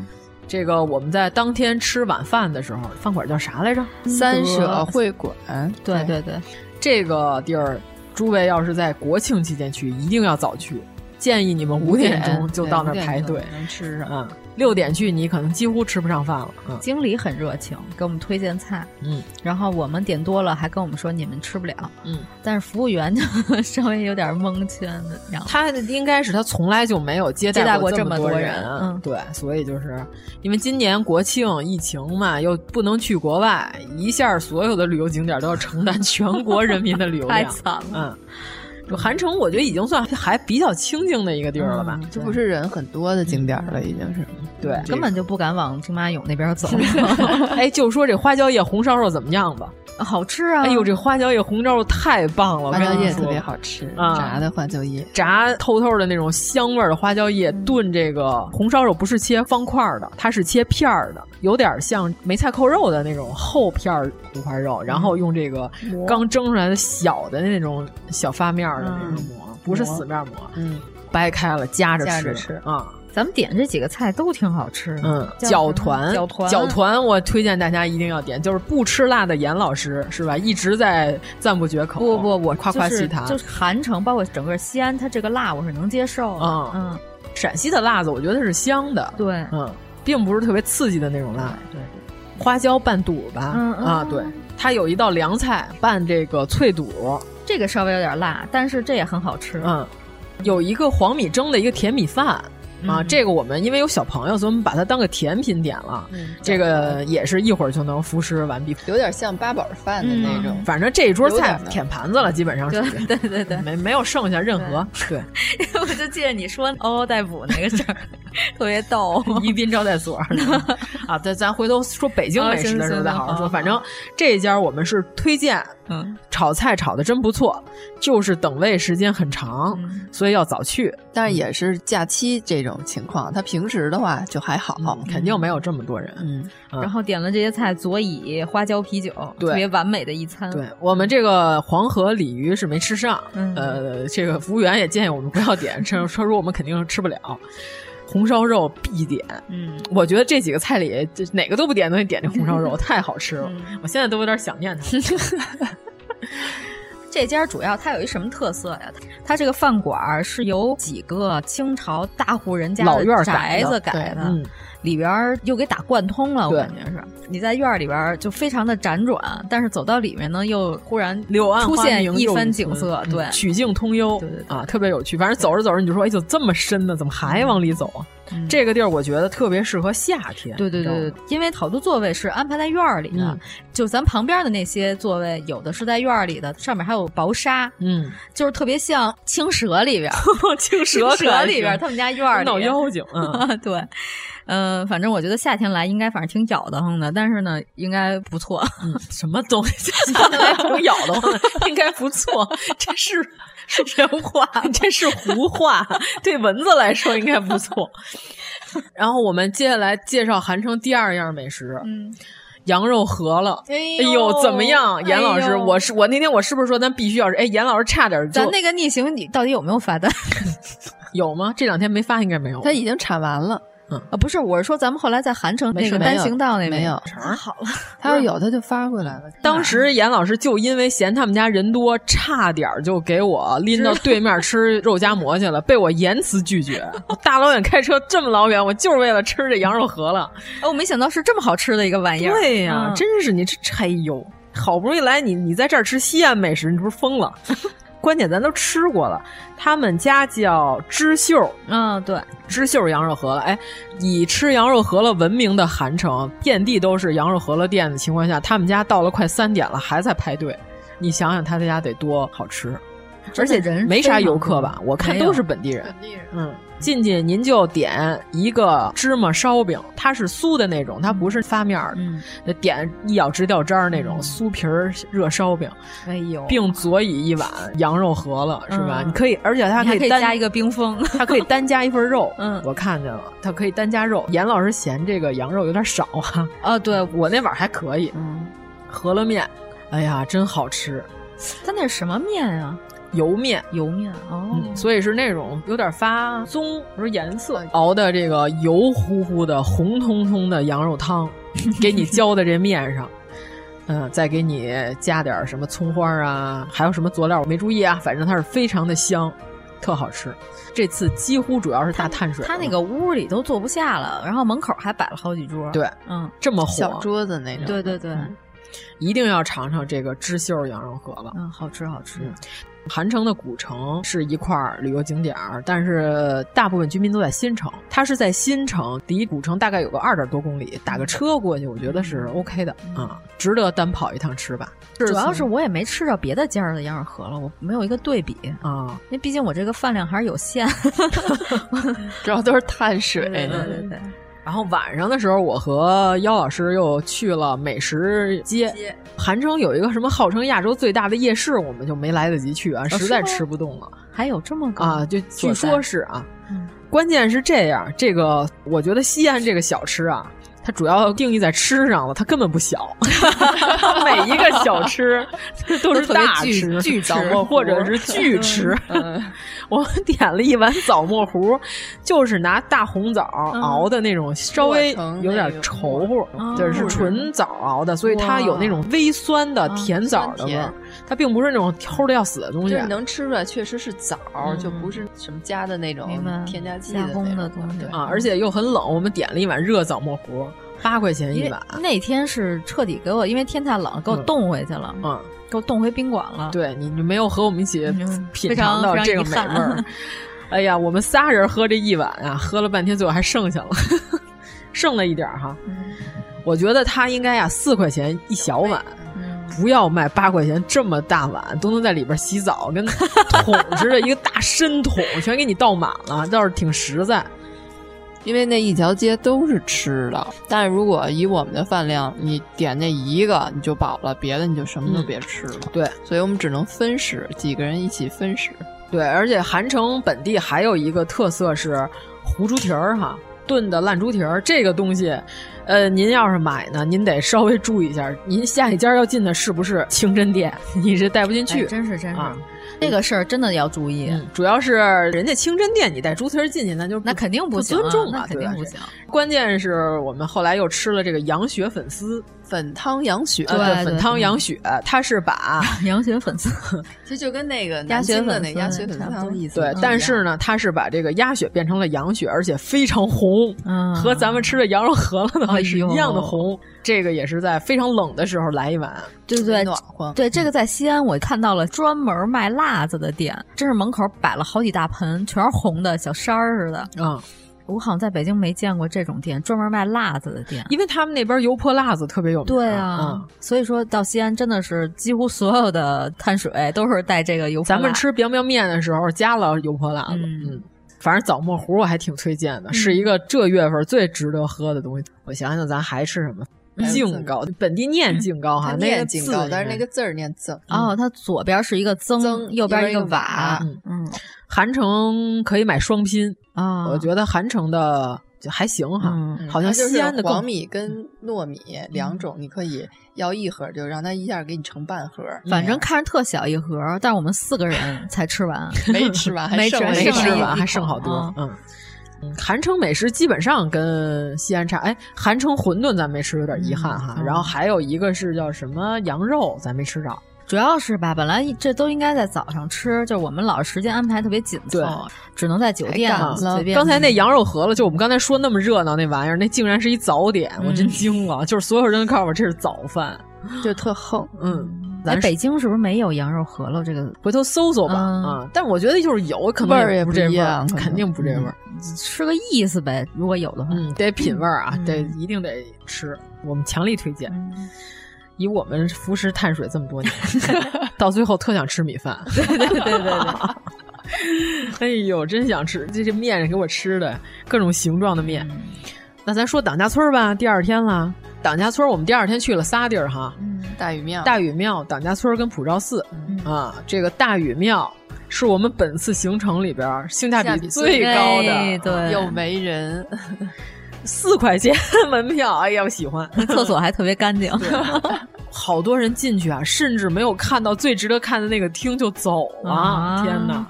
Speaker 8: 这个我们在当天吃晚饭的时候，饭馆叫啥来着？
Speaker 9: 三舍会馆。
Speaker 7: 嗯
Speaker 9: 哎
Speaker 7: 对对对，
Speaker 8: 这个地儿，诸位要是在国庆期间去，一定要早去。建议你们五点钟就到那儿排队，
Speaker 9: 能吃上。
Speaker 8: 嗯，六点去你可能几乎吃不上饭了。嗯、
Speaker 7: 经理很热情，给我们推荐菜，
Speaker 8: 嗯，
Speaker 7: 然后我们点多了，还跟我们说你们吃不了，
Speaker 8: 嗯，
Speaker 7: 但是服务员就 稍微有点蒙圈的样子。
Speaker 8: 他应该是他从来就没有接
Speaker 7: 待过
Speaker 8: 这
Speaker 7: 么多多
Speaker 8: 人，
Speaker 7: 人嗯，
Speaker 8: 对，所以就是因为今年国庆疫情嘛，又不能去国外，一下所有的旅游景点都要承担 全国人民的旅游量，
Speaker 7: 太惨了，
Speaker 8: 嗯。韩城，我觉得已经算还比较清静的一个地儿了吧，
Speaker 9: 嗯这不是人很多的景点了，已经是
Speaker 8: 对，
Speaker 7: 根本就不敢往兵马俑那边 走。
Speaker 8: 哎，就说这花椒叶红烧肉怎么样吧？
Speaker 7: 好吃啊！
Speaker 8: 哎呦，这花椒叶红烧肉太棒了，
Speaker 7: 嗯
Speaker 9: 花椒叶特别好吃，炸的花椒叶，
Speaker 8: 炸透透的那种香味儿的花椒叶炖这个红烧肉，不是切方块的，它是切片儿的，有点像梅菜扣肉的那种厚片儿五花肉，然后用这个
Speaker 7: 嗯
Speaker 8: 刚蒸出来的小的那种小发面的那种馍。不是死面馍，
Speaker 9: 嗯，
Speaker 8: 掰开了夹着
Speaker 9: 吃
Speaker 8: 啊。
Speaker 7: 咱们点这几个菜都挺好吃的，
Speaker 8: 嗯，
Speaker 7: 搅
Speaker 8: 团，
Speaker 7: 搅
Speaker 8: 团，搅
Speaker 7: 团，
Speaker 8: 我推荐大家一定要点，就是不吃辣的严老师是吧？一直在赞不绝口。
Speaker 7: 不不，我
Speaker 8: 夸夸其谈，
Speaker 7: 就是韩城，包括整个西安，它这个辣我是能接受的。嗯，
Speaker 8: 陕西的辣子我觉得是香的，
Speaker 7: 对，
Speaker 8: 哦嗯，并不是特别刺激的那种辣，
Speaker 7: 对。
Speaker 8: 花椒拌肚吧，
Speaker 7: 嗯
Speaker 8: 啊，对，它有一道凉菜拌这个脆肚，
Speaker 7: 这个稍微有点辣，但是这也很好吃。
Speaker 8: 嗯，有一个黄米蒸的一个甜米饭。啊，这个我们因为有小朋友，所以我们把它当个甜品点了。这个也是一会儿就能服食完毕，
Speaker 9: 有点像八宝
Speaker 8: 嗯
Speaker 9: 饭的那种。
Speaker 8: 反正这一桌菜舔盘子了，基本上
Speaker 7: 嗯对对对对，
Speaker 8: 没没有剩下任何对。
Speaker 7: 我就记得你说嗷嗷待哺那个事儿，特别逗。
Speaker 8: 宜宾招待所啊，咱咱回头说北京美食的时候再好好说。反正这家我们是推荐，
Speaker 7: 嗯，
Speaker 8: 炒菜炒的真不错，就是等位时间很长，
Speaker 7: 嗯
Speaker 8: 所以要早去。
Speaker 9: 但是也是假期这种情况，他平时的话就还好，
Speaker 8: 肯定没有这么多人。
Speaker 9: 嗯，
Speaker 7: 然后点了这些菜，佐以花椒啤酒，特别完美的一餐。
Speaker 8: 对我们这个黄河鲤鱼是没吃上，
Speaker 7: 嗯
Speaker 8: 呃，这个服务员也建议我们不要点，说说我们肯定是吃不了。红烧肉必点，
Speaker 7: 嗯，
Speaker 8: 我觉得这几个菜里哪个都不点都得点这红烧 肉，太好吃了，
Speaker 7: 嗯
Speaker 8: 我现在都有点想念它。
Speaker 7: 这家主要它有一什么特色呀？它这个饭馆是由几个清朝大户人家
Speaker 8: 老院
Speaker 7: 宅子改
Speaker 8: 的，
Speaker 7: 嗯、里边又给打贯通了，我感觉是。你在院里边就非常的辗转，但是走到里面呢，又忽然
Speaker 8: 柳暗
Speaker 7: 出现一番景色，
Speaker 8: 嗯、
Speaker 7: 对，
Speaker 8: 曲径通幽，
Speaker 7: 对对
Speaker 8: 啊，特别有趣。反正走着走着你就说，哎，就这么深呢，怎么还往里走啊？嗯、这个地儿我觉得特别适合夏天，
Speaker 7: 对对对对，因为好多座位是安排在院儿里的，
Speaker 8: 嗯、
Speaker 7: 就咱旁边的那些座位，有的是在院儿里的，上面还有薄纱，
Speaker 8: 嗯，
Speaker 7: 就是特别像青蛇里边，
Speaker 8: 青
Speaker 7: 蛇
Speaker 8: 蛇
Speaker 7: 里边，他们家院儿里
Speaker 8: 闹妖精，嗯、
Speaker 7: 对，嗯、呃，反正我觉得夏天来应该反正挺咬得慌的，但是呢，应该不错。
Speaker 8: 嗯、什么东西？ 夏天来挺咬得慌的， 应该不错，这 是。是人话，这是胡话。对蚊子来说应该不错。然后我们接下来介绍韩城第二样美食，
Speaker 7: 嗯，
Speaker 8: 羊肉饸饹。
Speaker 7: 哎
Speaker 8: 呦，怎么样，严老师？我是我那天我是不是说咱必须要是？哎，严老师差点
Speaker 7: 咱那个逆行，你到底有没有发单？
Speaker 8: 有吗？这两天没发，应该没有。
Speaker 9: 他已经产完了。
Speaker 8: 嗯
Speaker 7: 啊，不是，我是说咱们后来在韩城那
Speaker 8: 没事
Speaker 7: 个单行道那
Speaker 8: 没有
Speaker 7: 成好了，
Speaker 9: 他要有他就发回来了。
Speaker 8: 当时严老师就因为嫌他们家人多，差点儿就给我拎到对面吃肉夹馍去了，被我严词拒绝。 我大老远开车这么老远，我就是为了吃这羊肉饸饹。
Speaker 7: 哎，我没想到是这么好吃的一个玩意儿。
Speaker 8: 对呀、
Speaker 7: 嗯
Speaker 8: 真是你这哎呦，好不容易来你你在这儿吃西安美食，你这不是疯了？ 关键咱都吃过了，他们家叫知秀，
Speaker 7: 嗯，对，
Speaker 8: 知秀羊肉饸饹。哎，以吃羊肉饸饹闻名的韩城，遍地都是羊肉饸饹店的情况下，他们家到了快三点了还在排队，你想想他家得多好吃，而且
Speaker 7: 人
Speaker 8: 没
Speaker 7: 非
Speaker 8: 啥
Speaker 7: 常
Speaker 8: 游客
Speaker 7: 多
Speaker 8: 吧？我看
Speaker 7: 没有
Speaker 8: 都是本地人。
Speaker 9: 地人
Speaker 8: 嗯，进去您就点一个芝麻烧饼，它是酥的那种，它不是发面儿的，
Speaker 7: 嗯
Speaker 8: 那点一咬直掉渣儿那种、酥皮儿热烧饼，
Speaker 7: 哎呦，
Speaker 8: 并佐以一碗羊肉饸饹，是吧？
Speaker 7: 嗯
Speaker 8: 你可以，而且它
Speaker 7: 你还
Speaker 8: 以
Speaker 7: 可以
Speaker 8: 单
Speaker 7: 加一个冰峰，
Speaker 8: 它可以单加一份肉。
Speaker 7: 嗯，
Speaker 8: 我看见了，它可以单加肉。严老师嫌这个羊肉有点少啊，
Speaker 7: 啊，对
Speaker 8: 我那碗还可以。
Speaker 7: 嗯，
Speaker 8: 饸饹面，哎呀，真好吃，
Speaker 7: 它那是什么面啊？
Speaker 8: 油面。
Speaker 7: 油面哦，
Speaker 8: 嗯，所以是那种有点发棕，不是颜色熬的这个油乎乎的、红彤彤的羊肉 汤，给你浇在这面上，嗯，再给你加点什么葱花啊，还有什么佐料我没注意啊，反正它是非常的香，特好吃。这次几乎主要是大碳水了，
Speaker 7: 它那个屋里都坐不下了，然后门口还摆了好几桌。
Speaker 8: 对，
Speaker 7: 嗯，
Speaker 8: 这么
Speaker 9: 小
Speaker 8: 火，
Speaker 9: 桌子那种，
Speaker 7: 对对对，
Speaker 8: 一定要尝尝这个知秀羊肉饸饹。
Speaker 7: 嗯，好吃好吃。
Speaker 8: 韩城的古城是一块儿旅游景点儿，但是大部分居民都在新城。它是在新城，离古城大概有个二点多公里，打个车过去，我觉得是 OK 的啊、值得单跑一趟吃吧。
Speaker 7: 主要
Speaker 8: 从
Speaker 7: 是我也没吃着别的家的羊肉饸饹，我没有一个对比，因
Speaker 8: 啊，
Speaker 7: 为毕竟我这个饭量还是有限。
Speaker 9: 主要都是碳水。
Speaker 8: 嗯
Speaker 7: 对对对，
Speaker 8: 然后晚上的时候，我和妖老师又去了美食街。韩城有一个什么号称亚洲最大的夜市，我们就没来得及去啊，实在吃不动了。
Speaker 7: 还有这么高
Speaker 8: 啊，就
Speaker 7: 所
Speaker 8: 据
Speaker 7: 在
Speaker 8: 说是啊。
Speaker 7: 嗯
Speaker 8: 关键是这样，这个我觉得西安这个小吃啊，它主要定义在吃上了，它根本不小， 每一个小吃都
Speaker 7: 都
Speaker 8: 是
Speaker 7: 特别
Speaker 8: 大
Speaker 7: 巨
Speaker 8: 吃、
Speaker 7: 巨吃
Speaker 8: 或者是巨吃。
Speaker 7: 嗯
Speaker 8: 我们点了一碗枣沫糊，就是拿大红枣熬的那种，稍微有点稠乎，对，是纯枣熬的，所以它有那种微酸的甜枣的味
Speaker 9: 酸
Speaker 8: 儿
Speaker 9: 甜，
Speaker 8: 它并不是那种齁的要死的东
Speaker 9: 就
Speaker 8: 西。啊
Speaker 9: 是能吃出来，确实是枣儿，就不是什么加的那种
Speaker 7: 明白
Speaker 9: 添嗯加剂
Speaker 7: 加工
Speaker 9: 的
Speaker 7: 的东西
Speaker 8: 啊，而且又很冷，我们点了一碗热枣沫糊，八块钱
Speaker 7: 因
Speaker 8: 一
Speaker 7: 为
Speaker 8: 碗。
Speaker 7: 那天是彻底给我，因为天太冷，给我冻回去了，
Speaker 8: 嗯，
Speaker 7: 给我冻回宾馆了。
Speaker 8: 对你，你没有和我们一起
Speaker 7: 嗯
Speaker 8: 品
Speaker 7: 非常
Speaker 8: 尝到
Speaker 7: 非常
Speaker 8: 这个
Speaker 7: 遗
Speaker 8: 美
Speaker 7: 憾
Speaker 8: 味 儿。哎呀，我们仨人喝这一碗啊，喝了半天，最后还剩下了， 剩了一点儿哈。
Speaker 7: 嗯
Speaker 8: 我觉得他应该呀，四块钱一小碗，
Speaker 7: 嗯
Speaker 8: 不要卖八块钱这么大碗，都能在里边洗澡，跟桶似的，一个大深桶全给你倒满了，倒是挺实在。
Speaker 9: 因为那一条街都是吃的，但如果以我们的饭量，你点那一个你就饱了，别的你就什么都别吃了。
Speaker 8: 对，
Speaker 9: 所以我们只能分食，几个人一起分食。
Speaker 8: 对，而且韩城本地还有一个特色是糊猪蹄儿哈，炖的烂猪蹄儿这个东西，呃，您要是买呢，您得稍微注意一下，您下一家要进的是不是清真店， 你是带不进
Speaker 7: 哎
Speaker 8: 去。
Speaker 7: 真是真是
Speaker 8: 啊，
Speaker 7: 这个事儿真的要注意。
Speaker 8: 嗯，主要是人家清真店，你带猪蹄儿进去，那就
Speaker 7: 那肯定
Speaker 8: 不
Speaker 7: 行啊，
Speaker 8: 尊重
Speaker 7: 那
Speaker 8: 嘛，
Speaker 7: 肯定不行。
Speaker 8: 关键是我们后来又吃了这个羊血粉丝，
Speaker 9: 粉汤羊血，
Speaker 8: 呃
Speaker 7: 对
Speaker 8: 粉
Speaker 7: 对
Speaker 8: 汤
Speaker 7: 嗯
Speaker 8: 羊血，它是 把
Speaker 7: 羊血粉丝，
Speaker 9: 其实就跟那个
Speaker 7: 鸭
Speaker 9: 南
Speaker 7: 血
Speaker 9: 京的
Speaker 7: 粉
Speaker 9: 那
Speaker 7: 丝
Speaker 9: 鸭血粉
Speaker 7: 差不多
Speaker 9: 汤意思
Speaker 8: 对，但是呢，它是把这个鸭血变成了羊血，而且非常红，
Speaker 7: 嗯
Speaker 8: 和咱们吃的羊肉饸饹的话
Speaker 7: 哎
Speaker 8: 是
Speaker 7: 呦
Speaker 8: 一样的红。这个也是在非常冷的时候来一碗，
Speaker 7: 对对对
Speaker 9: 暖。和。
Speaker 7: 对，这个在西安我看到了专门卖辣子的店，真是门口摆了好几大盆，全是红的小山儿似的。
Speaker 8: 啊、
Speaker 7: 我好像在北京没见过这种店，专门卖辣子的店。
Speaker 8: 因为他们那边油泼辣子特别有名。
Speaker 7: 对
Speaker 8: 啊，嗯
Speaker 7: 所以说到西安真的是几乎所有的碳水都是带这个油泼
Speaker 8: 咱们
Speaker 7: 辣
Speaker 8: 吃 biang biang 面的时候加了油泼辣子，
Speaker 7: 嗯
Speaker 8: 嗯。反正枣沫糊我还挺推荐的，是一个这月份最值得喝的东西。我想想，咱还吃什么？
Speaker 9: 还有
Speaker 8: 净糕，本地念净糕
Speaker 9: 它
Speaker 8: 哈，那个
Speaker 9: 念井
Speaker 8: 字
Speaker 9: 高，
Speaker 8: 应
Speaker 9: 但是
Speaker 8: 该
Speaker 9: 那个字儿念嗯增。
Speaker 8: 啊
Speaker 7: 哦，它左边是一个增，
Speaker 9: 增
Speaker 7: 右边一
Speaker 9: 右边一个
Speaker 7: 瓦
Speaker 9: 瓦，
Speaker 7: 嗯
Speaker 8: 韩城可以买双拼，
Speaker 7: 啊，
Speaker 8: 我觉得韩城的就还行哈，
Speaker 7: 嗯
Speaker 8: 好像
Speaker 9: 它就是
Speaker 8: 西安的更嗯
Speaker 9: 黄米跟糯米两种，你可以要一盒，就让它一下给你盛半盒。
Speaker 8: 嗯
Speaker 7: 反正看着特小一盒， 但是我们四个人才吃完，
Speaker 9: 没吃完，还
Speaker 7: 没
Speaker 9: 剩
Speaker 7: 吃
Speaker 9: 了
Speaker 7: 完
Speaker 9: 一
Speaker 8: 没
Speaker 7: 剩了
Speaker 8: 吃
Speaker 7: 一
Speaker 8: 完，
Speaker 7: 一
Speaker 8: 还剩
Speaker 7: 口
Speaker 8: 好多
Speaker 7: 啊。
Speaker 8: 嗯，嗯韩城美食基本上跟西安差，哎，韩城馄饨咱没吃，有点遗憾哈。然后还有一个是叫什么羊肉，咱没吃着。
Speaker 7: 主要是吧，本来这都应该在早上吃，就是我们老是时间安排特别紧凑，只能在酒店随便。
Speaker 8: 啊
Speaker 7: 嗯
Speaker 8: 刚才那羊肉盒了，就我们刚才说那么热闹那玩意儿，那竟然是一早点，我真惊了。就是所有人都告诉我这是早饭，
Speaker 9: 就特横。
Speaker 8: 嗯，
Speaker 7: 咱哎北京是不是没有羊肉盒了？这个
Speaker 8: 回头搜搜吧啊！但我觉得就是有，可能
Speaker 9: 也
Speaker 8: 不这
Speaker 9: 味儿，
Speaker 8: 肯定不这味儿，
Speaker 7: 吃个意思呗。如果有的话，
Speaker 8: 嗯，得品味儿啊，得一定得吃，我们强力推荐。
Speaker 7: 嗯
Speaker 8: 以我们服食碳水这么 多年，到最后特想吃米 饭。
Speaker 7: 对对对对对，
Speaker 8: 哎呦，真想吃！这这面给我吃的各种形状的面。嗯、那咱说党家村吧，第二天了。党家村我们第二天去了仨地儿哈，
Speaker 9: 嗯、大禹庙、
Speaker 8: 大禹庙、党家村跟普照寺、嗯、啊。这个大禹庙是我们本次行程里边性价比最高的，哎
Speaker 7: 对，
Speaker 9: 又没人。
Speaker 8: 四块钱门票，哎呀，我喜欢。
Speaker 7: 厕所还特别干净，
Speaker 8: 好多人进去啊，甚至没有看到最值得看的那个厅就走了。啊、天哪！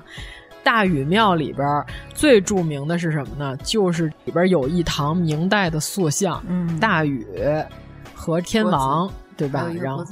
Speaker 8: 大禹庙里边最著名的是什么呢？就是里边有一堂明代的塑像，嗯、大禹和天王，对吧？然后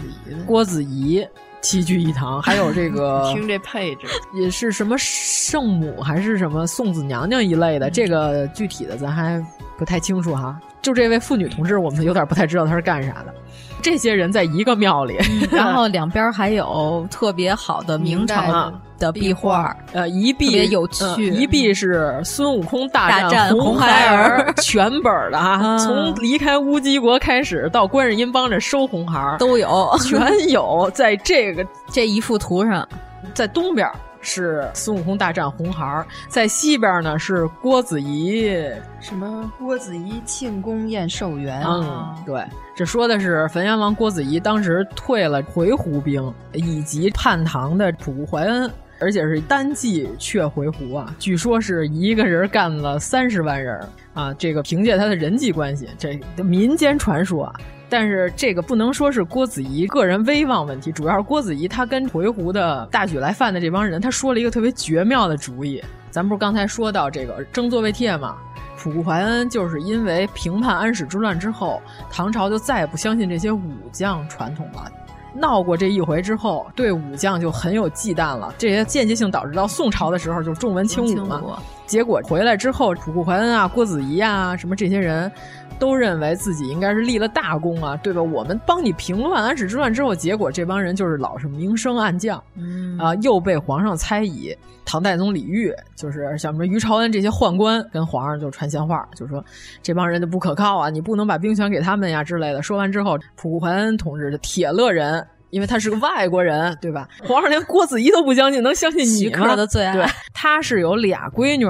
Speaker 8: 郭子仪。齐聚一堂，还有这 个
Speaker 9: 听这配置
Speaker 8: 也是什么圣母还是什么送子娘娘一类的，嗯、这个具体的咱还不太清楚哈。就这位妇女同志，我们有点不太知道她是干啥的。这些人在一个庙里，
Speaker 7: 嗯、然后两边还有特别好的明朝的壁画，
Speaker 8: 呃，一壁
Speaker 7: 有趣、呃，
Speaker 8: 一壁是孙悟空大
Speaker 7: 战
Speaker 8: 红
Speaker 7: 孩
Speaker 8: 儿全本的啊，从离开乌鸡国开始到观世音帮着收红孩儿
Speaker 7: 都有，
Speaker 8: 全有在这个
Speaker 7: 这一幅图上，
Speaker 8: 在东边。是孙悟空大战红孩儿，在西边呢是郭子仪，
Speaker 9: 什么郭子仪庆功宴寿元
Speaker 8: 啊、嗯，对，这说的是汾阳王郭子仪当时退了回鹘兵，以及叛唐的吐谷怀恩，而且是单骑却回鹘啊，据说是一个人干了三十万人啊，这个凭借他的人际关系，这民间传说啊。但是这个不能说是郭子仪个人威望问题，主要是郭子仪他跟回鹘的大举来犯的这帮人，他说了一个特别绝妙的主意。咱不是刚才说到这个争座位帖嘛？吐谷怀恩就是因为平叛安史之乱之后，唐朝就再也不相信这些武将传统了。闹过这一回之后，对武将就很有忌惮了。这些间接性导致到宋朝的时候就重文轻武嘛。武结果回来之后，吐谷怀恩啊、郭子仪啊什么这些人。都认为自己应该是立了大功啊，对吧？我们帮你平乱安史之乱之后，结果这帮人就是老是明升暗降，嗯、啊，又被皇上猜疑。唐代宗李煜就是像什么于朝恩这些宦官，跟皇上就传闲话，就说这帮人就不可靠啊，你不能把兵权给他们呀之类的。说完之后，吐谷怀恩同志的铁勒人。因为他是个外国人，对吧？皇上连郭子仪都不相信，能相信你吗？
Speaker 7: 的最爱
Speaker 8: 对，他是有俩闺女。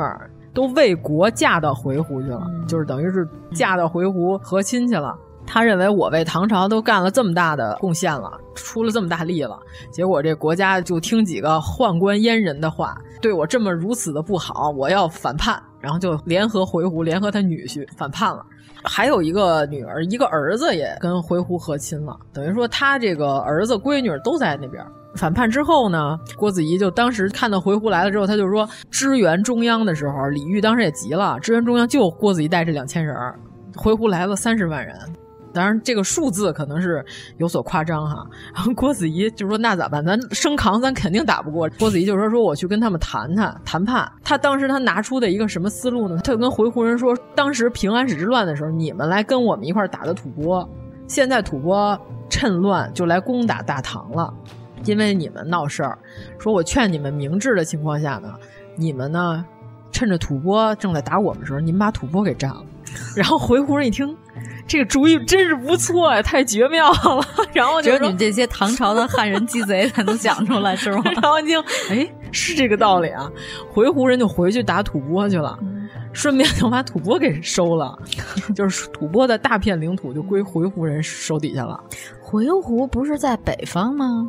Speaker 8: 都为国嫁到回鹘去了，嗯、就是等于是嫁到回鹘和亲去了。他认为我为唐朝都干了这么大的贡献了，出了这么大力了，结果这国家就听几个宦官阉人的话，对我这么如此的不好，我要反叛，然后就联合回鹘，联合他女婿反叛了。还有一个女儿，一个儿子也跟回鹘和亲了，等于说他这个儿子闺女都在那边。反叛之后呢，郭子仪就当时看到回鹘来了之后，他就说支援中央的时候，李煜当时也急了，支援中央就郭子仪带这两千人，回鹘来了三十万人，当然这个数字可能是有所夸张哈。然后郭子仪就说那咋办？咱生扛，咱肯定打不过。郭子仪就说说我去跟他们谈谈谈判。他当时他拿出的一个什么思路呢？他就跟回鹘人说，当时平安史之乱的时候，你们来跟我们一块打的吐蕃，现在吐蕃趁乱就来攻打大唐了。因为你们闹事儿，说我劝你们明智的情况下呢，你们呢趁着吐蕃正在打我们的时候，你们把吐蕃给占了。然后回鹘人一听，这个主意真是不错呀、啊，太绝妙了。 然 后
Speaker 7: 只有你们这些唐朝的汉人鸡贼才能想出来，是吗？
Speaker 8: 然后一听，哎，是这个道理啊。回鹘人就回去打吐蕃去了，顺便就把吐蕃给收了， 就是吐蕃的大片领土就归回鹘人手底下了。
Speaker 7: 回鹘不是在北方吗？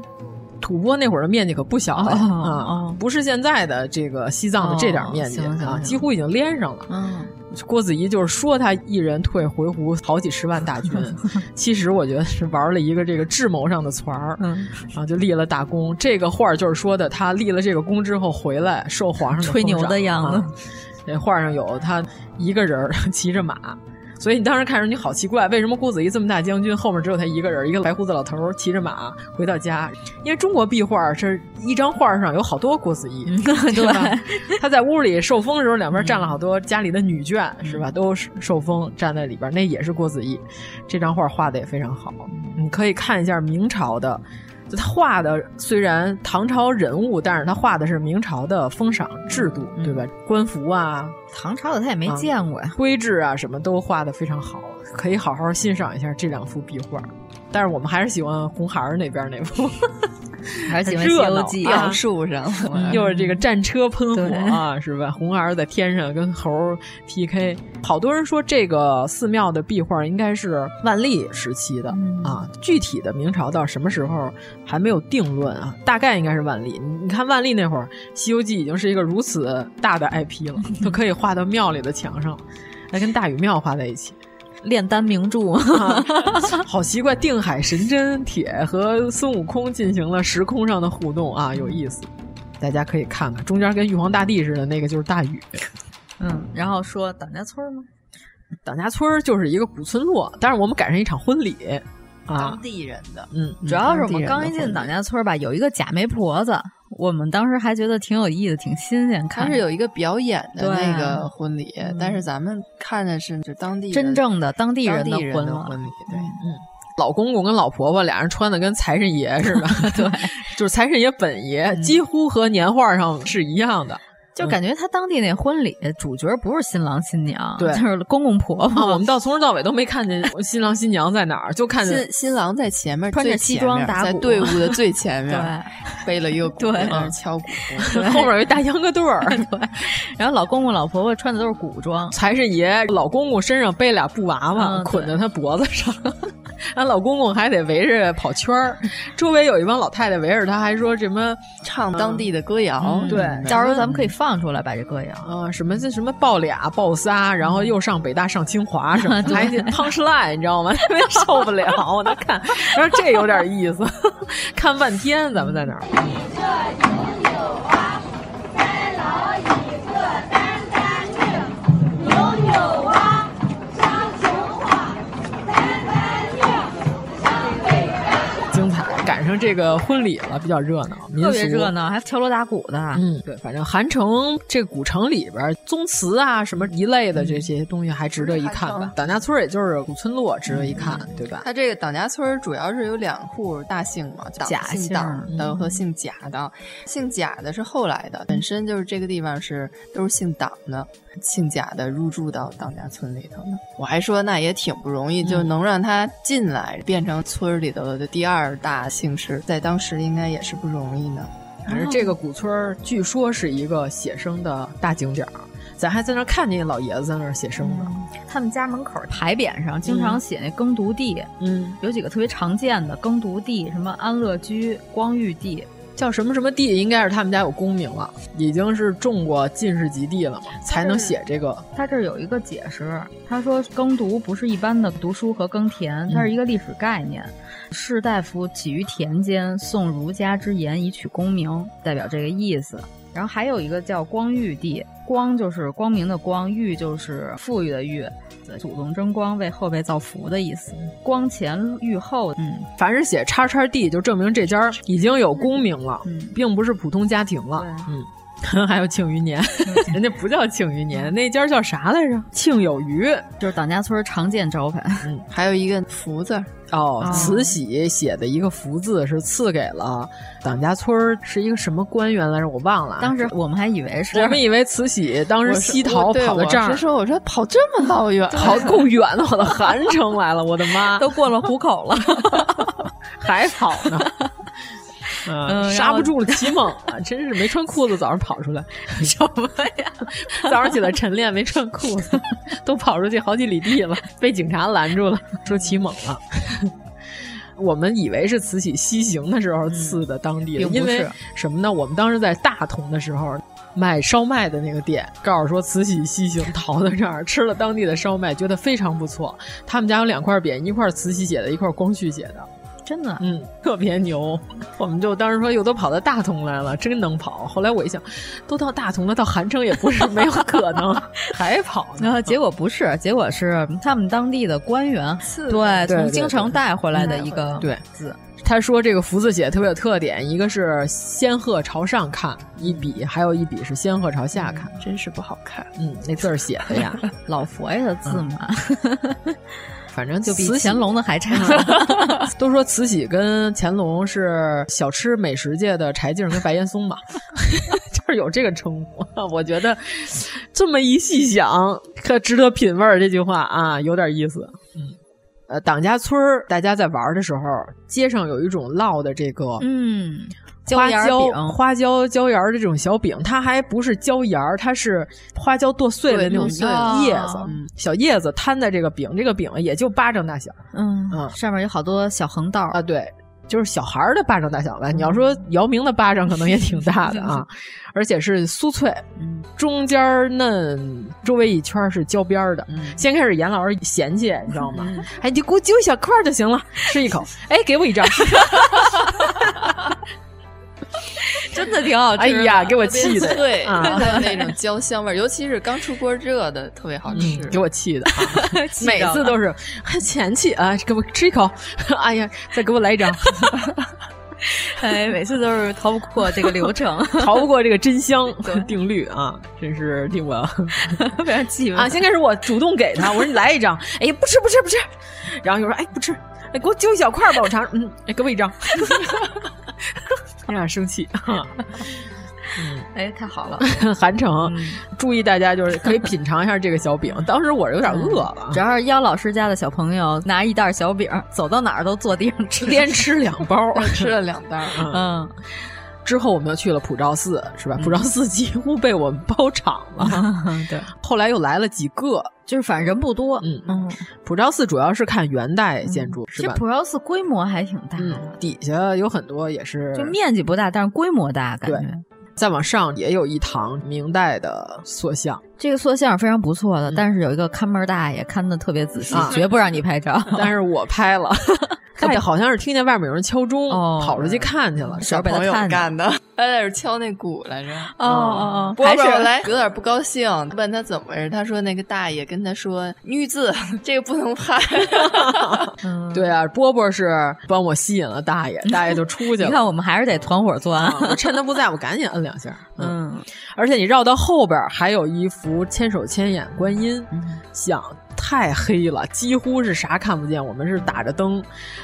Speaker 8: 吐蕃那会儿的面积可不小了啊，不是现在的这个西藏的这点面积啊，几乎已经连上了。
Speaker 7: 啊
Speaker 8: 嗯，郭子仪就是说他一人退回鹘好几十万大 军，其实我觉得是玩了一个这个智谋上的团儿，
Speaker 7: 嗯
Speaker 8: 啊，就立了大功。这个画就是说的他立了这个功之后回来受皇上
Speaker 7: 吹牛的样子。
Speaker 8: 那画上有他一个人儿 骑着马。所以你当时看着你好奇怪，为什么郭子仪这么大将军，后面只有他一个人，一个白胡子老头儿骑着马回到家？因为中国壁画是一张画上有好多郭子
Speaker 7: 嗯
Speaker 8: 仪，对吧？ 他在屋里受风的时候，两边站了好多家里的女眷，是吧？都受风站在里边，那也是郭子仪。这张画画的也非常好，你可以看一下明朝的。就他画的虽然唐朝人物，但是他画的是明朝的封赏制度，对吧？官服啊，
Speaker 7: 唐朝的他也没见过呀、
Speaker 8: 啊，徽制啊什么都画的非常好，可以好好欣赏一下这两幅壁画。但是我们还是喜欢红孩儿那边那幅，
Speaker 7: 还是喜欢《西
Speaker 8: 热
Speaker 7: 游
Speaker 8: 闹
Speaker 7: 记》
Speaker 8: 啊
Speaker 7: 啊
Speaker 9: 杨。树上，
Speaker 8: 嗯又是这个战车喷火啊，是吧？红孩儿在天上跟猴儿 PK，好多人说这个寺庙的壁画应该是万历时期的、啊，具体的明朝到什么时候还没有定论啊，大概应该是万历。你你看万历那会儿，《西游记》已经是一个如此大的 IP 了，都可以画到庙里的墙上，还跟大禹庙画在一起。
Speaker 7: 嗯炼丹名著，
Speaker 8: 啊， 好奇怪！定海神针铁和孙悟空进行了时空上的互动啊，有意思，大家可以看看。中间跟玉皇大帝似的那个就是大禹，
Speaker 7: 嗯，然后说党家村吗？
Speaker 8: 党家村儿就是一个古村落，但是我们赶上一场婚礼啊
Speaker 9: 当，地人的，
Speaker 8: 嗯，
Speaker 7: 主要是我
Speaker 9: 当地
Speaker 7: 们
Speaker 9: 人
Speaker 7: 刚一
Speaker 9: 的
Speaker 7: 进
Speaker 9: 婚
Speaker 7: 党
Speaker 9: 礼
Speaker 7: 家村吧，有一个假媒婆子，我们当时还觉得挺有意思，挺新鲜，
Speaker 9: 它
Speaker 7: 看
Speaker 9: 是
Speaker 7: 着
Speaker 9: 有一个表演的
Speaker 8: 啊
Speaker 7: 对
Speaker 9: 那个婚礼，
Speaker 8: 嗯
Speaker 9: 但是咱们看的是就当地人
Speaker 7: 真正的当地
Speaker 9: 当
Speaker 7: 人
Speaker 9: 地
Speaker 7: 的
Speaker 9: 人
Speaker 7: 婚
Speaker 9: 的
Speaker 7: 了。
Speaker 9: 婚礼，对，
Speaker 8: 老公公跟老婆婆俩人穿的跟财神爷似的，对， 嗯就是财神爷本爷，几乎和年画上是一样 的。
Speaker 7: 就感觉他当地那婚礼主角不是新郎新娘，
Speaker 8: 对
Speaker 7: 就是公公婆
Speaker 8: 啊，我
Speaker 7: 婆
Speaker 8: 们到从头到尾都没看见新郎新娘在哪儿，就看见
Speaker 9: 新新郎在前面，
Speaker 7: 嗯穿着
Speaker 9: 最
Speaker 7: 西
Speaker 9: 前
Speaker 7: 装
Speaker 9: 面
Speaker 7: 打
Speaker 9: 在
Speaker 7: 鼓
Speaker 9: 队伍的最前面，
Speaker 7: 对
Speaker 9: 背了一个鼓，
Speaker 7: 对
Speaker 9: 在那儿敲鼓，
Speaker 8: 后面有一大秧歌队儿，
Speaker 7: 然后老公公老婆婆穿的都是古
Speaker 9: 啊
Speaker 7: 装，
Speaker 8: 财神爷老公公身上背俩布娃娃，
Speaker 7: 嗯
Speaker 8: 捆在他脖子上， 俺老公公还得围着跑圈儿，周围有一帮老太太围着他，还说什么
Speaker 9: 唱当地的歌谣，
Speaker 7: 嗯
Speaker 8: 对
Speaker 7: 到时候咱们可以放出来把这歌谣。
Speaker 8: 啊、什么这什么抱俩抱仨，然后又上北大上 清华什么的，还得 punch line，你知道吗？ 特别受不了，我能看， 然后这有点意思， 看半天咱们在哪儿？精彩，赶上这个婚礼了，比较热闹，民
Speaker 7: 特
Speaker 8: 俗
Speaker 7: 别热闹，还敲锣打鼓的，
Speaker 8: 嗯，对，反正韩城这个古城里边儿，宗祠啊什么一类的这些东西还值得一看吧。党家村儿也就是古村落，值得一看，对吧？
Speaker 9: 它这个党家村儿主要是有两户大姓嘛，党
Speaker 7: 贾
Speaker 9: 姓
Speaker 7: 姓
Speaker 9: 党的和姓贾的，姓贾的是后来的，本身就是这个地方是都是姓党的，姓贾的入住到党家村里头的。我还说那也挺不容易，就能让他进来变成村儿里头的第二大姓氏，在当时应该也是不容易呢。
Speaker 8: 反正这个古村儿据说是一个写生的大景点儿，咱还在那儿看见一老爷子在那儿写生呢。
Speaker 7: 他们家门口牌匾上经常写那耕读地，
Speaker 8: 嗯，
Speaker 7: 有几个特别常见的耕读地，什么安乐居、光裕地，
Speaker 8: 叫什么什么地，应该是他们家有功名了，已经是中过进士及第了嘛，才能写这个。
Speaker 7: 他这儿有一个解释，他说耕读不是一般的读书和耕田，
Speaker 8: 嗯
Speaker 7: 它是一个历史概念。士大夫起于田间，诵儒家之言以取功名，代表这个意思。然后还有一个叫光裕帝，光就是光明的光，裕就是富裕的裕，祖宗争光为后辈造福的意思。光前裕后，嗯，
Speaker 8: 凡是写叉叉地，就证明这家儿已经有功名了，
Speaker 7: 嗯
Speaker 8: 并不是普通家庭了。嗯， 还有庆 余年，
Speaker 7: 嗯
Speaker 8: 人家不叫庆余年，那家儿叫啥来着？庆有余。哦
Speaker 7: 就是党家村常见招牌。
Speaker 9: 还有一个福字儿，
Speaker 8: 哦
Speaker 7: 哦，
Speaker 8: 慈禧写的一个福字是赐给了党家村儿，是一个什么官员来着？我忘了啊。
Speaker 7: 当时我们还以为是
Speaker 8: 我们以为慈禧当时
Speaker 9: 我
Speaker 8: 西逃
Speaker 9: 对
Speaker 8: 跑到
Speaker 9: 我
Speaker 8: 这儿
Speaker 9: 是，说我说跑这么老远，
Speaker 8: 跑够远了，跑到韩城来了，我的妈，
Speaker 7: 都过了虎口了。
Speaker 8: 还跑呢。嗯，
Speaker 7: 嗯
Speaker 8: 刹
Speaker 7: 然
Speaker 8: 不
Speaker 7: 后
Speaker 8: 住了，起猛了，真是没穿裤子，早上跑出来 什么呀？早上起来晨练没穿裤子， 都跑出去好几里地了，被警察拦住了，说起猛了。 我们以为是慈禧西行的时候赐的当地
Speaker 7: 嗯
Speaker 8: 的，
Speaker 7: 并不
Speaker 8: 因为
Speaker 7: 是
Speaker 8: 什么呢？我们当时在大同的时候买烧麦的那个店，告诉说慈禧西行逃到这儿，吃了当地的烧麦，觉得非常不错。他们家有两块匾，一块慈禧写的，一块光绪写的。
Speaker 7: 真的，
Speaker 8: 嗯， 特别牛。我们就当时说，又都跑到大同来了，真能跑。后来我一想，都到大同了，到韩城也不是没有可能，还跑呢。
Speaker 7: 然后结果不是，结果是他们当地的官员，对，从京城带回来的一个
Speaker 8: 嗯对
Speaker 7: 字。
Speaker 8: 他说这个福字写特别有特点，一个是仙鹤朝上看一笔，还有一笔是仙鹤朝下看，
Speaker 9: 真是不好看。
Speaker 8: 嗯，那字儿写的呀，
Speaker 7: 哎老佛爷的字嘛。嗯
Speaker 8: 反正
Speaker 7: 就比乾隆的还差。
Speaker 8: 都说慈禧跟乾隆是小吃美食界的柴静跟白岩松吧， 就是有这个称呼。我觉得这么一细想，可值得品味儿。这句话啊，有点意思。嗯，呃，党家村儿，大家在玩的时候，街上有一种烙的这个，
Speaker 7: 嗯。
Speaker 8: 花椒
Speaker 7: 花
Speaker 8: 椒椒盐儿的这种小饼，它还不是椒盐儿，它是花椒剁碎的那种叶子，嗯、小叶子摊在这个饼，这个饼也就巴掌大小，
Speaker 7: 嗯嗯，上面有好多小横道
Speaker 8: 啊，对，就是小孩儿的巴掌大小吧。你要说姚明的巴掌可能也挺大的 啊，而且是酥脆，中间嫩，周围一圈是焦边儿的。嗯、先开始严老师嫌弃，你知道吗？嗯、哎，你给我揪一小块就行了，吃一口。 哎，给我一张。
Speaker 7: 真的挺好吃，哎
Speaker 8: 呀，给我气的，
Speaker 9: 对，啊、那种焦香味儿，尤其是刚出锅热的，特别好吃，
Speaker 8: 嗯、给我气 的，啊、气每次都是嫌弃啊，给我吃一口， 哎呀，再给我来一张，
Speaker 7: 哎，每次都是逃不过这个流程，
Speaker 8: 逃不过这个真香定律啊，真是令我
Speaker 7: 非常气愤
Speaker 8: 啊！先开始我主动给他，我说你来 一张，哎呀，不吃不吃不吃，然后又说哎不吃，哎给我揪一小块吧，我尝， 嗯，哎给我一张。有点生气，
Speaker 7: 嗯，哎，太好了，
Speaker 8: 韩城，啊
Speaker 7: 嗯
Speaker 8: 注意大家就是可以品尝一下这个小饼。当时我有点饿了，
Speaker 7: 主要是妖老师家的小朋友拿一袋小饼，走到哪儿都坐地上吃，
Speaker 8: 连吃两包，
Speaker 9: 吃了两袋。
Speaker 8: 嗯，之后我们又去了普照寺，是吧？普照寺几乎被我们包场了。
Speaker 7: 嗯 对，
Speaker 8: 后来又来了几个，
Speaker 7: 就是反正人不多。
Speaker 8: 嗯嗯，普照寺主要是看元代建筑，是吧？
Speaker 7: 普照寺规模还挺大的，
Speaker 8: 嗯底下有很多也是，
Speaker 7: 就面积不大，但是规模大，感觉。
Speaker 8: 再往上也有一堂明代的塑像，
Speaker 7: 这个塑像非常不错
Speaker 8: 嗯
Speaker 7: 的，但是有一个看门大爷看的特别仔
Speaker 8: 啊
Speaker 7: 细，绝不让你拍 照。
Speaker 8: 但是我拍了，但好像是听见外面有人敲钟，跑出去看去了，
Speaker 9: 小朋友干 的，他在这敲那鼓来着。
Speaker 7: 哦哦
Speaker 9: 哦，还是来有点不高兴，问他怎么回事，他说那个大爷跟他说“玉字这个不能拍”。
Speaker 7: 嗯
Speaker 8: 对啊，波波是帮我吸引了大爷，大爷就出去 了。啊
Speaker 7: 你看，我们还是得团伙作案。
Speaker 8: 我趁他不在，我赶紧摁。两下， 嗯，嗯而且你绕到后边还有一幅千手千眼观音像，嗯、太黑了，几乎是啥看不见。我们是打着灯，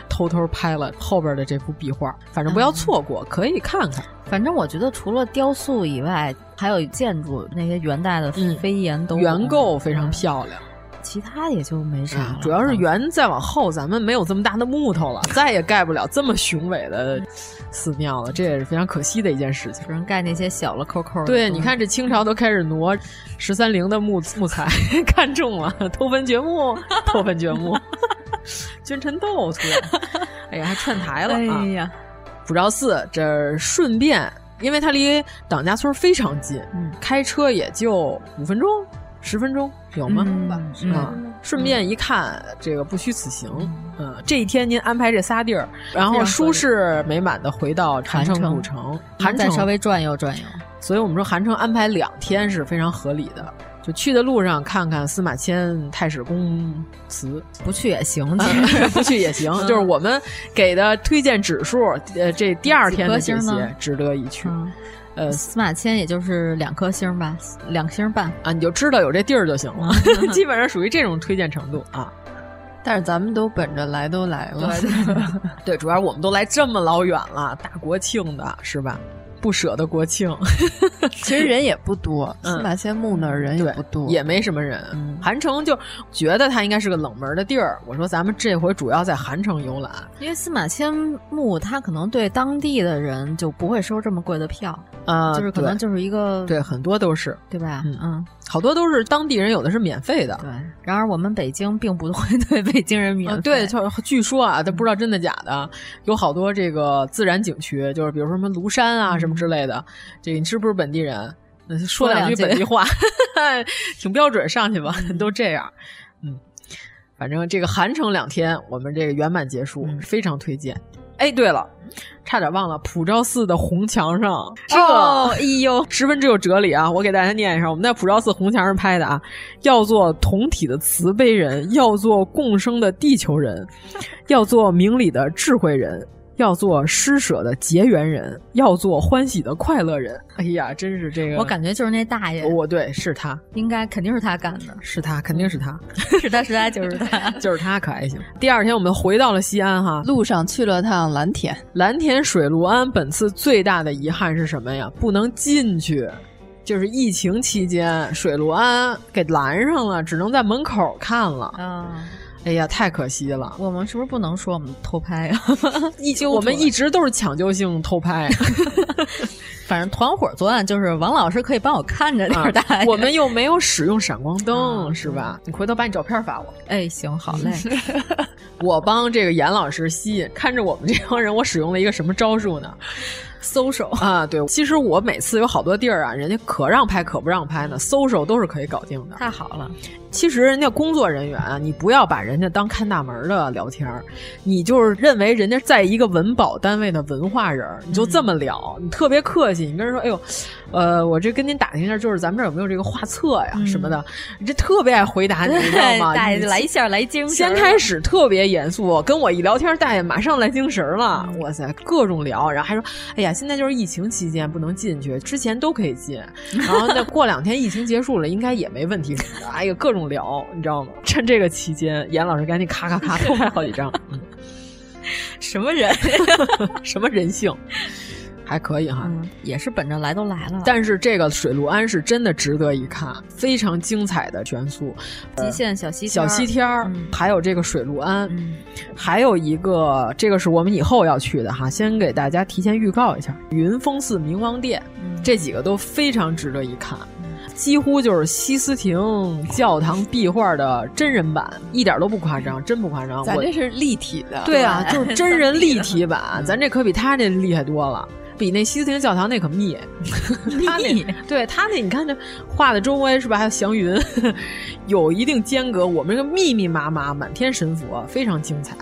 Speaker 8: 偷偷拍了后边的这幅壁画，反正不要错过，嗯、可以看看。
Speaker 7: 反正我觉得除了雕塑以外，还有建筑那些元代的飞檐斗
Speaker 8: 原嗯构非常漂亮。
Speaker 7: 嗯其他也就没啥了、嗯，
Speaker 8: 主要是元再往后，咱们没有这么大的木 头了，再也盖不了这么雄伟的寺庙了，这也是非常可惜的一件事情。
Speaker 7: 只能盖那些小了扣扣的。
Speaker 8: 对，你看这清朝都开始挪十三陵的木木材， 看中了，偷坟 掘墓，偷坟掘墓， 君臣斗出来，哎呀，还串台了、啊！
Speaker 7: 哎呀，
Speaker 8: 普照寺这顺便，因为它离党家村非常近，嗯、开车也就五分钟。十分钟有吗？
Speaker 9: 嗯、
Speaker 8: 啊，顺便一看，嗯、这个不虚此行。嗯，这一天您安排这仨地儿，然后舒适美满的回到韩城古城，韩
Speaker 7: 城稍微转悠 转悠。
Speaker 8: 所以我们说韩城安排两天是非常合理的。就去的路上看看司马迁太史公祠，
Speaker 7: 不去也 行，
Speaker 8: 不去也行。就是我们给的推荐指数，呃，这第二天的这些值得一去。嗯呃，
Speaker 7: 司马迁也就是两颗星吧，两星半
Speaker 8: 啊，你就知道有这地儿就行了，嗯、基本上属于这种推荐程度啊。
Speaker 9: 但是咱们都本着来都来了，
Speaker 8: 对，主要我们都来这么老远了，大国庆的是吧？不舍得国庆，
Speaker 9: 其实人也不多，司马迁墓那儿人也不多，
Speaker 8: 也没什么人。韩城就觉得它应该是个冷门的地儿，我说咱们这回主要在韩城游览，
Speaker 7: 因为司马迁墓他可能对当地的人就不会收这么贵的票
Speaker 8: 啊，
Speaker 7: 就是可能就是一个
Speaker 8: 对很多都是
Speaker 7: 对吧？嗯，
Speaker 8: 好多都是当地人，有的是免费的。
Speaker 7: 对，然而我们北京并不会 对北京人免
Speaker 8: 呃对，据说啊，但不知道真的假的，有好多这个自然景区，就是比如说什么庐山啊什么。之类的，这你是不是本地人？说 两句本地话，挺标准，上去吧，都这样。嗯，反正这个韩城两天，我们这个圆满结束，非常推荐。哎，对了，差点忘了，普照寺的红墙上，这
Speaker 7: 哦哎呦，
Speaker 8: 十分之有哲理啊！我给大家念一下，我们在普照寺红墙上拍的啊。要做同体的慈悲人，要做共生的地球人，要做明理的智慧人，要做施舍的结缘人，要做欢喜的快乐人。哎呀，真是这个，
Speaker 7: 我感觉就是那大爷，
Speaker 8: 我对是他，
Speaker 7: 应该肯定是他干 的，
Speaker 8: 是他，肯定是他，
Speaker 7: 是他，是他，就是他，
Speaker 8: 就是他，可还行。第二天我们回到了西安
Speaker 7: 嗯
Speaker 8: 哈，
Speaker 9: 路上去了趟蓝田，
Speaker 8: 蓝田水陆庵本次最大的遗憾是什么呀？不能进去。就是疫情期间，水陆庵给拦上了，只能在门口看了。
Speaker 7: 啊，
Speaker 8: 哎呀，太可惜了。
Speaker 7: 我们是不是不能说我们偷拍啊？
Speaker 8: 一我们一直都是抢救性偷拍。 啊
Speaker 7: 反正团伙作案，就是王老师可以帮我看着点儿大、啊
Speaker 8: 啊。我们又没有使用闪光灯，嗯、是吧？你回头把你照片发我。
Speaker 7: 哎，行，好 嘞。
Speaker 8: 我帮这个严老师吸引，看着我们这帮人，我使用了一个什么招数呢？
Speaker 7: 搜手
Speaker 8: 啊，对，其实我每次有好多地儿啊，人家可让拍可不让拍呢，搜手都是可以搞定的。
Speaker 7: 太好了，
Speaker 8: 其实人家工作人员啊，你不要把人家当看大门的聊天儿，你就是认为人家在一个文保单位的文化人，你就这么聊，嗯、你特别客气，你跟人说，哎呦，呃，我这跟您打听一下，就是咱们这有没有这个画册呀、嗯、什么的，你这特别爱回答，你知道 吗？
Speaker 7: 大爷来一下来精神，
Speaker 8: 先开始特别严肃，跟我一聊天，大爷马上来精神了，嗯、哇塞，各种聊，然后还说，哎呀。现在就是疫情期间不能进去，之前都可以 进。然后再过两天疫情结束了，应该也没问题。哎呀，各种聊，你知道吗？趁这个期间，严老师赶紧咔咔 咔偷拍好几张。嗯、
Speaker 7: 什么人？
Speaker 8: 什么人性？还可以哈，
Speaker 7: 嗯、也是本着来都来了。
Speaker 8: 但是这个水陆庵是真的值得一看，非常精彩的全素、
Speaker 7: 极限小西
Speaker 8: 小西天儿，
Speaker 7: 嗯、
Speaker 8: 还有这个水陆庵，嗯、还有一个这个是我们以后要去的哈，先给大家提前预告一下，云峰寺明王殿，
Speaker 7: 嗯
Speaker 8: 这几个都非常值得一看。几乎就是西斯廷教堂壁画的真人版，一点都不夸张，真不夸张。
Speaker 9: 咱这是立体的，
Speaker 8: 对啊，就是真人立体版， 咱这可比他这厉害多了。比那西斯廷教堂那可密，他 那对他那，你看这画的周围是吧？还有祥云， 有一定间隔。我们这个密密麻麻，满天神佛，非常精彩。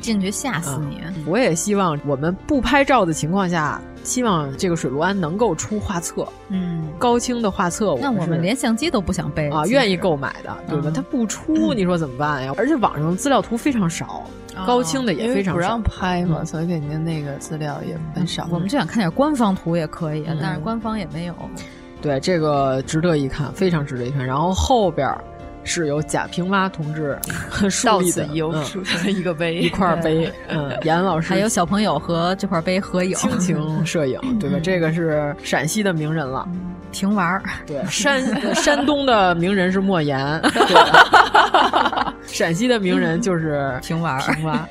Speaker 7: 进去吓死你、
Speaker 8: 嗯！我也希望我们不拍照的情况下，希望这个水陆庵能够出画册，
Speaker 7: 嗯，
Speaker 8: 高清的画册我。
Speaker 7: 那我们连相机都不想背
Speaker 8: 啊，愿意购买的，对吧？他、嗯、不出，你说怎么办呀？而且网上资料图非常少。
Speaker 7: 啊
Speaker 8: 高
Speaker 7: 哦
Speaker 8: 清的也非常
Speaker 9: 不让拍嘛，所以给您那个资料也很少。
Speaker 7: 嗯我们就想看点官方图也可以，啊
Speaker 8: 嗯
Speaker 7: 但是官方也没有。
Speaker 8: 对，这个值得一看，非常值得一看。然后后边是由贾平凹同志
Speaker 9: 到此一游， 一个碑，
Speaker 8: 嗯一块碑。嗯，严老师
Speaker 7: 还有小朋友和这块碑合影，
Speaker 8: 亲 情摄影，对吧？这个是陕西的名人了，
Speaker 7: 停玩儿。
Speaker 8: 对，山山东的名人是莫言。 陕西的名人就是
Speaker 7: 平娃，
Speaker 8: 平娃。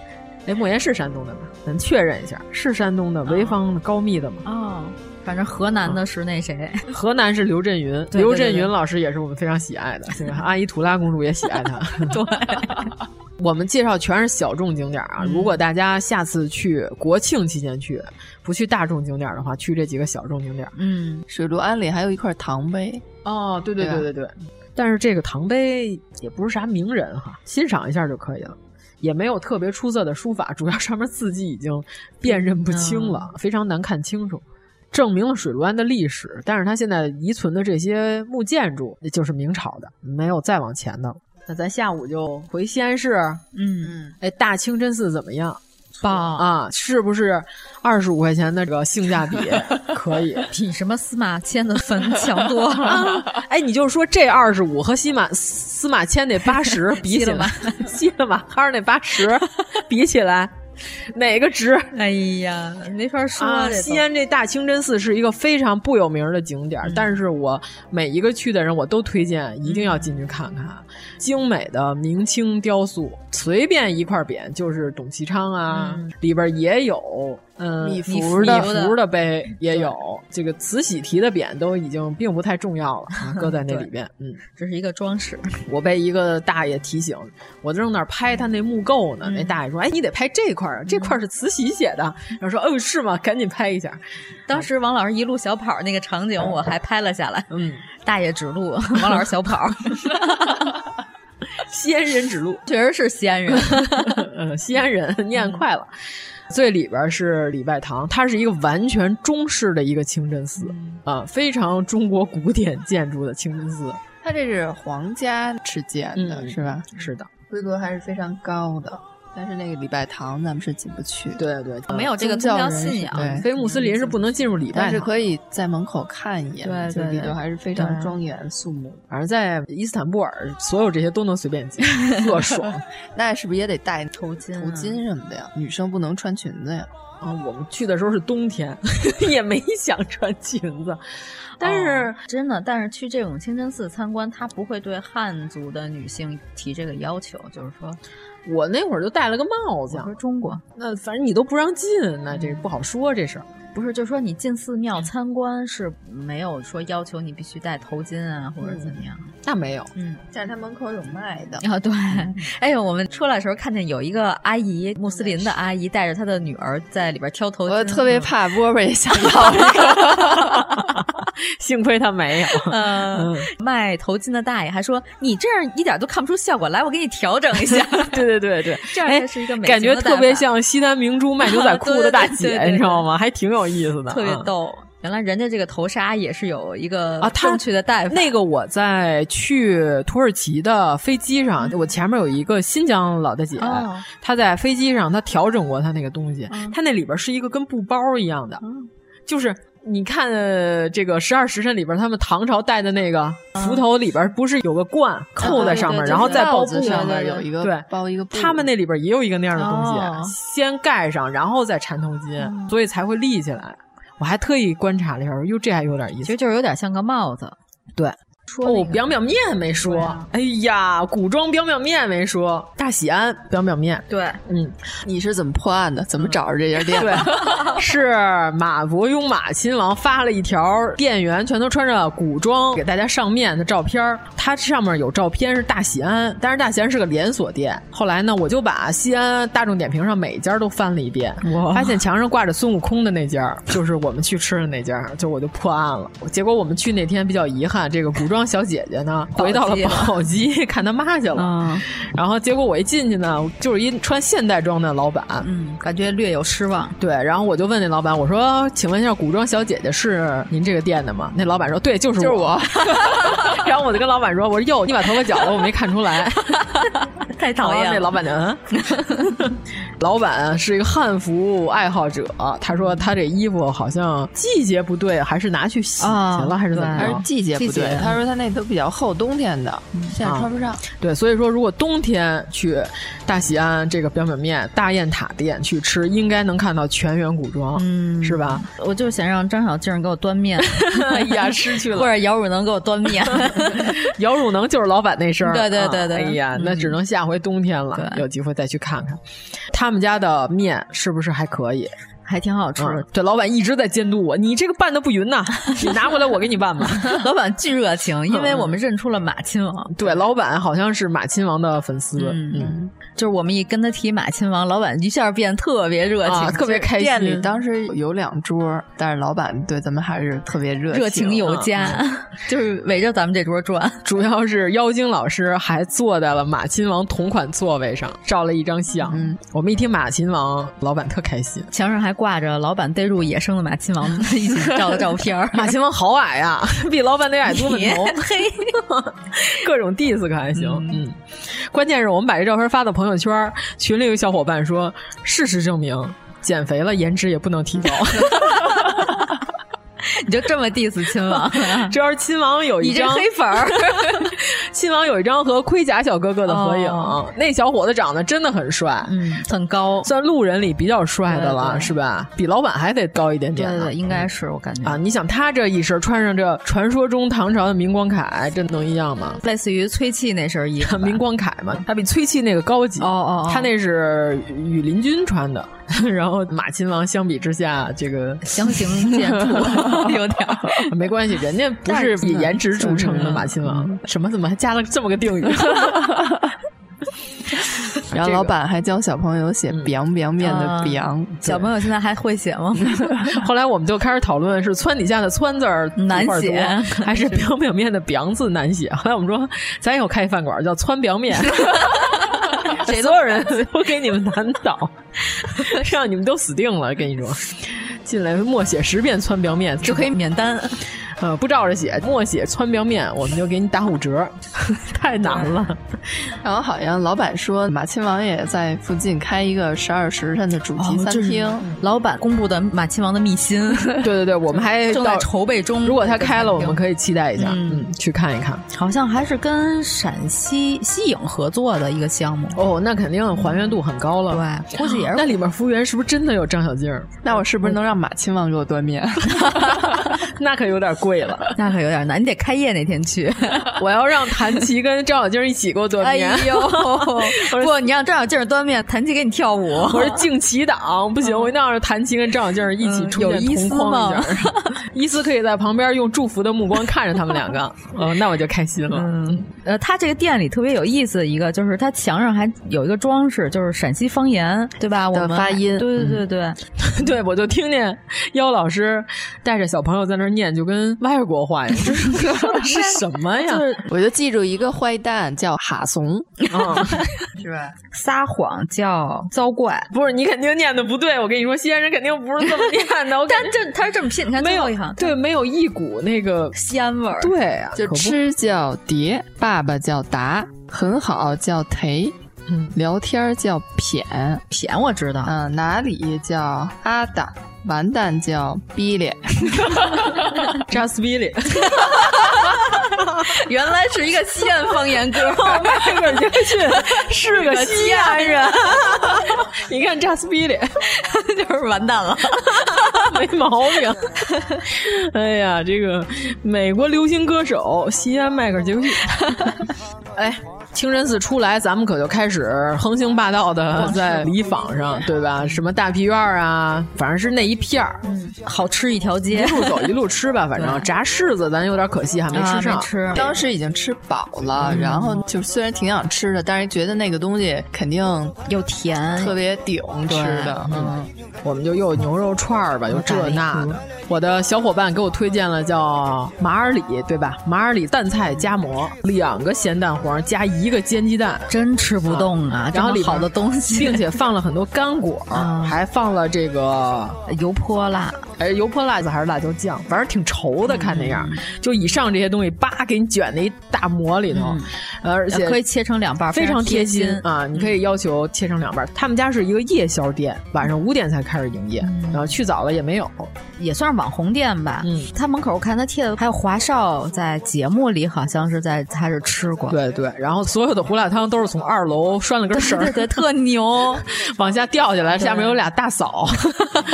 Speaker 8: 哎，莫言是山东的吧？咱确认一下，是山东的潍坊的高密的吗？
Speaker 7: 哦，反正河南的是那谁？
Speaker 8: 河南是刘震云，刘震云老师也是我们非常喜爱的，对吧？阿依图拉公主也喜爱他。
Speaker 7: 对，
Speaker 8: 我们介绍全是小众景点啊。如果大家下次去国庆期间去，不去大众景点的话，去这几个小众景点。
Speaker 7: 嗯，
Speaker 9: 水陆庵里还有一块唐碑。
Speaker 8: 哦，对对对对对。但是这个唐碑也不是啥名人哈，欣赏一下就可以了，也没有特别出色的书法，主要上面字迹已经辨认不清了，嗯、非常难看清楚，证明了水陆湾的历史。但是它现在遗存的这些木建筑就是明朝的，没有再往前的了。那咱下午就回西安市，
Speaker 7: 嗯嗯，
Speaker 8: 哎，大清真寺怎么样？
Speaker 7: 棒
Speaker 8: 啊！是不是二十五块钱的这个性价比可以
Speaker 7: 比什么司马迁的 坟强多了啊？
Speaker 8: 哎，你就说这二十五和司马司马迁那八十比起来， 西勒马哈那八十比起来。哪个值？
Speaker 7: 哎呀，没法说、
Speaker 8: 啊。西安这大清真寺是一个非常不有名的景点，嗯、但是我每一个去的人，我都推荐一定要进去看看。嗯、精美的明清雕塑，随便一块匾就是董其昌啊，
Speaker 7: 嗯、
Speaker 8: 里边也有。嗯，
Speaker 7: 米
Speaker 8: 芾的嗯芾的碑也有，这个慈禧题的匾都已经并不太重要了，啊搁 在那里边。嗯，
Speaker 7: 这是一个装饰。
Speaker 8: 我被一个大爷提醒，我正那儿拍他那木构呢，那大爷说：“哎，你得拍这块儿，这块儿是慈禧写的。”然后说：“哦，是吗？赶紧拍一下。”
Speaker 7: 当时王老师一路小跑那个场
Speaker 8: 啊
Speaker 7: 景，我还拍了下来。
Speaker 8: 嗯，
Speaker 7: 大爷指路，王老师小跑。
Speaker 8: 西安人指路，
Speaker 7: 确实是西 安人，
Speaker 8: 嗯，西安人念快了。最里边是礼拜堂，它是一个完全中式的一个清真寺、嗯、啊，非常中国古典建筑的清真寺。
Speaker 9: 它这是皇家敕建的、嗯，是吧？
Speaker 8: 是的，
Speaker 9: 规格还是非常高的。但是那个礼拜堂咱们是进不去，
Speaker 8: 对对，
Speaker 7: 没有这个宗教信仰，
Speaker 8: 非穆斯林
Speaker 9: 嗯
Speaker 8: 是不能进入礼拜堂，
Speaker 9: 但是可以在门口看一眼，
Speaker 8: 对
Speaker 9: 对，里头还是非常庄严肃穆。
Speaker 8: 反正，在伊斯坦布尔，所有这些都能随便 进，特爽。
Speaker 9: 那是不是也得戴
Speaker 7: 头巾、
Speaker 9: 啊、头巾什么的呀？女生不能穿裙子呀。
Speaker 8: 啊，我们去的时候是冬天， 也没想穿裙子。
Speaker 7: 但是、哦、真的，但是去这种清真寺参观，他不会对汉族的女性提这个要求，就是说。
Speaker 8: 我那会儿就戴了个帽
Speaker 9: 啊
Speaker 8: 子。啊
Speaker 7: 说中国，
Speaker 8: 那反正你都不让进，那这不好说这事儿。
Speaker 7: 不是，就说你进寺庙
Speaker 9: 嗯
Speaker 7: 参观是没有说要求你必须戴头巾啊，或者怎么样、嗯？
Speaker 8: 那没有，
Speaker 7: 嗯。
Speaker 9: 但是他门口有卖的嗯
Speaker 7: 啊、哦，对。哎呦，我们出来的时候看见有一个阿姨，穆斯林的阿姨带着她的女儿在里边挑头巾，
Speaker 9: 我特别怕波波也想到这个，
Speaker 8: 幸亏他没有。
Speaker 7: 嗯，卖头巾的大爷还说：“你这样一点都看不出效果，来，我给你调整一 下。”
Speaker 8: 对对对对，
Speaker 7: 这样是一个美、哎，
Speaker 8: 感觉特别像西单明珠卖牛 仔裤的大姐，
Speaker 7: 对对对
Speaker 8: 你知道吗？还挺有。有意思的，
Speaker 7: 特别逗。嗯、原来人家这个头纱也是有一个
Speaker 8: 啊，
Speaker 7: 正确的戴法。
Speaker 8: 那个我在去土耳其的飞机上，嗯、我前面有一个新疆老大姐，哦、她在飞机上她调整过她那个东西，嗯、她那里边是一个跟布包一样的，就是。你看这个《十二时辰》里边，他们唐朝戴的那个斧头里边，不是有个冠扣在上面，
Speaker 9: 啊、对对对
Speaker 8: 然后再包布
Speaker 9: 上面有一个
Speaker 8: 对
Speaker 9: 包一个布。
Speaker 8: 他们那里边也有一个那样的东西，哦、先盖上，然后再缠头巾，嗯、所以才会立起来。我还特意观察了一下，哟，这还有点意思，
Speaker 7: 其实就是有点像个帽子。
Speaker 8: 对，
Speaker 7: 说、那个、
Speaker 8: 哦，表表面没说，啊、哎呀，古装表表面没说，大喜安表表面，
Speaker 7: 对，
Speaker 8: 嗯，
Speaker 9: 你是怎么破案的？怎么找着这家 店？
Speaker 8: 对。 是马伯庸马亲王发了一条，店员全都穿着古装给大家上面的照片他上面有照片是大喜安，但是大喜安是个连锁店。后来呢，我就把西安大众点评上每一家都翻了一遍，发现墙上挂着孙悟空的那家，就是我们去吃的那家，就我就破案了。结果我们去那天比较遗憾，这个古装小姐姐 呢回到了宝鸡 看她妈去了。嗯、然后结果我一进去呢，就是一穿现代装的老板，
Speaker 7: 嗯，感觉略有失望。
Speaker 8: 对，然后我就。就问那老板，我说：“请问一下，古装小姐姐是您这个店的吗？”那老板说：“对，就是
Speaker 9: 就是我。”
Speaker 8: 然后我就跟老板说：“我说哟，你把头发绞了，我没看出来，
Speaker 7: 太讨 厌了。”
Speaker 8: 那老板嗯， 老板是一个汉服爱好者，他说他这衣服好像季节不对，还是拿去洗去了，
Speaker 9: 啊、
Speaker 8: 还是怎么着？
Speaker 9: 还是季节不对？他说他那都比较厚，冬天的、嗯、现在穿不上、啊。
Speaker 8: 对，所以说如果冬天去大喜安这个表表面大雁塔店去吃，应该能看到全员古。装嗯，是吧？
Speaker 7: 我就想让张小静给我端面，
Speaker 8: 哎 呀，失去了，
Speaker 7: 或者姚汝能给我端 面。
Speaker 8: 姚汝能就是老板那身儿，
Speaker 7: 对对对对。
Speaker 8: 哎呀，那只能下回冬天了，有机会再去看看。他们家的面是不是还可以？
Speaker 7: 还挺好吃。
Speaker 8: 这老板一直在监督我，你这个拌的不匀呐，你拿过来我给你拌吧。
Speaker 7: 老板巨热情，因
Speaker 8: 嗯
Speaker 7: 为我们认出了马亲王。
Speaker 8: 对，老板好像是马亲王的粉丝。嗯。
Speaker 7: 就是我们一跟他提马亲王，老板一下变特别热情，啊、
Speaker 8: 特别开心。
Speaker 9: 店里当时有两桌，但是老板对咱们还是特别热
Speaker 7: 热情有加，嗯、 就是围着咱们这桌转。
Speaker 8: 主要是妖精老师还坐在了马亲王同款座位上，照了一张相。嗯，我们一听马亲王，老板特开心。
Speaker 7: 墙上还挂着老板逮住野生的马亲王 一起照的照 片。
Speaker 8: 马亲王好矮呀、啊， 比老板得矮多很 头。
Speaker 7: 嘿，
Speaker 8: 各种 diss 可还行。嗯,嗯，关键是我们把这照片发到朋。朋友圈群里有小伙伴说：“事实证明，减肥了颜值也不 能提高。”
Speaker 7: 你就这么 diss 亲 王？
Speaker 8: 主要是亲王有一张
Speaker 7: 黑粉儿，
Speaker 8: 亲王有一张和盔甲小哥哥的合影，哦、那小伙子长得真的很帅，
Speaker 7: 嗯，很高，
Speaker 8: 算路人里比较帅的了，
Speaker 7: 对对
Speaker 8: 是吧？比老板还得高一点点、啊，
Speaker 7: 对,对对，应该是我感觉
Speaker 8: 啊。你想他这一身穿上这传说中唐朝的明光铠，这能一样吗？
Speaker 7: 类似于崔气那身衣服，
Speaker 8: 明光铠嘛，他比崔气那个高级，
Speaker 7: 哦,哦哦，
Speaker 8: 他那是羽林军穿的。 然后马亲王相比之下，这个
Speaker 7: 相形见 绌， 有点
Speaker 8: 没关系，人家不是以颜值著
Speaker 7: 嗯
Speaker 8: 称的马亲王，什么怎么还加了这么个定语？
Speaker 9: 然后老板还教小朋友写 biang biang 面的 biang，
Speaker 7: 嗯啊小朋友现在还会写 吗？
Speaker 8: 后来我们就开始讨论是川底下的川字儿
Speaker 7: 难写，
Speaker 8: 还是 biang biang 面的 biang 字难写。后来我们说，咱以后开一饭馆叫川 biang 面，所有人都给你们难倒，让你们都死定了。跟你说，进来默写十遍川 biang 面
Speaker 7: 就可以免单。
Speaker 8: 呃，不照着写，默写川标面，我们就给你打五折， 太难了。
Speaker 9: 然后好像老板说，马亲王爷在附近开一个十二时辰的主题餐厅。哦、
Speaker 7: 老板公布的马亲王的秘辛，
Speaker 8: 对对对，我们还
Speaker 7: 正在筹备中。
Speaker 8: 如果他开了，我们可以期待一下，嗯，去看一看。
Speaker 7: 好像还是跟陕西西影合作的一个项目。
Speaker 8: 哦，那肯定还原度很高了。哎
Speaker 7: 嗯、对，估计也是。
Speaker 8: 那里面服务员是不是真的有张小静？嗯
Speaker 9: 那我是不是能让马亲王给我端面？
Speaker 8: 那可有点。贵了，
Speaker 7: 那可有点难，你得开业那天去。
Speaker 8: 我要让谭琪跟张小静一起给我端面。
Speaker 7: 哎呦，不，你让张小静端面， 谭琪给你跳舞。
Speaker 8: 我说敬祈
Speaker 9: 嗯
Speaker 8: 祷，不行，我一定要让谭琪跟张小静一起出现、嗯、
Speaker 7: 有伊斯
Speaker 8: 吗？伊斯可以在旁边用祝福的目光看着他们 两个。哦，那我就开心了。
Speaker 7: 嗯，呃，他这个店里特别有意思的一个，就是他墙上还有一个装饰，就是陕西方言，对吧？我们
Speaker 9: 发音，
Speaker 7: 对对对对，
Speaker 8: 嗯、 对我就听见妖老师带着小朋友在那念，就跟。外国话呀， 这是什么呀？
Speaker 9: 就是我就记住一个坏蛋叫哈怂，
Speaker 8: 嗯、
Speaker 7: 是吧？撒谎叫糟怪，
Speaker 8: 不是你肯定念的不对。我跟你说，西安人肯定不是这么念的。我
Speaker 7: 但这他是这么拼，你看
Speaker 8: 没有
Speaker 7: 一行，
Speaker 8: 对，没有一股那个
Speaker 7: 西安味儿。
Speaker 8: 对啊，
Speaker 9: 就吃叫碟，爸爸叫达，很好叫忒。嗯，聊天叫谝
Speaker 7: 谝，我知道。
Speaker 9: 嗯，哪里叫阿达？完蛋叫逼脸
Speaker 8: ，just 逼脸。
Speaker 7: 原来是一个西安方言 歌，
Speaker 8: 迈克尔·杰克逊 是个西安人。 你看 just 逼 脸，
Speaker 7: 就是完蛋了，
Speaker 8: 没毛 病。哎呀，这个美国流行歌手西安迈克尔·杰克逊， 哎。清真寺出来，咱们可就开始横行霸道的在里坊上，对吧？什么大皮院啊，反正是那一片儿，
Speaker 7: 嗯，好吃一条街，
Speaker 8: 一路走一路吃吧。反正炸柿子咱有点可惜，还没吃上。啊、
Speaker 7: 吃
Speaker 9: 当时已经吃饱了，嗯、然后就虽然挺想吃的，但是觉得那个东西肯定
Speaker 7: 又甜，
Speaker 9: 特别顶吃的。嗯，
Speaker 8: 我们就又牛肉串儿吧，又这那的。我的小伙伴给我推荐了叫马尔里，对吧？马尔里蛋菜夹馍，两个咸蛋黄加一。一个煎鸡蛋
Speaker 7: 真吃不动啊，
Speaker 8: 嗯然后里
Speaker 7: 好的东西，
Speaker 8: 并且放了很多干果，还放了这个
Speaker 7: 油泼辣，
Speaker 8: 哎，油泼辣子还是辣椒酱，反正挺稠的，看那样。就以上这些东西，叭给你卷在一大馍里头，呃而且
Speaker 7: 可以切成两半，
Speaker 8: 非
Speaker 7: 常
Speaker 8: 贴
Speaker 7: 心嗯
Speaker 8: 啊！你可以要求切成两半。他们家是一个夜宵店，晚上五点才开始营业，
Speaker 7: 嗯
Speaker 8: 然后去早了也没有，
Speaker 7: 也算是网红店吧。嗯，他门口我看他贴的，还有华少在节目里好像是在他是吃过，
Speaker 8: 对对，然后。所有的胡辣汤都是从二楼拴了根绳儿，
Speaker 7: 对,对对，特牛，
Speaker 8: 往下掉下来，下面有俩 大嫂，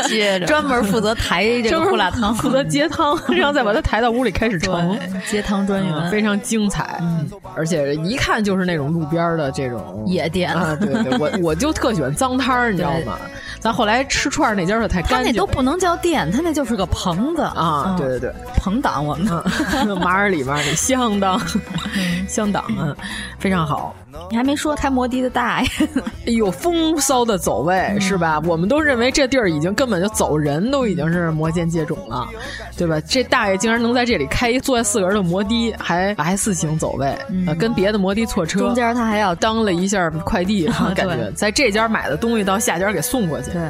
Speaker 9: 接着
Speaker 7: 专门负责抬 这个胡辣汤，
Speaker 8: 负责接汤， 然后再把它抬到屋里开始盛，
Speaker 7: 接汤专员、嗯，
Speaker 8: 非常精彩，嗯、而且一看就是那种路边的这种
Speaker 7: 野店
Speaker 8: 啊，对对，我我就特喜欢脏摊儿，你知道吗？咱后来吃串那家就太干
Speaker 7: 净，他那都不能嗯叫店，他那就是个棚子
Speaker 8: 啊，对对对，
Speaker 7: 棚档我们、
Speaker 8: 嗯、马尔里马尔里相当相当
Speaker 7: 嗯
Speaker 8: 啊。非常好，
Speaker 7: 你还没说开摩的的 大爷，
Speaker 8: 哎呦，风骚的走位、嗯、是吧？我们都认为这地儿已经根本就走人，都已经是摩肩接踵了，对吧？这大爷竟然能在这里开一坐在四个人的摩的，还 S 型走位，嗯呃、跟别的摩的错车，
Speaker 7: 中间他还要
Speaker 8: 当了一下快 递，啊、感觉在这家买的东西到下家给送过去。
Speaker 7: 对。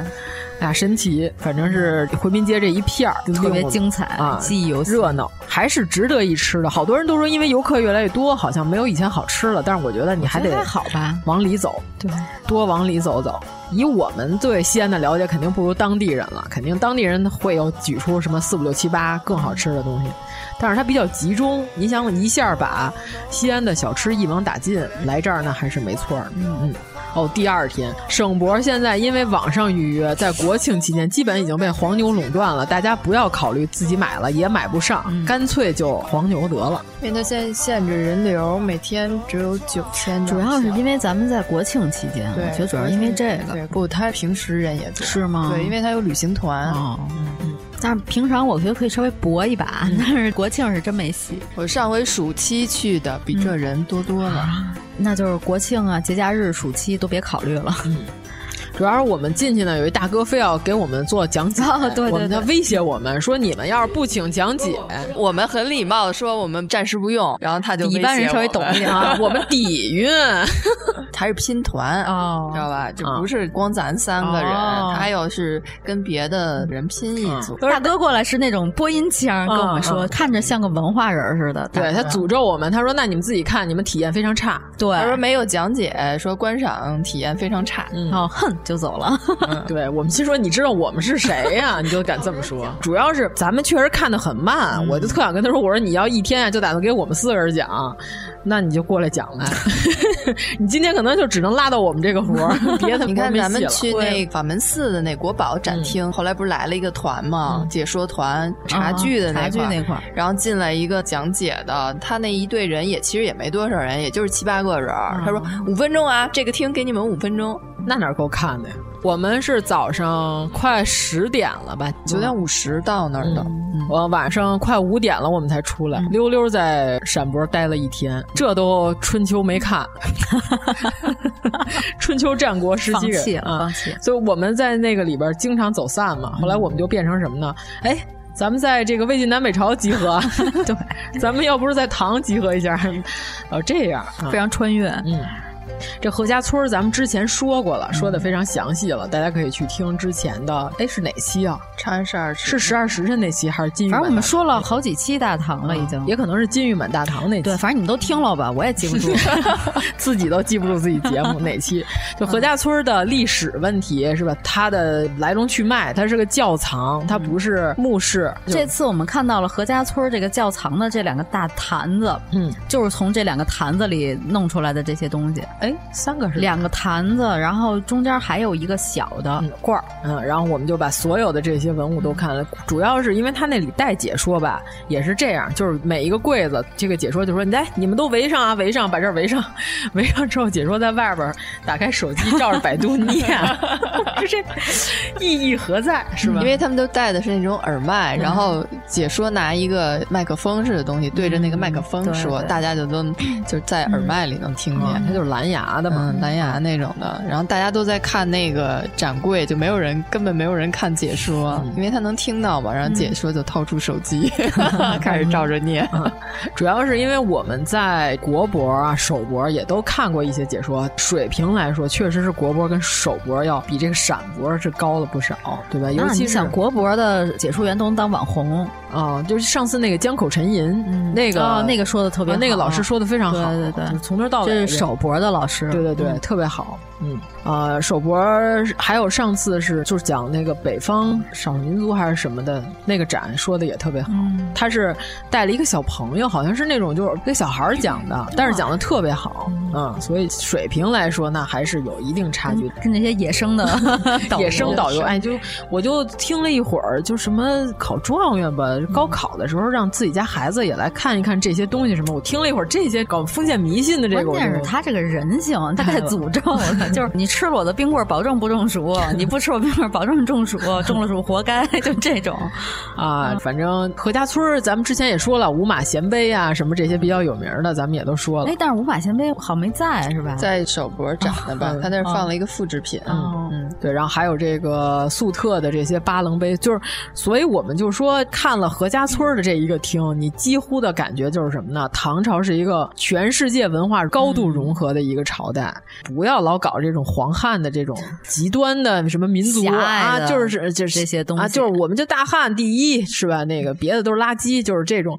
Speaker 8: 啊，神奇！反正是回民街这一片儿
Speaker 7: 特别精彩
Speaker 8: 啊，
Speaker 7: 记忆犹新，
Speaker 8: 热闹还是值得一吃的。好多人都说，因为游客越来越多，好像没有以前好吃了。但是我觉得你还得
Speaker 7: 还好吧，
Speaker 8: 往里走，
Speaker 7: 对，
Speaker 8: 多往里走走。以我们对西安的了解，肯定不如当地人了。肯定当地人会有举出什么四五六七八更好吃的东西，但是它比较集中。你想一下把西安的小吃一网打尽，来这儿呢还是没错的。嗯嗯。哦，第二天，省博现在因为网上预约，在国庆期间基本已经被黄牛垄断了。大家不要考虑自己买了，也买不上，嗯、干脆就黄牛得了。
Speaker 9: 因为它现在限制人流，每天只有九千。
Speaker 7: 主要是因为咱们在国庆期间，我觉得主要因为这个。
Speaker 9: 对不，他平时人也多，
Speaker 7: 是吗？
Speaker 9: 对，因为他有旅行团。
Speaker 7: 哦嗯但是平常我觉得可以稍微搏一把，嗯、但是国庆是真没戏。
Speaker 9: 我上回暑期去的，比这人多多了。
Speaker 7: 嗯啊、那就是国庆啊、节假日、暑期都别考虑了。嗯
Speaker 8: 主要是我们进去呢，有一大哥非要给我们做讲解，
Speaker 7: 哦、对对对
Speaker 8: 我们他威胁我们说：“你们要是不请讲解，哎
Speaker 9: 我们很礼貌的说我们暂时不用。”然后他就
Speaker 7: 一般人稍微懂一点 啊，
Speaker 8: 我们底蕴。
Speaker 9: 他是拼团啊
Speaker 7: 哦，
Speaker 9: 知道吧？就不是光咱三个人，
Speaker 7: 哦、
Speaker 9: 他又是跟别的人拼一组。
Speaker 7: 嗯、大哥过来是那种播音腔跟我们说，嗯、看着像个文化人似的。
Speaker 8: 对他诅咒我们，他说：“那你们自己看，你们体验非常差。”
Speaker 7: 对，
Speaker 9: 他说没有讲解，说观赏体验非常差。
Speaker 8: 嗯、
Speaker 7: 哦，哼。就走了，
Speaker 8: 嗯、对我们心说你知道我们是谁呀、啊？你就敢这么说？主要是咱们确实看的很慢，嗯、我就特想跟他说，我说你要一天啊，就打算给我们四个人讲，那你就过来讲来。你今天可能就只能拉到我们这个活儿，别的
Speaker 9: 你看咱们去那法门寺的那国宝展厅，嗯、后来不是来了一个团吗？
Speaker 7: 嗯
Speaker 9: 解说团茶具的
Speaker 7: 茶具那块儿，
Speaker 9: 然后进来一个讲解的，他那一队人也其实也没多少人，也就是七八个人。
Speaker 7: 嗯
Speaker 9: 他说五分钟啊，这个厅给你们五分钟。
Speaker 8: 那哪够看的呀？我们是早上快十点了吧，
Speaker 9: 九点五十到那儿的。
Speaker 7: 嗯
Speaker 8: 我晚上快五点了，我们才出来，溜溜在陕博待了一天，这都春秋没 看，春秋战国时期人
Speaker 7: 啊，放弃。
Speaker 8: 所以我们在那个里边经常走散嘛。后来我们就变成什么呢？哎，咱们在这个魏晋南北朝集 合，
Speaker 7: 对，
Speaker 8: 咱们要不是在唐集合一下，哦，这样
Speaker 7: 非常穿越，
Speaker 8: 嗯。这何家村儿，咱们之前说过了，
Speaker 7: 嗯
Speaker 8: 说的非常详细了，大家可以去听之前的。哎，是哪期啊？
Speaker 9: 长安十二时
Speaker 8: 是十二时辰那期还是金玉？
Speaker 7: 反正我们说了嗯好几期大唐了，已经，
Speaker 8: 也可能是金玉满大唐那期。
Speaker 7: 对，反正你们都听了吧，我也记不 住，
Speaker 8: 自己都记不住自己节 目哪期。
Speaker 7: 嗯
Speaker 8: 就何家村的历史问题是吧？它的来龙去脉，它是个窖藏，它不是墓室。
Speaker 7: 嗯这次我们看到了何家村这个窖藏的这两个大坛子，
Speaker 8: 嗯，
Speaker 7: 就是从这两个坛子里弄出来的这些东西。
Speaker 8: 哎。三个是
Speaker 7: 两个坛子，然后中间还有一个小的罐儿、
Speaker 8: 嗯，嗯，然后我们就把所有的这些文物都看了。主要是因为他那里带解说吧，也是这样，就是每一个柜子，这个解说就说：“来，你们都围上啊，围上，把这儿围上， 围上之后，解说在外边打开手机照着百度念， 这意义何在？是吧？嗯
Speaker 9: 因为他们都戴的是那种耳麦，然后解说拿一个麦克风似的东西对着那个麦克风说，
Speaker 7: 嗯、对对
Speaker 9: 大家就都 就在耳麦里能听见，
Speaker 8: 它、嗯、就是蓝牙。”牙的嘛，
Speaker 9: 嗯，蓝牙那种的，然后大家都在看那个展柜，就没有人，根本没有人看解说，
Speaker 8: 嗯
Speaker 9: 因为他能听到嘛，然后解说就掏出手机、嗯、 开始照着念、嗯嗯。
Speaker 8: 主要是因为我们在国博啊、首博也都看过一些解说，水平来说确实是国博跟首博要比这个陕博是高了不少，对吧？尤其
Speaker 7: 想国博的解说员都能当网红
Speaker 8: 啊，就是上次那个江口沉吟那个、
Speaker 7: 哦、那个说的特别好、啊，
Speaker 8: 那个老师说的非常好，
Speaker 7: 对对对，
Speaker 8: 从头到尾
Speaker 7: 这是首博的老师。
Speaker 8: 对对对，嗯、特别好。嗯，呃，首博还有上次是就是讲那个北方少数民族还是什么的那个展，说的也特别好。嗯、他是带了一个小朋友，好像是那种就是给小孩讲的，嗯、但是讲的特别好。嗯，所以水平来说，那还是有一定差距的。
Speaker 7: 跟那些野生 的
Speaker 8: 野生导游，哎，就我就听了一会儿，就什么考状元吧，高
Speaker 7: 嗯
Speaker 8: 考的时候让自己家孩子也来看一看这些东西什么。我听了一会儿这些搞封建迷信的这个，
Speaker 7: 关键是他这个人 性太诅咒了。就是你吃了我的冰棍，保证不中 暑；你不吃我冰棍，保证中暑。中了暑活该， 就这种
Speaker 8: 啊。
Speaker 7: 嗯
Speaker 8: 反正何家村，咱们之前也说了，五马衔杯啊，什么这些比较有名的，咱们也都说了。
Speaker 7: 哎，但是五马衔杯好没在是吧？
Speaker 9: 在首博展的吧，他那放了一个复制品。
Speaker 8: 啊
Speaker 7: 哦
Speaker 8: 嗯，对，然后还有这个粟特的这些八棱杯，就是，所以我们就说看了何家村的这一个厅，你几乎的感觉就是什么呢？唐朝是一个全世界文化高
Speaker 7: 嗯
Speaker 8: 度融合的一个朝代，不要老搞。这种黄汉的这种极端的什么民族啊，就是就是
Speaker 7: 这些东西
Speaker 8: 啊，就是我们就大汉第一 是吧？那个别的都是垃圾，就是这种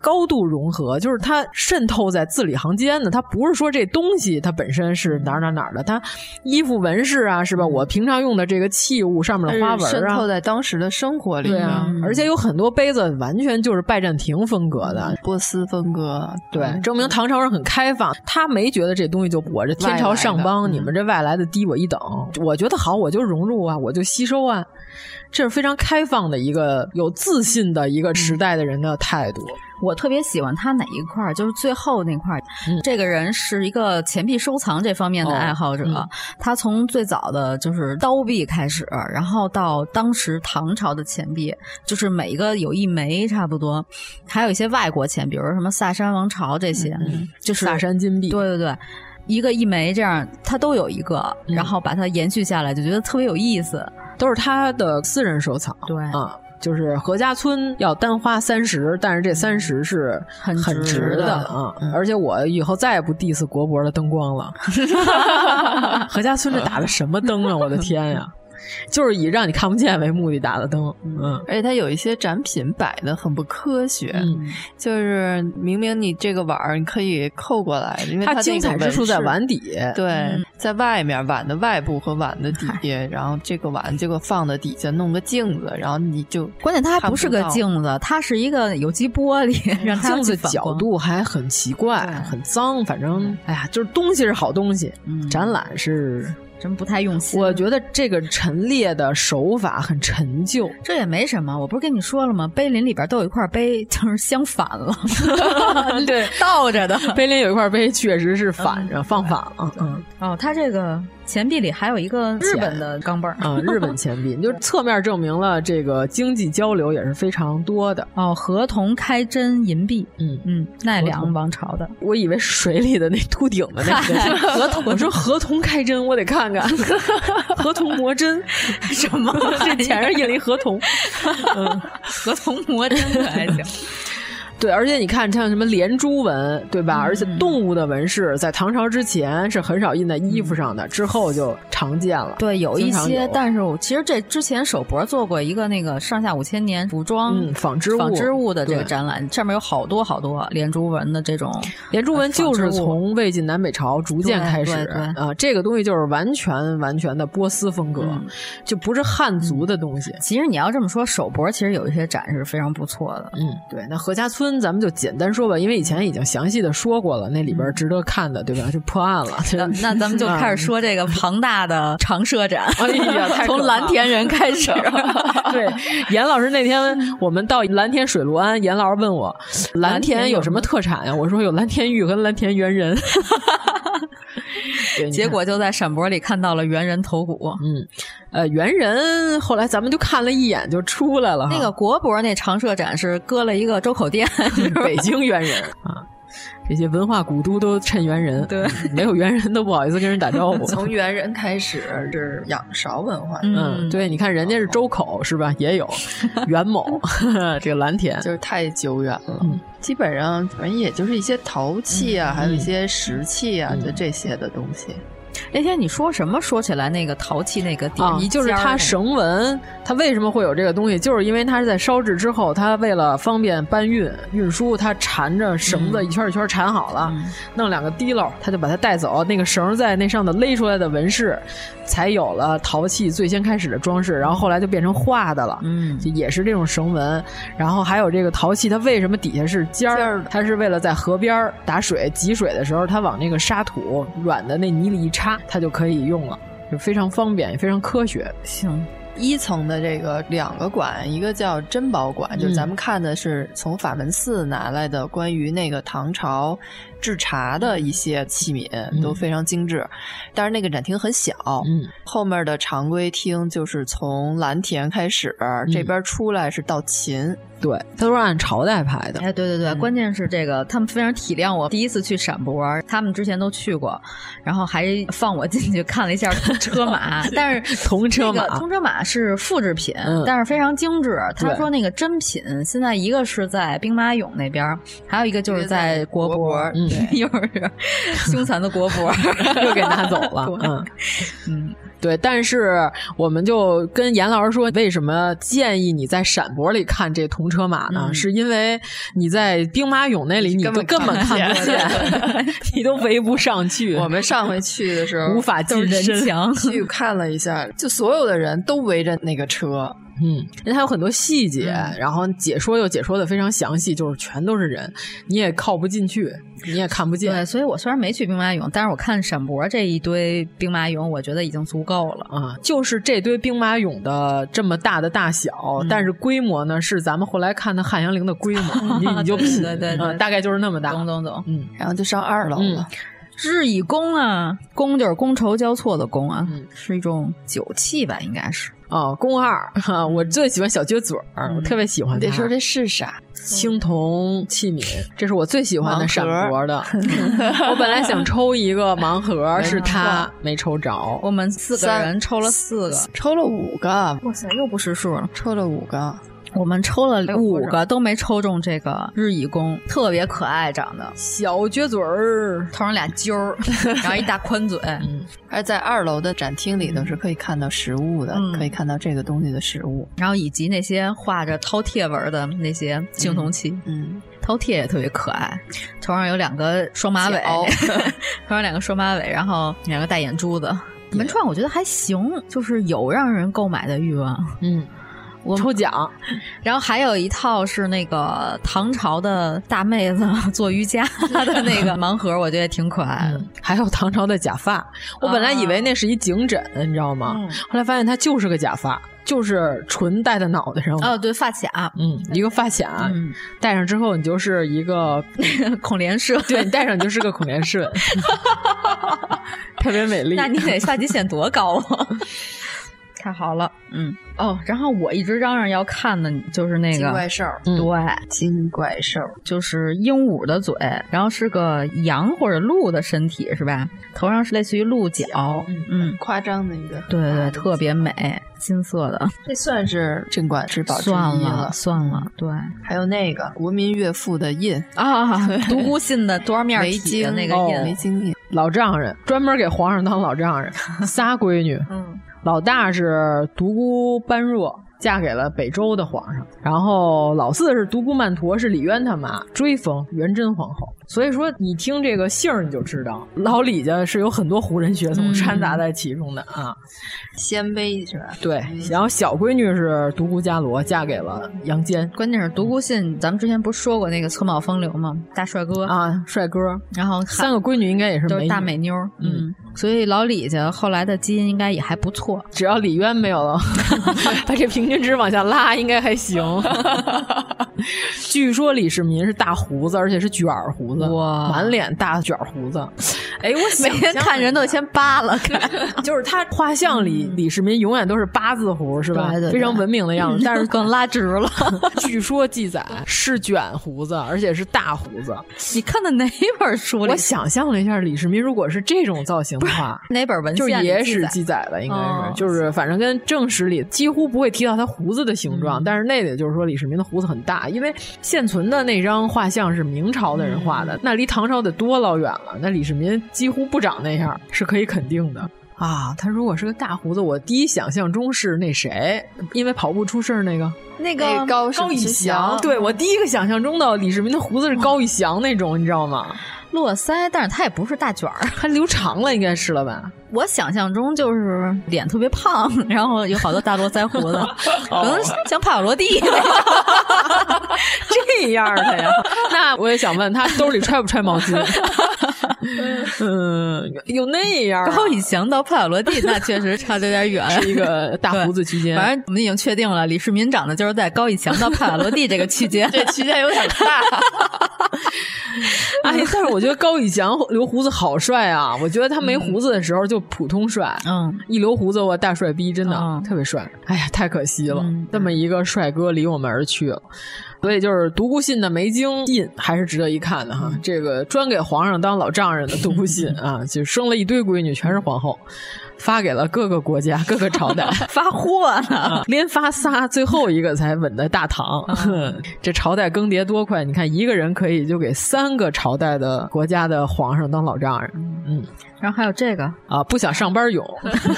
Speaker 8: 高度融合，就是它渗透在字里行间的。它不是说这东西它本身是哪儿哪儿哪儿的，它衣服纹饰啊是吧？我平常用的这个器物上面的花纹啊，
Speaker 9: 嗯哎渗透在当时的生活里
Speaker 8: 对啊。嗯、而且有很多杯子完全就是拜占庭风格的、
Speaker 9: 波斯风格，
Speaker 8: 对，嗯证明唐朝人很开放，他没觉得这东西就我这天朝上邦，你们这。外来的低我一等，我觉得好，我就融入啊，我就吸收啊，这是非常开放的一个有自信的一个时代的人的态度。
Speaker 7: 我特别喜欢他哪一块儿，就是最后那块儿。
Speaker 8: 嗯、
Speaker 7: 这个人是一个钱币收藏这方面的爱好者，
Speaker 8: 哦嗯、
Speaker 7: 他从最早的就是刀币开始，然后到当时唐朝的钱币，就是每一个有一枚差不多，还有一些外国钱，比如什么萨珊王朝这些，
Speaker 8: 嗯、
Speaker 7: 就是
Speaker 8: 萨珊金币。
Speaker 7: 对对对。一个一枚这样，他都有一个，
Speaker 8: 嗯
Speaker 7: 然后把它延续下来，就觉得特别有意思。
Speaker 8: 都是他的私人收藏，
Speaker 7: 对
Speaker 8: 啊。就是何家村要单花三十，但是这三十是
Speaker 7: 很
Speaker 8: 很值
Speaker 7: 的
Speaker 8: 啊！而且我以后再也不 diss 国博的灯光了。 何家村这打的什么灯啊！我的天呀，就是以让你看不见为目的打的灯。嗯，
Speaker 9: 而且它有一些展品摆的很不科学，
Speaker 8: 嗯
Speaker 9: 就是明明你这个碗儿你可以扣过来，因为
Speaker 8: 它
Speaker 9: 那个
Speaker 8: 精彩之处在
Speaker 9: 纹饰
Speaker 8: 碗底
Speaker 9: 对，
Speaker 8: 嗯
Speaker 9: 在外面碗的外部和碗的底下，然后这个碗结果放在底下弄个镜子，然后你就
Speaker 7: 关键它还不是个
Speaker 9: 看到
Speaker 7: 镜子，它是一个有机玻璃，让它
Speaker 8: 嗯镜子
Speaker 7: 去反
Speaker 8: 角
Speaker 7: 光
Speaker 8: 度还很奇怪，很脏。反正哎呀，就是东西是好东西，
Speaker 7: 嗯
Speaker 8: 展览是
Speaker 7: 真不太用心。
Speaker 8: 我觉得这个陈列的手法很陈旧，
Speaker 7: 这也没什么，我不是跟你说了吗？碑林里边都有一块碑，就是相反了，
Speaker 8: 对，
Speaker 7: 倒着的。
Speaker 8: 碑林有一块碑确实是反着、放反了，嗯
Speaker 7: 哦，它这个钱币里还有一个日本的钢镚儿
Speaker 8: 啊、日本钱币，就是侧面证明了这个经济交流也是非常多的。
Speaker 7: 哦，河童开针银币，
Speaker 8: 嗯
Speaker 7: 嗯，奈良王朝 的，
Speaker 8: 我以为是水里的那秃顶的那 个河童，我说河童开针，我得看 看河童磨 针，
Speaker 7: 什么
Speaker 8: 这前上印了一河 童，嗯。
Speaker 7: 河童魔针可还行。
Speaker 8: 对，而且你看，像什么连珠纹，对吧？而且动物的纹饰，在唐朝之前是很少印在衣服上的，之后就常见了。
Speaker 7: 对，有一
Speaker 8: 经常
Speaker 7: 些
Speaker 8: 有，
Speaker 7: 但是我其实这之前首博做过一个那个上下五千年服装、
Speaker 8: 嗯纺织物
Speaker 7: 纺织物的这个
Speaker 8: 对
Speaker 7: 展览，上面有好多好多连珠纹的这种，
Speaker 8: 连珠纹就是
Speaker 7: 纺织呃物
Speaker 8: 从魏晋南北朝逐渐开始
Speaker 7: 对对对
Speaker 8: 啊，这个东西就是完全完全的波斯风格，
Speaker 7: 嗯
Speaker 8: 就不是汉族的东西。
Speaker 7: 其实你要这么说，首博其实有一些展是非常不错的。
Speaker 8: 嗯，对，那何家村咱们就简单说吧，因为以前已经详细的说过了，那里边值得看的，对吧？就破案了。
Speaker 7: 那嗯那 咱们就开始说这个庞大的长社展，
Speaker 8: 哎 呀太可怕了
Speaker 7: 从蓝田人开始，
Speaker 8: 对，严老师那天我们到蓝田水陆庵，严老师问我蓝田有什么特产呀、我说有蓝田玉和蓝田猿人。 对你看
Speaker 7: 结果就在陕博里看到了猿人头骨。
Speaker 8: 嗯，呃，猿人后来咱们就看了一眼就出来了哈，
Speaker 7: 那个国博那长社展是搁了一个周口店， 是吧
Speaker 8: 北京猿人啊。这些文化古都都趁猿人，嗯
Speaker 7: 对，
Speaker 8: 没有猿人都不好意思跟人打招呼。
Speaker 9: 从猿人开始是仰韶文化，
Speaker 8: 嗯，对，你看人家是周口是吧？也有袁某， 这个蓝田
Speaker 9: 就是太久远了。
Speaker 8: 嗯
Speaker 9: 基本上，反正也就是一些陶器啊，还有一些石器
Speaker 8: 嗯
Speaker 9: 啊，就这些的东西。
Speaker 7: 那哎天你说什么？说起来那个陶器那个点，
Speaker 8: 啊
Speaker 7: 一，
Speaker 8: 就
Speaker 7: 哦
Speaker 8: 是
Speaker 7: 尖儿那
Speaker 8: 它
Speaker 7: 个
Speaker 8: 绳纹，它为什么会有这个东西？就是因为它是在烧制之后，它为了方便搬运运输，它缠着绳
Speaker 7: 嗯
Speaker 8: 子一圈一圈缠好了，弄两个滴漏，它就把它带走。那个绳在那上头勒出来的纹饰，才有了陶器最先开始的装饰，然后后来就变成画的了。
Speaker 7: 嗯，
Speaker 8: 就也是这种绳纹，然后还有这个陶器，它为什么底下是尖儿？它是为了在河边儿打水集水的时候，它往那个沙土软的那泥里一插，它就可以用了，就非常方便，也非常科学。
Speaker 7: 行，
Speaker 9: 一层的这个两个馆，一个叫珍宝
Speaker 8: 嗯
Speaker 9: 馆，就是咱们看的是从法门寺拿来的关于那个唐朝制茶的一些器皿，都非常精致。但是那个展厅很小，
Speaker 8: 嗯，
Speaker 9: 后面的常规厅就是从蓝田开始，这边出来是到秦，
Speaker 8: 嗯对，它都是按朝代排的。嗯
Speaker 7: 哎，对对对，关键是这个，他们非常体谅我。第一次去陕博，他们之前都去过，然后还放我进去看了一下 车 马，但是
Speaker 8: 铜车马
Speaker 7: 那个铜车马是复制品，
Speaker 8: 嗯
Speaker 7: 但是非常精致。他
Speaker 8: 对
Speaker 7: 说那个真品，现在一个是在兵马俑那边，还有一个就是在国博，
Speaker 8: 嗯对
Speaker 7: 又是凶残的国 博，
Speaker 8: 又给拿走了
Speaker 7: 对
Speaker 8: 嗯对，但是我们就跟严老师说，为什么建议你在陕博里看这铜车马呢？
Speaker 7: 嗯
Speaker 8: 是因为你在兵马俑那里，你
Speaker 9: 根
Speaker 8: 都
Speaker 9: 本
Speaker 8: 根本看
Speaker 9: 看
Speaker 8: 不
Speaker 9: 不见
Speaker 8: 见， 你都围不上去。
Speaker 9: 我们上回去的时候
Speaker 8: 无法
Speaker 9: 都是
Speaker 8: 近身
Speaker 9: 人
Speaker 7: 墙
Speaker 9: 去看了一下，就所有的人都围着那个车，
Speaker 8: 嗯，人还有很多细节，然后解说又解说的非常详细，就是全都是人，你也靠不进去，你也看不见。
Speaker 7: 对，所以我虽然没去兵马俑，但是我看陕博这一堆兵马俑，我觉得已经足够了。
Speaker 8: 啊，就是这堆兵马俑的这么大的大小，但是规模呢是咱们后来看的汉阳陵的规模，你你就
Speaker 7: 对
Speaker 8: 品
Speaker 7: 对对对
Speaker 8: 嗯大概就是那么大。
Speaker 7: 懂懂懂，
Speaker 8: 嗯，
Speaker 9: 然后就上二楼了。
Speaker 7: 日以觥啊，觥就是觥筹交错的觥啊，
Speaker 8: 嗯
Speaker 7: 是一种酒器吧，应该是。
Speaker 8: 啊哦，宫二，哈，我最喜欢小撅嘴儿，我特别喜欢
Speaker 9: 得
Speaker 8: 他
Speaker 9: 说这是啥？
Speaker 8: 青铜器皿，这是我最喜欢的闪脖的。我本来想抽一个盲盒，是他没抽着。
Speaker 7: 我们四个人抽了四个，
Speaker 9: 抽了五个。
Speaker 7: 哇塞，又不识数了，
Speaker 9: 抽了五个。
Speaker 7: 我们抽了五个都没抽中这个日乙弓，特别可爱，长得小撅嘴儿，头上俩揪儿，然后一大宽嘴。嗯，
Speaker 9: 而在二楼的展厅里头是可以看到实物的，嗯、可以看到这个东西的实物，
Speaker 7: 然后以及那些画着饕餮纹的那些青铜器。
Speaker 9: 嗯。嗯
Speaker 7: 饕餮也特别可爱，头上有两个双马尾， 头上两个双马尾，然后两个大眼珠子。门创我觉得还行，就是有让人购买的欲望。
Speaker 8: 嗯。
Speaker 7: 我
Speaker 8: 抽奖，
Speaker 7: 然后还有一套是那个唐朝的大妹子做瑜伽的那个盲盒，我觉得挺可爱的、嗯。
Speaker 8: 还有唐朝的假发，我本来以为那是一颈枕，啊、你知道吗？嗯、后来发现它就是个假发，就是纯戴在脑袋上。
Speaker 7: 哦，对，发
Speaker 9: 啊
Speaker 7: 卡，
Speaker 8: 嗯，一个发卡，嗯、戴上之后你就是一个
Speaker 7: 孔连顺，
Speaker 8: 对你戴上你就是个孔连顺， 特别美丽。
Speaker 7: 那你得发际线多高啊？ 太好了，嗯哦，然后我一直嚷嚷要看的就是那个
Speaker 9: 金怪兽，
Speaker 7: 对，
Speaker 9: 金怪兽
Speaker 7: 就是鹦鹉的嘴，然后是个羊或者鹿的身体是吧？头上是类似于鹿角，
Speaker 9: 嗯嗯，夸张的一个，
Speaker 7: 对对，特别美，金色的，
Speaker 9: 这算是镇馆之宝之一
Speaker 7: 了，算了，对。
Speaker 9: 还有那个国民岳父的印
Speaker 7: 啊，独孤信的多少面体的那个印，
Speaker 9: 哦没经历，
Speaker 8: 老丈人专门给皇上当老丈人，仨闺女，嗯。老大是独孤般若，嫁给了北周的皇上。然后老四是独孤曼陀，是李渊他妈追封元贞皇后。所以说，你听这个姓儿你就知道，老李家是有很多胡人血统掺杂在其中的啊。
Speaker 9: 鲜卑是吧？
Speaker 8: 对。然后小闺女是独孤伽罗，嫁给了杨坚。
Speaker 7: 关键是独孤信，咱们之前不是说过那个侧帽风流吗？大帅哥
Speaker 8: 啊，帅哥。
Speaker 7: 然后
Speaker 8: 三个闺女应该也是
Speaker 7: 都是大美妞，嗯。所以老李家后来的基因应该也还不错，
Speaker 8: 只要李渊没有 了，把这平均值往下拉，应该还 行。据说李世民是大胡子，而且是卷胡子，满脸大卷胡子。哎，我
Speaker 7: 每天看人都先扒了看，
Speaker 8: 就是他 嗯画像里李世民永远都是八字胡，是吧？
Speaker 7: 对对对
Speaker 8: 非常文明的样子， 但是
Speaker 7: 更拉直了。
Speaker 8: 据说记载是卷胡子，而且是大胡子。
Speaker 7: 你看的哪本书里？
Speaker 8: 我想象了一下，李世民如果是这种造型。话
Speaker 7: 哪本文
Speaker 8: 献就是野史记载的，应该是、哦、就是反正跟正史里几乎不会提到他胡子的形状，嗯、但是那得就是说李世民的胡子很大，因为现存的那张画像是明朝的人画的，嗯、那离唐朝得多老远了，那李世民几乎不长那样是可以肯定的。啊，他如果是个大胡子，我第一想象中是那谁，因为跑步出事儿那个，
Speaker 7: 那个
Speaker 9: 高
Speaker 8: 高以翔，对我第一个想象中的李世民的胡子是高以翔那种，你知道吗？
Speaker 7: 络腮，但是他也不是大卷儿，
Speaker 8: 他留长了，应该是了吧？
Speaker 7: 我想象中就是脸特别胖，然后有好多大络腮胡 子，可能像帕瓦罗 蒂
Speaker 8: 这样的 呀。那我也想问他兜里揣不揣毛巾？嗯，有那样、啊。
Speaker 7: 高以翔到帕瓦罗蒂，那确实差的有点远。
Speaker 8: 是一个大胡子区间。
Speaker 7: 反正我们已经确定了，李世民长得就是在高以翔到帕瓦罗蒂这个区 间。
Speaker 9: 这区间有点大。
Speaker 8: 哎，但是我觉得高以翔留胡子好帅啊！我觉得他没胡子的时候就普通帅，
Speaker 7: 嗯，
Speaker 8: 一留胡子我大帅逼，真的、
Speaker 7: 嗯、
Speaker 8: 特别帅。哎呀，太可惜了，嗯、这么一个帅哥离我们而去了。所以就是独孤信的梅精印还是值得一看的哈，嗯、这个专给皇上当老丈人的独孤信啊，就生了一堆闺女，全是皇后，发给了各个国家、各个朝代，
Speaker 7: 发货呢、
Speaker 8: 啊，连发仨，最后一个才稳在大唐。 这朝代更迭多快，你看一个人可以就给三个朝代的国家的皇上当老丈人，嗯。
Speaker 7: 然 后还有这个
Speaker 8: 啊，不想上班勇，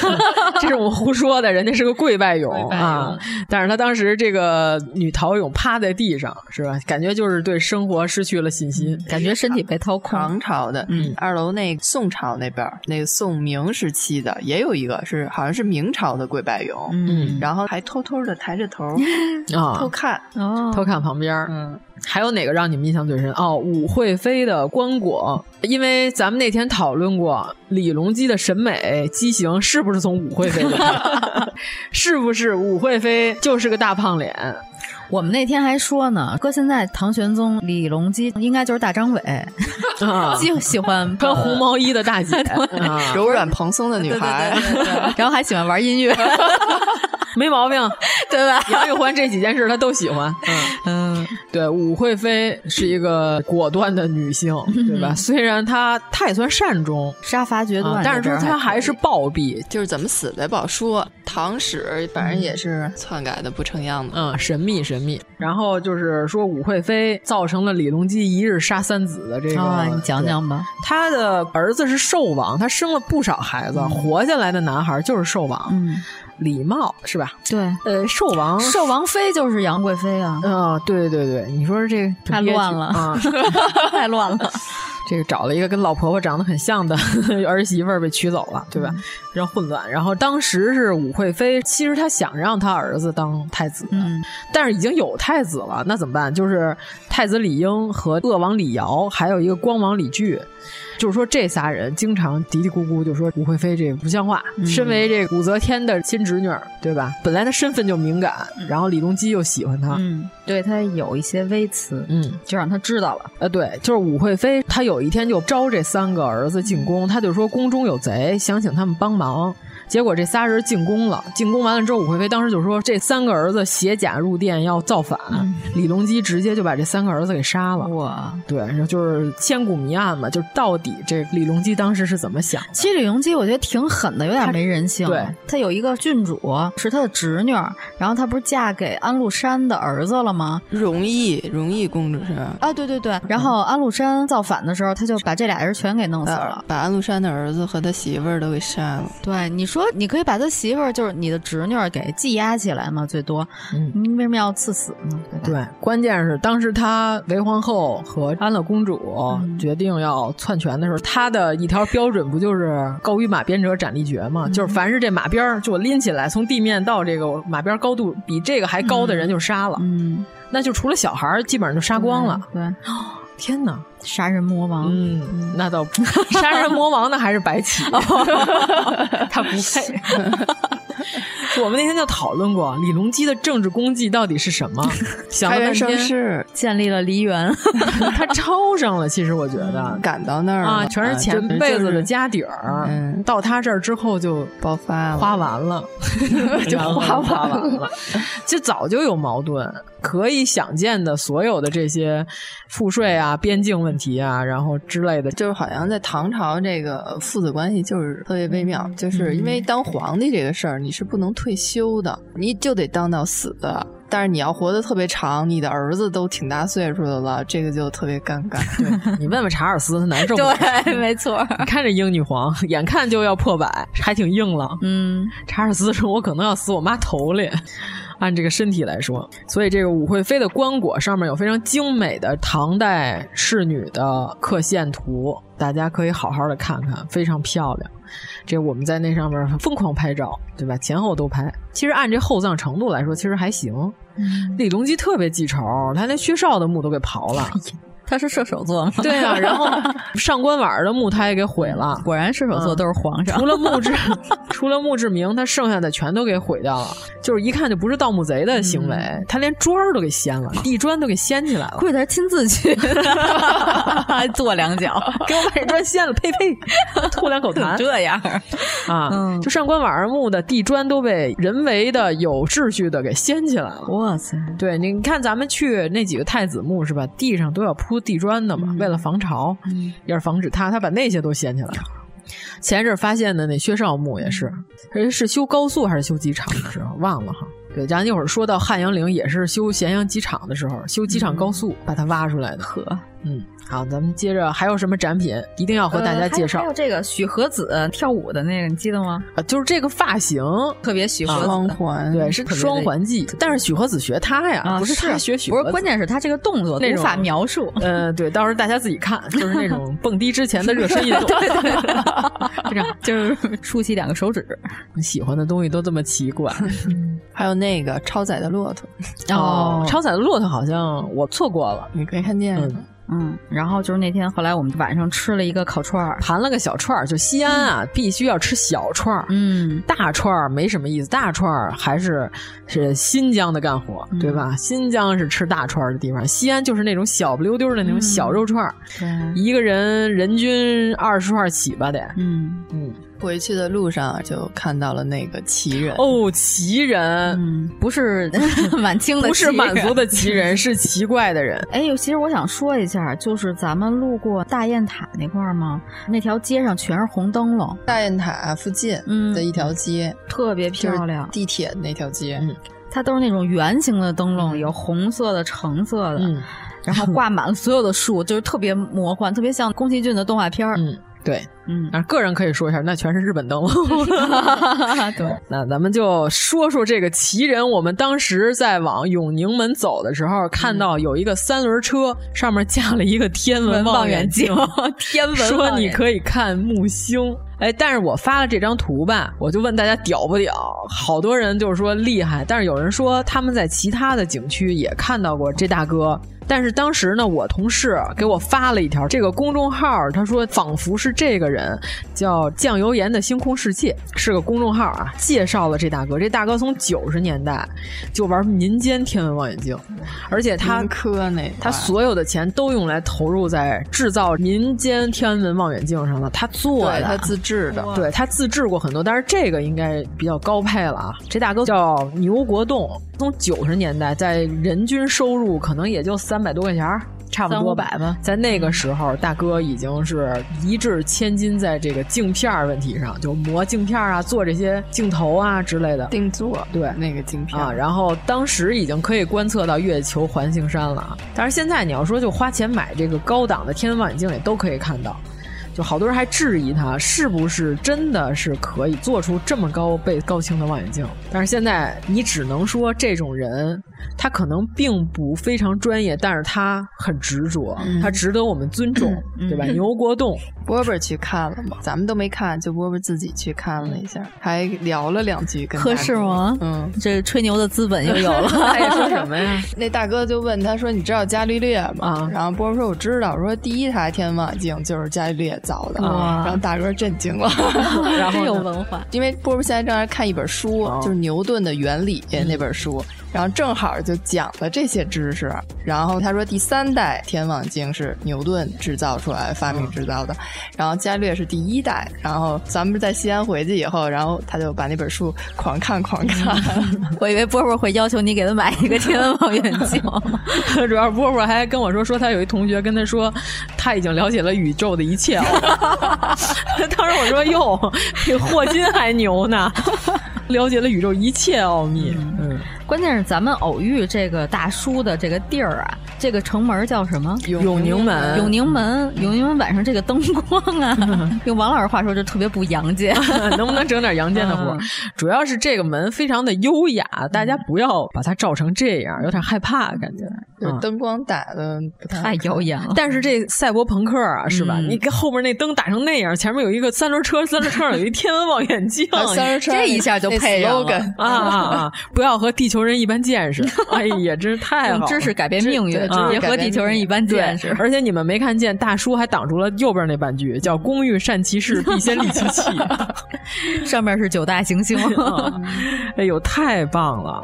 Speaker 8: 这是我胡说的，人家是个跪拜勇啊。但是他当时这个女陶俑趴在地上，是吧？感觉就是对生活失去了信心，
Speaker 7: 感觉身体被掏空。
Speaker 9: 唐朝的，嗯，二楼那宋朝那边那个宋明时期的也有一个是，好像是明朝的跪拜俑，
Speaker 8: 嗯，
Speaker 9: 然后还偷偷的抬着 头
Speaker 8: 啊
Speaker 9: 偷看，
Speaker 7: 哦
Speaker 8: 偷看旁边，嗯。还有哪个让你们印象最深？哦，武惠妃的棺椁，因为咱们那天讨论过李隆基的审美畸形是不是从武惠妃来， 是不是武惠妃就是个大胖脸？
Speaker 7: 我们那天还说呢，搁现在唐玄宗李隆基应该就是大张伟， 就喜欢
Speaker 8: 啊穿红 毛衣的大姐，啊
Speaker 9: 柔软蓬松的女孩，
Speaker 7: 然后还喜欢玩音 乐，
Speaker 8: 没毛病，
Speaker 7: 对吧？
Speaker 8: 杨玉环这几件事他都喜欢，
Speaker 7: 嗯。
Speaker 8: 嗯，对，武惠妃是一个果断的女性，
Speaker 7: 嗯
Speaker 8: 对吧？虽然她她也算善终，
Speaker 7: 杀伐决断，
Speaker 8: 啊但是说她还是暴毙，
Speaker 11: 就是怎么死的不好说。唐史反正也是篡改的不成样子，
Speaker 8: 嗯，神秘神秘。然后就是说武惠妃造成了李隆基一日杀三子的这个，
Speaker 7: 啊你讲讲吧。
Speaker 8: 她的儿子是寿王，她生了不少孩子，活下来的男孩就是寿王。
Speaker 7: 嗯。
Speaker 8: 礼貌是吧？
Speaker 7: 对，
Speaker 8: 呃，寿王
Speaker 7: 寿王妃就是杨贵妃啊。
Speaker 8: 啊，对对对，你说这个
Speaker 7: 太乱了 啊，太乱了。
Speaker 8: 这个找了一个跟老婆婆长得很像的 儿媳妇儿被娶走了，对吧？非常混乱。然后当时是武惠妃，其实她想让她儿子当太子，
Speaker 7: 嗯，
Speaker 8: 但是已经有太子了，那怎么办？就是太子李英和鄂王李尧，还有一个光王李据。就是说，这仨人经常嘀嘀咕咕，就说武惠妃这不像话。
Speaker 7: 嗯、
Speaker 8: 身为这武则天的亲侄女，对吧？本来她身份就敏感，嗯、然后李隆基又喜欢她，
Speaker 7: 嗯，对她有一些微词，
Speaker 8: 嗯，
Speaker 7: 就让她知道了。
Speaker 8: 呃，对，就是武惠妃，她有一天就招这三个儿子进宫，她就说宫中有贼，想请他们帮忙。结果这仨人进宫了，进宫完了之后，武惠妃当时就说这三个儿子携甲入殿要造反，
Speaker 7: 嗯、
Speaker 8: 李隆基直接就把这三个儿子给杀了。
Speaker 7: 哇，
Speaker 8: 对，然后就是千古谜案嘛，就到底这李隆基当时是怎么想的？
Speaker 7: 其实李隆基我觉得挺狠的，有点没人性。
Speaker 8: 他对
Speaker 7: 他有一个郡主是他的侄女，然后他不是嫁给安禄山的儿子了吗？
Speaker 11: 容易，容易公主是
Speaker 7: 啊，对对对。然后安禄山造反的时候，他就把这俩人全给弄死了，
Speaker 11: 把安禄山的儿子和他媳妇儿都给杀了。
Speaker 7: 嗯对，你。说你可以把他媳妇儿，就是你的侄女，给羁押起来嘛，最多。
Speaker 8: 嗯，
Speaker 7: 你为什么要赐死呢？
Speaker 8: 对,对，关键是当时她韦皇后和安乐公主决定要篡权的时候，她、
Speaker 7: 嗯、
Speaker 8: 的一条标准不就是“高于马鞭者斩立决”嘛？
Speaker 7: 嗯、
Speaker 8: 就是凡是这马鞭儿就我拎起来，从地面到这个马鞭高度比这个还高的人就杀了。
Speaker 7: 嗯，
Speaker 8: 那就除了小孩儿，基本上就杀光了。
Speaker 7: 对。对
Speaker 8: 嗯天哪，
Speaker 7: 杀人魔王！
Speaker 8: 嗯，那倒不，杀人魔王那还是白 起，他不配。 我们那天就讨论过李隆基的政治功绩到底是什 么，想了半
Speaker 11: 天
Speaker 7: 建立了梨园，
Speaker 8: 他超上了。其实我觉
Speaker 9: 嗯
Speaker 8: 得
Speaker 11: 赶到那儿
Speaker 8: 啊，全是前辈子的家底儿，啊到他这儿之后就
Speaker 11: 爆发了，
Speaker 8: 花完了，就花花完了，就早就有矛盾。可以想见的所有的这些赋税啊、边境问题啊，然后之类的，
Speaker 11: 就是好像在唐朝这个父子关系就是特别微妙，
Speaker 8: 嗯
Speaker 11: 就是因为当皇帝这个事儿你是不能退休的，你就得当到死的。但是你要活得特别长，你的儿子都挺大岁数的了，这个就特别尴尬。
Speaker 8: 对你问问查尔斯，他难 受。
Speaker 7: 对，没错。
Speaker 8: 你看这英女皇，眼看就要破百，还挺硬朗。
Speaker 7: 嗯，
Speaker 8: 查尔斯说：“我可能要死我妈头里。”按这个身体来说，所以这个武惠妃的棺椁上面有非常精美的唐代仕女的刻线图，大家可以好好的看看，非常漂亮。这我们在那上面 疯狂拍照，对吧？前后都拍。其实按这厚葬程度来说，其实还行。
Speaker 7: 嗯、
Speaker 8: 李隆基特别记仇，他连薛少的墓都给刨了。
Speaker 7: 哎 他是射手座吗？
Speaker 8: 对 啊，然后上官婉的墓他也给毁了。
Speaker 7: 果然射手座都是皇上。
Speaker 8: 嗯、除了墓志， 除了墓志铭，他剩下的全都给毁掉了。就是一看就不是盗墓贼的行为，
Speaker 7: 嗯、
Speaker 8: 他连砖都给 掀了，地砖都给掀起来了。
Speaker 7: 贵他亲自 去，跺两脚，
Speaker 8: 给我把这砖掀了，呸 呸，吐两口痰。
Speaker 7: 这样
Speaker 8: 啊，
Speaker 7: 嗯、
Speaker 8: 就上官婉墓的地砖都被人为的有秩序的给掀起来了。
Speaker 7: 哇塞！
Speaker 8: 对，你看咱们去那几个太子墓是吧？地上都要铺。铺地砖的嘛，
Speaker 7: 嗯、
Speaker 8: 为了防潮，
Speaker 7: 嗯、
Speaker 8: 要是防止塌，他把那些都掀起来了。前一阵发现的那薛少墓也是，
Speaker 7: 嗯
Speaker 8: 是是修高速还是修机场的时候忘了哈。对，咱一会儿说到汉阳陵也是修咸阳机场的时候，修机场高速、
Speaker 7: 嗯、
Speaker 8: 把它挖出来的。
Speaker 7: 呵，
Speaker 8: 嗯，好，咱们接着还有什么展品一定要和大家介绍？呃、
Speaker 7: 还有这个许和子跳舞的那个，你记得吗？
Speaker 8: 啊，就是这个发型
Speaker 7: 特别许和子，
Speaker 11: 双环
Speaker 8: 对是双环记，但是许和子学他呀，
Speaker 7: 啊、
Speaker 8: 不
Speaker 7: 是
Speaker 8: 他学许
Speaker 7: 和
Speaker 8: 子，
Speaker 7: 不是，关键是他这个动作无法描 述。
Speaker 8: 呃，对，到时候大家自己看，就是那种蹦迪之前的热身运动，
Speaker 7: 对对对， 就是竖起两个手指。
Speaker 8: 你 喜欢的东西都这么奇怪。
Speaker 11: 还有那个超载的骆驼
Speaker 8: 哦，超载的骆驼好像我错过了，
Speaker 11: 你可以看见。
Speaker 8: 嗯
Speaker 7: 嗯，然后就是那天，后来我们晚上吃了一个烤串儿，
Speaker 8: 盘了个小串儿。就西安啊，必须要吃小串儿，
Speaker 7: 嗯，
Speaker 8: 大串儿没什么意思，大串儿还是是新疆的干活，对吧？新疆是吃大串儿的地方，西安就是那种小不溜丢的那种小肉串儿，
Speaker 7: 对，
Speaker 8: 一个人人均二十串起吧得，
Speaker 7: 嗯
Speaker 8: 嗯。
Speaker 9: 回去的路上就看到了那个奇人
Speaker 8: 哦，奇人，
Speaker 7: 嗯，不 是满清的，
Speaker 8: 不是满族的奇人，是奇怪的人。
Speaker 7: 哎呦，其实我想说一下，就是咱们路过大雁塔那块儿吗？那条街上全是红灯笼，
Speaker 9: 大雁塔附近的一条街，嗯、
Speaker 7: 特别漂亮，
Speaker 9: 地铁那条街。嗯
Speaker 7: 它都是那种圆形的灯笼，有红色的、橙色的，嗯、然后挂满了所有的树，就是特别魔幻，特别像宫崎骏的动画片儿。
Speaker 8: 嗯，对，
Speaker 7: 嗯，
Speaker 8: 啊，个人可以说一下，那全是日 本灯笼。
Speaker 7: 对，
Speaker 8: 那咱们就说说这个奇人。我们当时在往永宁门走的时候，
Speaker 7: 嗯
Speaker 8: 看到有一个三轮车，上面架了一个天文
Speaker 7: 望远
Speaker 8: 镜，
Speaker 7: 天文
Speaker 8: 说你可以看木星。哎，但是我发了这张图吧，我就问大家屌不屌？好多人就是说厉害，但是有人说他们在其他的景区也看到过这大哥。但是当时呢，我同事给我发了一条这个公众号，他说仿佛是这个人叫酱油盐的星空世界，是个公众号啊，介绍了这大哥。这大哥从九十年代就玩民间天文望远镜，而且他
Speaker 9: 科那
Speaker 8: 他所有的钱都用来投入在制造民间天文望远镜上了，他做的，
Speaker 9: 他自。制的，
Speaker 8: 对他自制过很多，但是这个应该比较高配了啊。这大哥叫牛国栋，从九十年代在人均收入可能也就三百多块钱，差不多
Speaker 7: 吧，
Speaker 8: 在那个时候，大哥已经是一掷千金在这个镜片问题上，就磨镜片啊，做这些镜头啊之类的
Speaker 9: 定做，
Speaker 8: 对
Speaker 9: 那个镜片
Speaker 8: 啊。然后当时已经可以观测到月球环形山了啊。但是现在你要说就花钱买这个高档的天文望远镜，也都可以看到。就好多人还质疑他是不是真的是可以做出这么高倍高清的望远镜，但是现在你只能说这种人他可能并不非常专业，但是他很执着，嗯、他值得我们尊重，嗯、对吧？嗯、牛国 栋，
Speaker 9: 波波去看了嘛，咱们都没看，就波波自己去看了一下，还聊了两句跟。
Speaker 7: 嗯合适吗？嗯，这吹牛的资本又有了。他
Speaker 8: 也说什 么呀？
Speaker 9: 那大哥就问他说：“你知道伽利略
Speaker 7: 啊
Speaker 9: 吗？”然后波波说：“我知道。”说第一台天文望远镜就是伽利略。造的，
Speaker 7: 啊
Speaker 9: 然后大哥震惊了，
Speaker 7: 然
Speaker 8: 哎
Speaker 7: 后有文化。
Speaker 9: 因为波波现在正在看一本书，就是牛顿的原理那本书，然后正好就讲了这些知识。然后他说，第三代天网镜是牛顿制造出来、发明制造的，然后伽利略是第一代。然后咱们在西安回去以后，然后他就把那本书狂看狂看。
Speaker 7: 我以为波波会要求你给他买一个天文望远镜，
Speaker 8: 主要波波还跟我说，说他有一同学跟他说，他已经了解了宇宙的一切。 当时我说：“哟，比霍金还牛呢，了解了宇宙一切奥秘。”嗯，
Speaker 7: 关键是咱们偶遇这个大叔的这个地儿啊，这个城门叫什么？
Speaker 8: 永宁门。
Speaker 7: 永宁门，永宁门晚上这个灯光啊， 用王老师话说就特别不洋 间，
Speaker 8: 能不能整点洋间的活？主要是这个门非常的优雅，大家不要把它照成这样，有点害怕感觉。
Speaker 9: 就是灯光嗯打的
Speaker 7: 太耀眼 了。
Speaker 8: 但是这赛博朋克啊，是吧？你跟后边那灯打成那样，前面有一个三轮车，三轮车上有一天文望远镜，
Speaker 9: 三轮车
Speaker 7: 这一下就配上了
Speaker 8: 啊啊！不要和地球人一般见识，哎呀，真是太好！
Speaker 7: 知识改变命运，别和地球人一般见识。
Speaker 8: 而且你们没看见，大叔还挡住了右边那半句，叫“工欲善其事，必先利其器”。
Speaker 7: 上面是九大行 星，
Speaker 8: 哎呦，太棒了！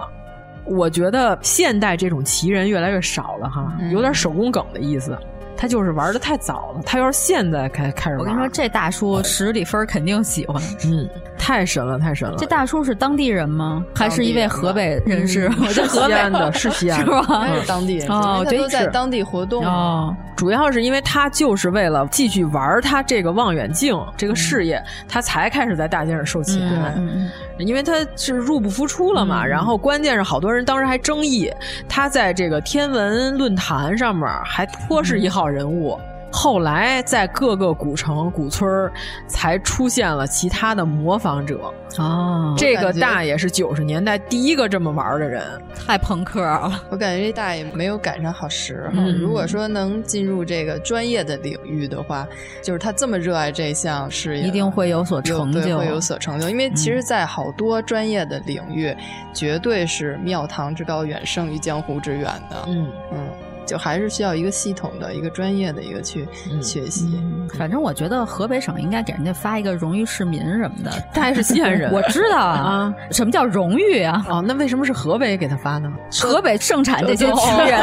Speaker 8: 我觉得现代这种奇人越来越少了哈，有点手工梗的意思。他就是玩的太早了，他要是现在开开始玩，
Speaker 7: 我跟你说，这大叔十里分肯定喜欢。
Speaker 8: 嗯，太神了，太神了！
Speaker 7: 这大叔是当地人吗？还是一位河北人士？我
Speaker 8: 是
Speaker 7: 河北
Speaker 8: 的，是西安的，
Speaker 9: 是当地人。
Speaker 7: 哦，
Speaker 9: 都在当地活动。啊
Speaker 7: 哦，
Speaker 8: 主要是因为他就是为了继续玩他这个望远镜这个事业，他才开始在大街上
Speaker 7: 嗯
Speaker 8: 收
Speaker 7: 哦
Speaker 8: 钱。因为他是入不敷出了嘛，然后关键是好多人当时还争议，他在这个天文论坛上面还颇是一号。人物，后来在各个古城、古村儿才出现了其他的模仿者。
Speaker 7: 哦，
Speaker 8: 这个大爷是九十年代第一个这么玩的 人，
Speaker 7: 太朋克啊了。
Speaker 9: 我感觉这大爷没有赶上好时候。嗯、如果说能进入这个专业的领域的话，就是他这么热爱这项事业，
Speaker 7: 一定会有所成就，嗯
Speaker 9: 会有所成就。因为其实，在好多专业的领域，嗯、绝对是庙堂之高远胜于江湖之远的。
Speaker 8: 嗯
Speaker 9: 嗯。嗯就还是需要一个系统的一个专业的一个去
Speaker 7: 嗯
Speaker 9: 学习。
Speaker 8: 嗯
Speaker 7: 反正我觉得河北省应该给人家发一个荣誉市民什 么的。
Speaker 8: 他还是西安人，
Speaker 7: 我知道啊，什么叫荣誉啊？
Speaker 8: 哦，那为什么是河北给他发呢？
Speaker 7: 河北盛产这些屈人，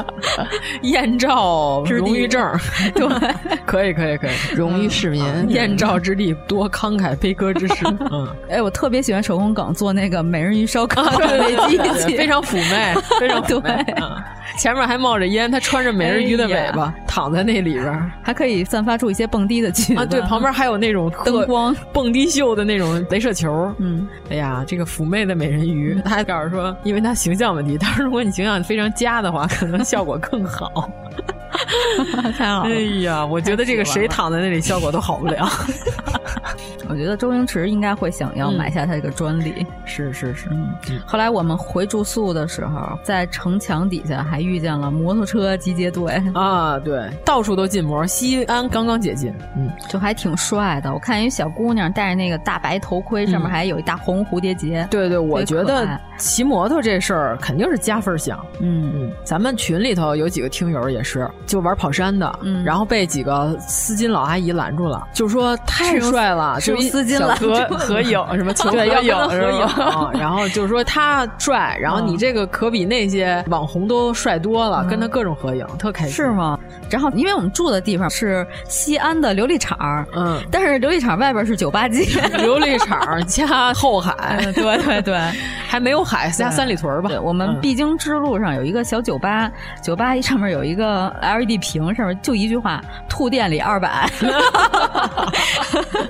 Speaker 8: 燕赵荣誉 证，
Speaker 7: 对，
Speaker 8: 可以可以可以，
Speaker 9: 荣誉市民，
Speaker 8: 燕赵之地多慷慨悲歌之 时。嗯，
Speaker 7: 哎，我特别喜欢手工梗做那个美人鱼 烧烤的机器，
Speaker 8: 非常妩 媚，非常对。前面还冒着烟，他穿着美人鱼的尾巴躺在那里边，
Speaker 7: 还可以散发出一些蹦迪的曲
Speaker 8: 啊啊。对，旁边还有那种
Speaker 7: 灯光
Speaker 8: 蹦迪秀的那种镭射球。
Speaker 7: 嗯，
Speaker 8: 哎呀，这个妩媚的美人鱼，他还告诉说，因为他形象问题，他说如果你形象非常佳的话，可能效果更 好。
Speaker 7: 太好了！哎
Speaker 8: 呀，我觉得这个谁躺在那里效果都好不了。
Speaker 7: 我觉得周星驰应该会想
Speaker 8: 嗯
Speaker 7: 要买下他这个专利。嗯、
Speaker 8: 是是是。
Speaker 7: 嗯。后来我们回住宿的时候，在城墙底下还遇见了摩托车集结队
Speaker 8: 啊！对，到处都禁摩。西安刚刚解禁，
Speaker 7: 嗯，就还挺帅的。我看一小姑娘戴着那个大白头盔，上面还有一大红蝴蝶结。嗯、
Speaker 8: 对对，我觉得骑摩托这事儿肯定是加分项。
Speaker 7: 嗯
Speaker 8: 嗯，咱们群里头有几个听友也是。就玩跑山的，
Speaker 7: 嗯、
Speaker 8: 然后被几个丝巾老阿姨拦住了，就说太帅了，就
Speaker 7: 丝巾了，
Speaker 8: 合 合影什么求合 影合影，嗯然后就说他帅，然后你这个可比那些网红都帅多嗯了，嗯、跟他各种合影，特开心
Speaker 7: 是吗？然后因为我们住的地方是西安的琉璃厂，
Speaker 8: 嗯，
Speaker 7: 但是琉璃厂外边是酒吧 街，
Speaker 8: 琉璃厂加 后海，
Speaker 7: 嗯、对对对，
Speaker 8: 还没有海，加三里屯吧。
Speaker 7: 对我们必经之路上有一个小酒吧，酒吧上面有一个。LED 屏上面就一句话：“兔店里二百，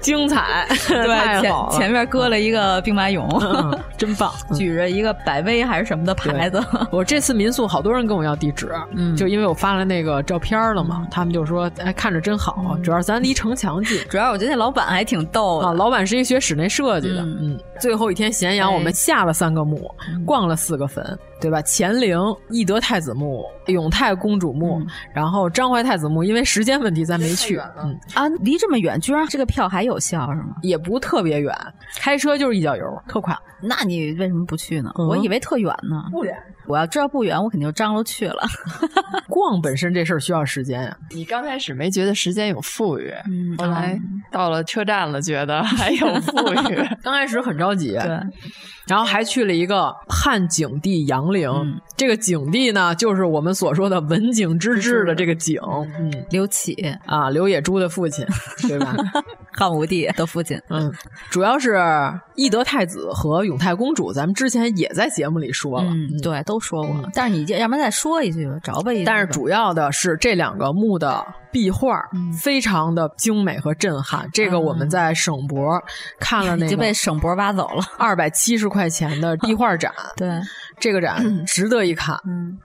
Speaker 8: 精彩！”
Speaker 7: 对，前前面搁了一个兵马俑、
Speaker 8: 嗯嗯， 真棒！
Speaker 7: 举着一个百威还是什么的牌子。
Speaker 8: 我这次民宿好多人跟我要地址，
Speaker 7: 嗯、
Speaker 8: 就因为我发了那个照片了嘛，他们就说：“哎，看着真好，主要咱离城墙近。”
Speaker 7: 主要我觉得那老板还挺逗的、
Speaker 8: 啊，老板是一学室内设计的。
Speaker 7: 嗯，
Speaker 8: 最后一天咸阳，我们下了三个墓，逛了四个坟。对吧？乾陵、懿德太子墓、永泰公主墓，
Speaker 7: 嗯、
Speaker 8: 然后张怀太子墓，因为时间问题咱没去。
Speaker 7: 嗯啊，离这么远，居然这个票还有效是吗？
Speaker 8: 也不特别远，开车就是一脚油，特快。
Speaker 7: 那你为什么不去呢？嗯、我以为特远呢。
Speaker 8: 不远，
Speaker 7: 我要知道不远，我肯定就张罗去了。
Speaker 8: 逛本身这事儿需要时间呀、
Speaker 9: 啊。你刚开始没觉得时间有富裕，
Speaker 7: 嗯、
Speaker 9: 后来到了车站了，觉得还有富裕。
Speaker 8: 刚开始很着急。
Speaker 7: 对。
Speaker 8: 然后还去了一个汉景帝杨陵，
Speaker 7: 嗯、
Speaker 8: 这个景帝呢，就是我们所说的文景之治的这个景，嗯，
Speaker 7: 刘启
Speaker 8: 啊，刘野猪的父亲，对吧？
Speaker 7: 汉武帝的父亲，
Speaker 8: 嗯，主要是懿德太子和永泰公主，咱们之前也在节目里说了，
Speaker 7: 嗯、对，都说过。嗯、但是你要不然再说一句吧，着吧一句。
Speaker 8: 但是主要的是这两个墓的。壁画
Speaker 7: 嗯
Speaker 8: 非常的精美和震撼，这个我们在省博 看了，那
Speaker 7: 就啊被省博挖走了。
Speaker 8: 二百七十块钱的壁画 展，
Speaker 7: 对
Speaker 8: 这个展值得一看，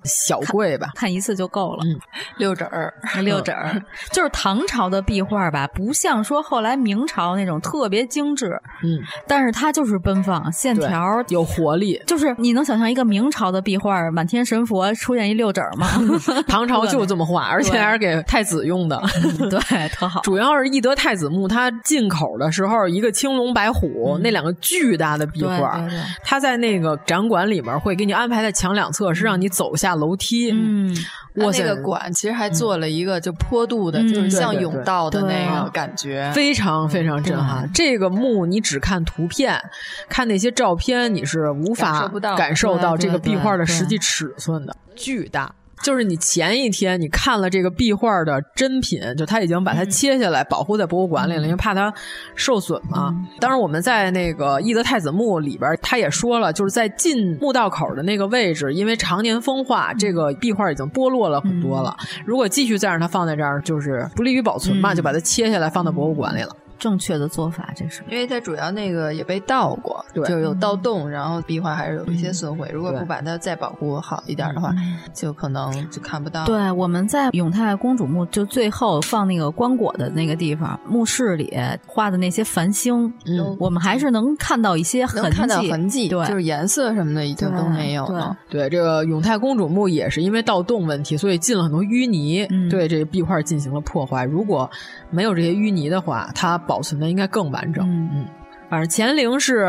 Speaker 8: 小贵吧，
Speaker 7: 嗯看一次就够
Speaker 8: 嗯
Speaker 7: 了。
Speaker 9: 六指儿，
Speaker 7: 六指儿，就是唐朝的壁画吧，不像说后来明朝那种特别精致，
Speaker 8: 嗯，
Speaker 7: 但是它就是奔放，线条
Speaker 8: 有活力，
Speaker 7: 就是你能想象一个明朝的壁画满天神佛出现一六指儿吗？
Speaker 8: 唐朝就这么画，而且还是给太子用。 的
Speaker 7: 嗯、对，特好。
Speaker 8: 主要是懿德太子墓，它进口的时候，一个青龙白虎、
Speaker 7: 嗯、
Speaker 8: 那两个巨大的壁画，
Speaker 7: 对对对
Speaker 8: 它在那个展馆里面会给你安排在墙两侧，是让你走下楼梯。
Speaker 7: 嗯。
Speaker 9: 我那个馆其实还做了一个就坡度的，就是像甬道的那个感觉，
Speaker 8: 非常非常震撼。这个墓你只看图片，看那些照片，你是无法感受到这个壁画的实际尺寸的，巨大。就是你前一天你看了这个壁画的真品，就他已经把它切下来保护在博物馆里了，因为怕它受损嘛。当然我们在那个懿德太子墓里边，他也说了，就是在进墓道口的那个位置，因为常年风化，这个壁画已经剥落了很多了。如果继续再让它放在这儿，就是不利于保存嘛，就把它切下来放到博物馆里了。
Speaker 7: 正确的做法，这是
Speaker 9: 因为它主要那个也被盗过，
Speaker 8: 对，
Speaker 9: 就有盗洞，然后壁画还是有一些损毁。如果不把它再保护好一点的话，就可能就看不到。
Speaker 7: 对，我们在永泰公主墓就最后放那个棺椁的那个地方，墓室里画的那些繁星，
Speaker 8: 嗯，
Speaker 7: 我们还是能看到一些痕迹，
Speaker 9: 看到痕迹，
Speaker 7: 对，
Speaker 9: 就是颜色什么的已经都没有了。
Speaker 8: 对，这个永泰公主墓也是因为盗洞问题，所以进了很多淤泥，
Speaker 7: 嗯
Speaker 8: 对这个壁画进行了破坏。如果没有这些淤泥的话，它。保存的应该更完整。
Speaker 7: 嗯。
Speaker 8: 反正乾陵是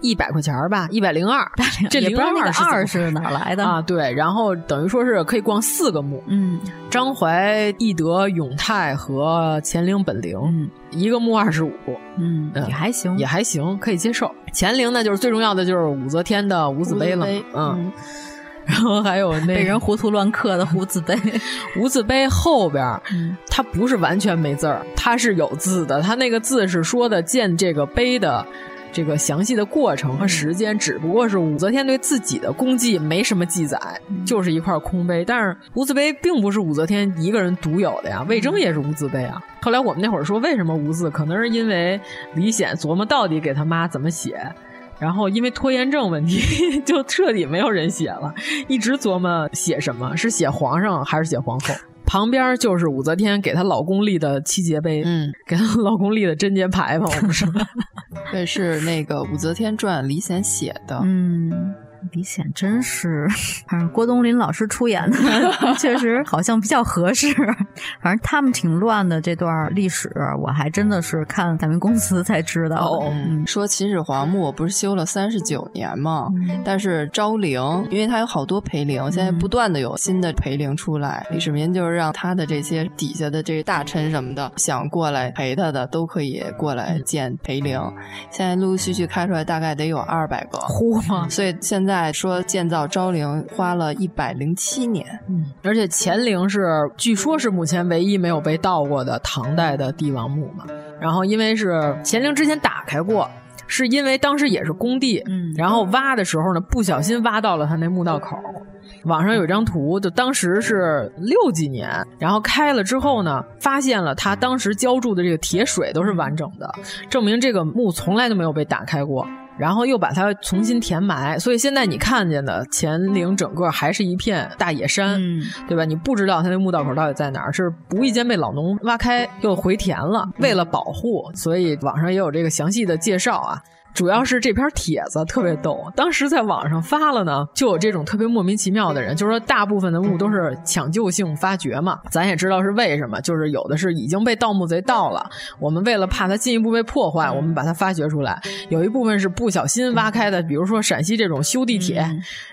Speaker 8: 一百块钱儿吧，一百零二，这
Speaker 7: 也
Speaker 8: 零
Speaker 7: 不知道那个
Speaker 8: 二
Speaker 7: 二是哪儿来的
Speaker 8: 啊？对，然后等于说是可以逛四个墓，
Speaker 7: 嗯，
Speaker 8: 张怀、懿德、永泰和乾陵、本陵，一个墓二十五，
Speaker 7: 嗯，
Speaker 8: 也
Speaker 7: 还行，
Speaker 8: 也还行，可以接受。乾陵呢，就是最重要的就是武则天的五子碑了嘛
Speaker 7: 五子碑，
Speaker 8: 嗯， 然 后还有那个
Speaker 7: 被人糊涂乱刻的胡子碑，
Speaker 8: 无字碑后边儿，它不是完全没字儿，它是有字的。它那个字是说的建这个碑的这个详细的过程和时间，只不过是武则天对自己的功绩没什么记载，就是一块空碑。但是无字碑并不是武则天一个人独有的呀，魏征也是无字碑啊。后来我们那会儿说为什么无字，可能是因为李显琢磨到底给他妈怎么写。然后因为拖延症问题， 就彻底没有人写了，一直琢磨写什么，是写皇上还是写皇后。旁边就是武则天给她老公立的七节碑，
Speaker 9: 嗯，
Speaker 8: 给她老公立的贞节牌嘛，我们说
Speaker 9: 对，是那个《武则天传》李显写的，
Speaker 7: 嗯。李显真是，反正郭冬临老师出演的确实好像比较合适。反正他们挺乱的这段历史，我还真的是看咱们公司才知道。
Speaker 9: 嗯，说秦始皇墓不是修了三十九年吗？
Speaker 7: 嗯
Speaker 9: 但是昭陵，因为它有好多陪陵，现在不断的有新的陪陵出来。李世民就是让他的这些底下的这些大臣什么的，想过来陪他的都可以过来建陪陵。现在陆陆续续开出来，大概得有二百个。
Speaker 8: 嚯！
Speaker 9: 所以现在说建造昭陵花了一百零七年。
Speaker 8: 嗯，而且乾陵是据说是目前唯一没有被盗过的唐代的帝王墓嘛。然后因为是乾陵之前打开过，是因为当时也是工地，
Speaker 7: 嗯，
Speaker 8: 然后挖的时候呢，不小心挖到了他那墓道口。网上有一张图，就当时是六几年，然后开了之后呢，发现了他当时浇筑的这个铁水都是完整的，证明这个墓从来就没有被打开过。然后又把它重新填埋，所以现在你看见的乾陵整个还是一片大野山，
Speaker 7: 嗯
Speaker 8: 对吧？你不知道它那墓道口到底在哪儿，是无意间被老农挖开又回填了。为了保护，所以网上也有这个详细的介绍啊。主要是这篇帖子特别逗，当时在网上发了呢，就有这种特别莫名其妙的人，就是说大部分的墓都是抢救性发掘嘛，咱也知道是为什么，就是有的是已经被盗墓贼盗了，我们为了怕它进一步被破坏，我们把它发掘出来；有一部分是不小心挖开的，比如说陕西这种修地铁、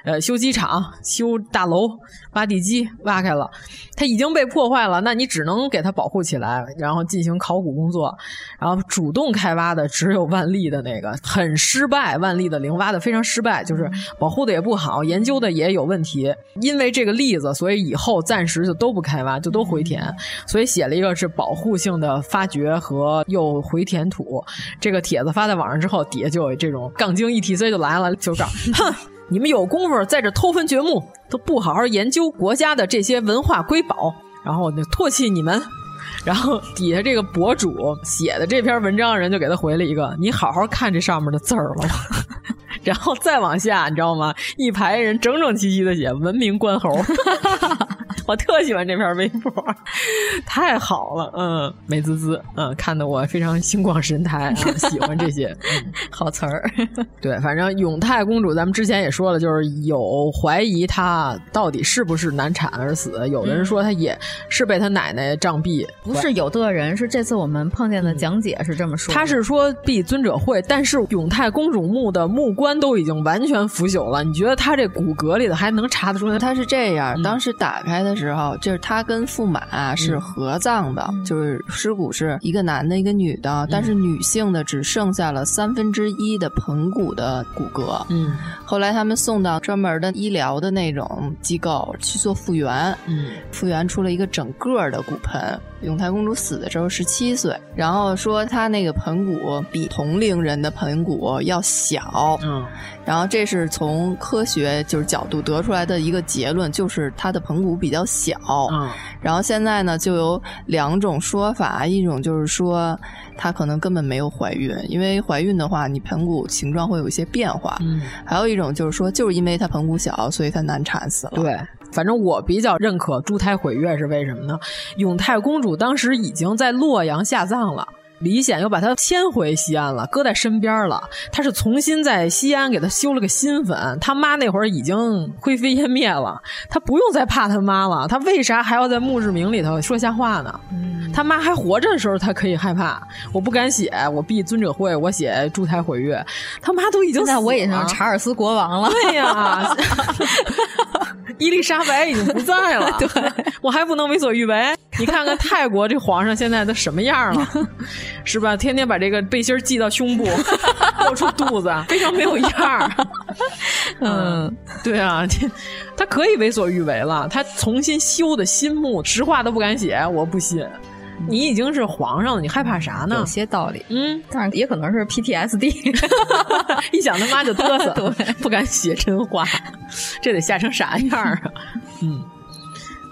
Speaker 8: 呃修机场、修大楼、挖地基挖开了，它已经被破坏了，那你只能给它保护起来，然后进行考古工作。然后主动开挖的只有万历的那个，很失败。万历的陵挖的非常失败，就是保护的也不好，研究的也有问题。因为这个例子，所以以后暂时就都不开挖，就都回填。所以写了一个是保护性的发掘和又回填土。这个帖子发在网上之后，底下就有这种杠精 ETC 就来了，就告，哼。你们有功夫在这偷坟掘墓，都不好好研究国家的这些文化瑰宝，然后我就唾弃你们。然后底下这个博主写的这篇文章，人就给他回了一个：“你好好看这上面的字儿了吗？” 然后再往下，你知道吗？一排人整整齐齐的写“文明观猴”，我特喜欢这篇微博，太好了，嗯，美滋滋，嗯，看得我非常心旷神台、啊，喜欢这些、 嗯
Speaker 7: 好词儿。
Speaker 8: 对，反正永泰公主，咱们之前也说了，就是有怀疑她到底是不是难产而死，有的人说她也是被她奶奶杖毙，
Speaker 7: 不是有的人，是这次我们碰见的讲解是这么说的。
Speaker 8: 他是说必尊者会，但是永泰公主墓的木棺都已经完全腐朽了，你觉得她这骨骼里头还能查得出来？
Speaker 9: 她是这
Speaker 8: 嗯
Speaker 9: 样，当时打开的时候，就是她跟驸马、是合葬的，
Speaker 8: 嗯
Speaker 9: 就是尸骨是一个男的，一个女的，但是女性的只剩下了三分之一的盆骨的骨骼。
Speaker 8: 嗯，
Speaker 9: 后来他们送到专门的医疗的那种机构去做复原，
Speaker 8: 嗯，
Speaker 9: 复原出了一个整个的骨盆。永泰公主死的时候十七岁，然后说她那个盆骨比同龄人的盆骨要小，
Speaker 8: 嗯，
Speaker 9: 然后这是从科学就是角度得出来的一个结论，就是她的盆骨比较小，
Speaker 8: 嗯，
Speaker 9: 然后现在呢就有两种说法，一种就是说她可能根本没有怀孕，因为怀孕的话你盆骨形状会有一些变化，
Speaker 8: 嗯，
Speaker 9: 还有一种就是说就是因为她盆骨小，所以她难产死了，
Speaker 8: 对，反正我比较认可珠胎毁月是为什么呢？永泰公主当时已经在洛阳下葬了。李显又把他迁回西安了，搁在身边了。他是重新在西安给他修了个新坟，他妈那会儿已经灰飞烟灭了，他不用再怕他妈了。他为啥还要在墓志铭里头说瞎话呢？嗯、他妈还活着的时候，他可以害怕。我不敢写，我避尊者讳，我写祝台毁月。他妈都已经
Speaker 7: 在我
Speaker 8: 也
Speaker 7: 是查尔斯国王了。
Speaker 8: 对呀、啊。 伊丽莎白已经不在了，
Speaker 7: 对
Speaker 8: 我还不能为所欲为。你看看泰国这皇上现在都什么样 了，是吧？天天把这个背心系到 胸部，露出肚子，非常没有样 儿。嗯，对啊，他可以为所欲为了。他重新修的新墓，实话都不敢写，我不信。你已经是皇上了，你害怕啥呢？
Speaker 7: 有些道理，
Speaker 8: 嗯，
Speaker 7: 但是也可能是 PTSD，
Speaker 8: 一想他妈就嘚瑟，
Speaker 7: 对，
Speaker 8: 不敢写真话，这得吓成啥样啊？ 嗯，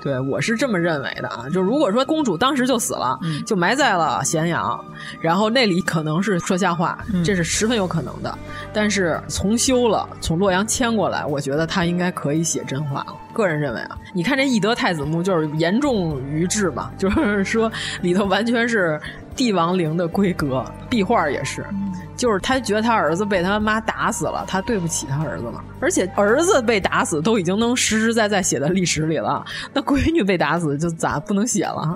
Speaker 8: 对，我是这么认为的啊。就如果说公主当时就死了，
Speaker 7: 嗯、
Speaker 8: 就埋在了咸阳，然后那里可能是说瞎话，
Speaker 7: 嗯、
Speaker 8: 这是十分有可能的。但是重修了，从洛阳迁过来，我觉得她应该可以写真话了。个人认为啊，你看这懿德太子墓就是严重愚智嘛， 就是说里头完全是帝王陵的规格，壁画也是，就是他觉得他儿子被他妈打死了，他对不起他儿子嘛，而且儿子被打死都已经能实实在在写在历史里了，那闺女被打死就咋不能写了？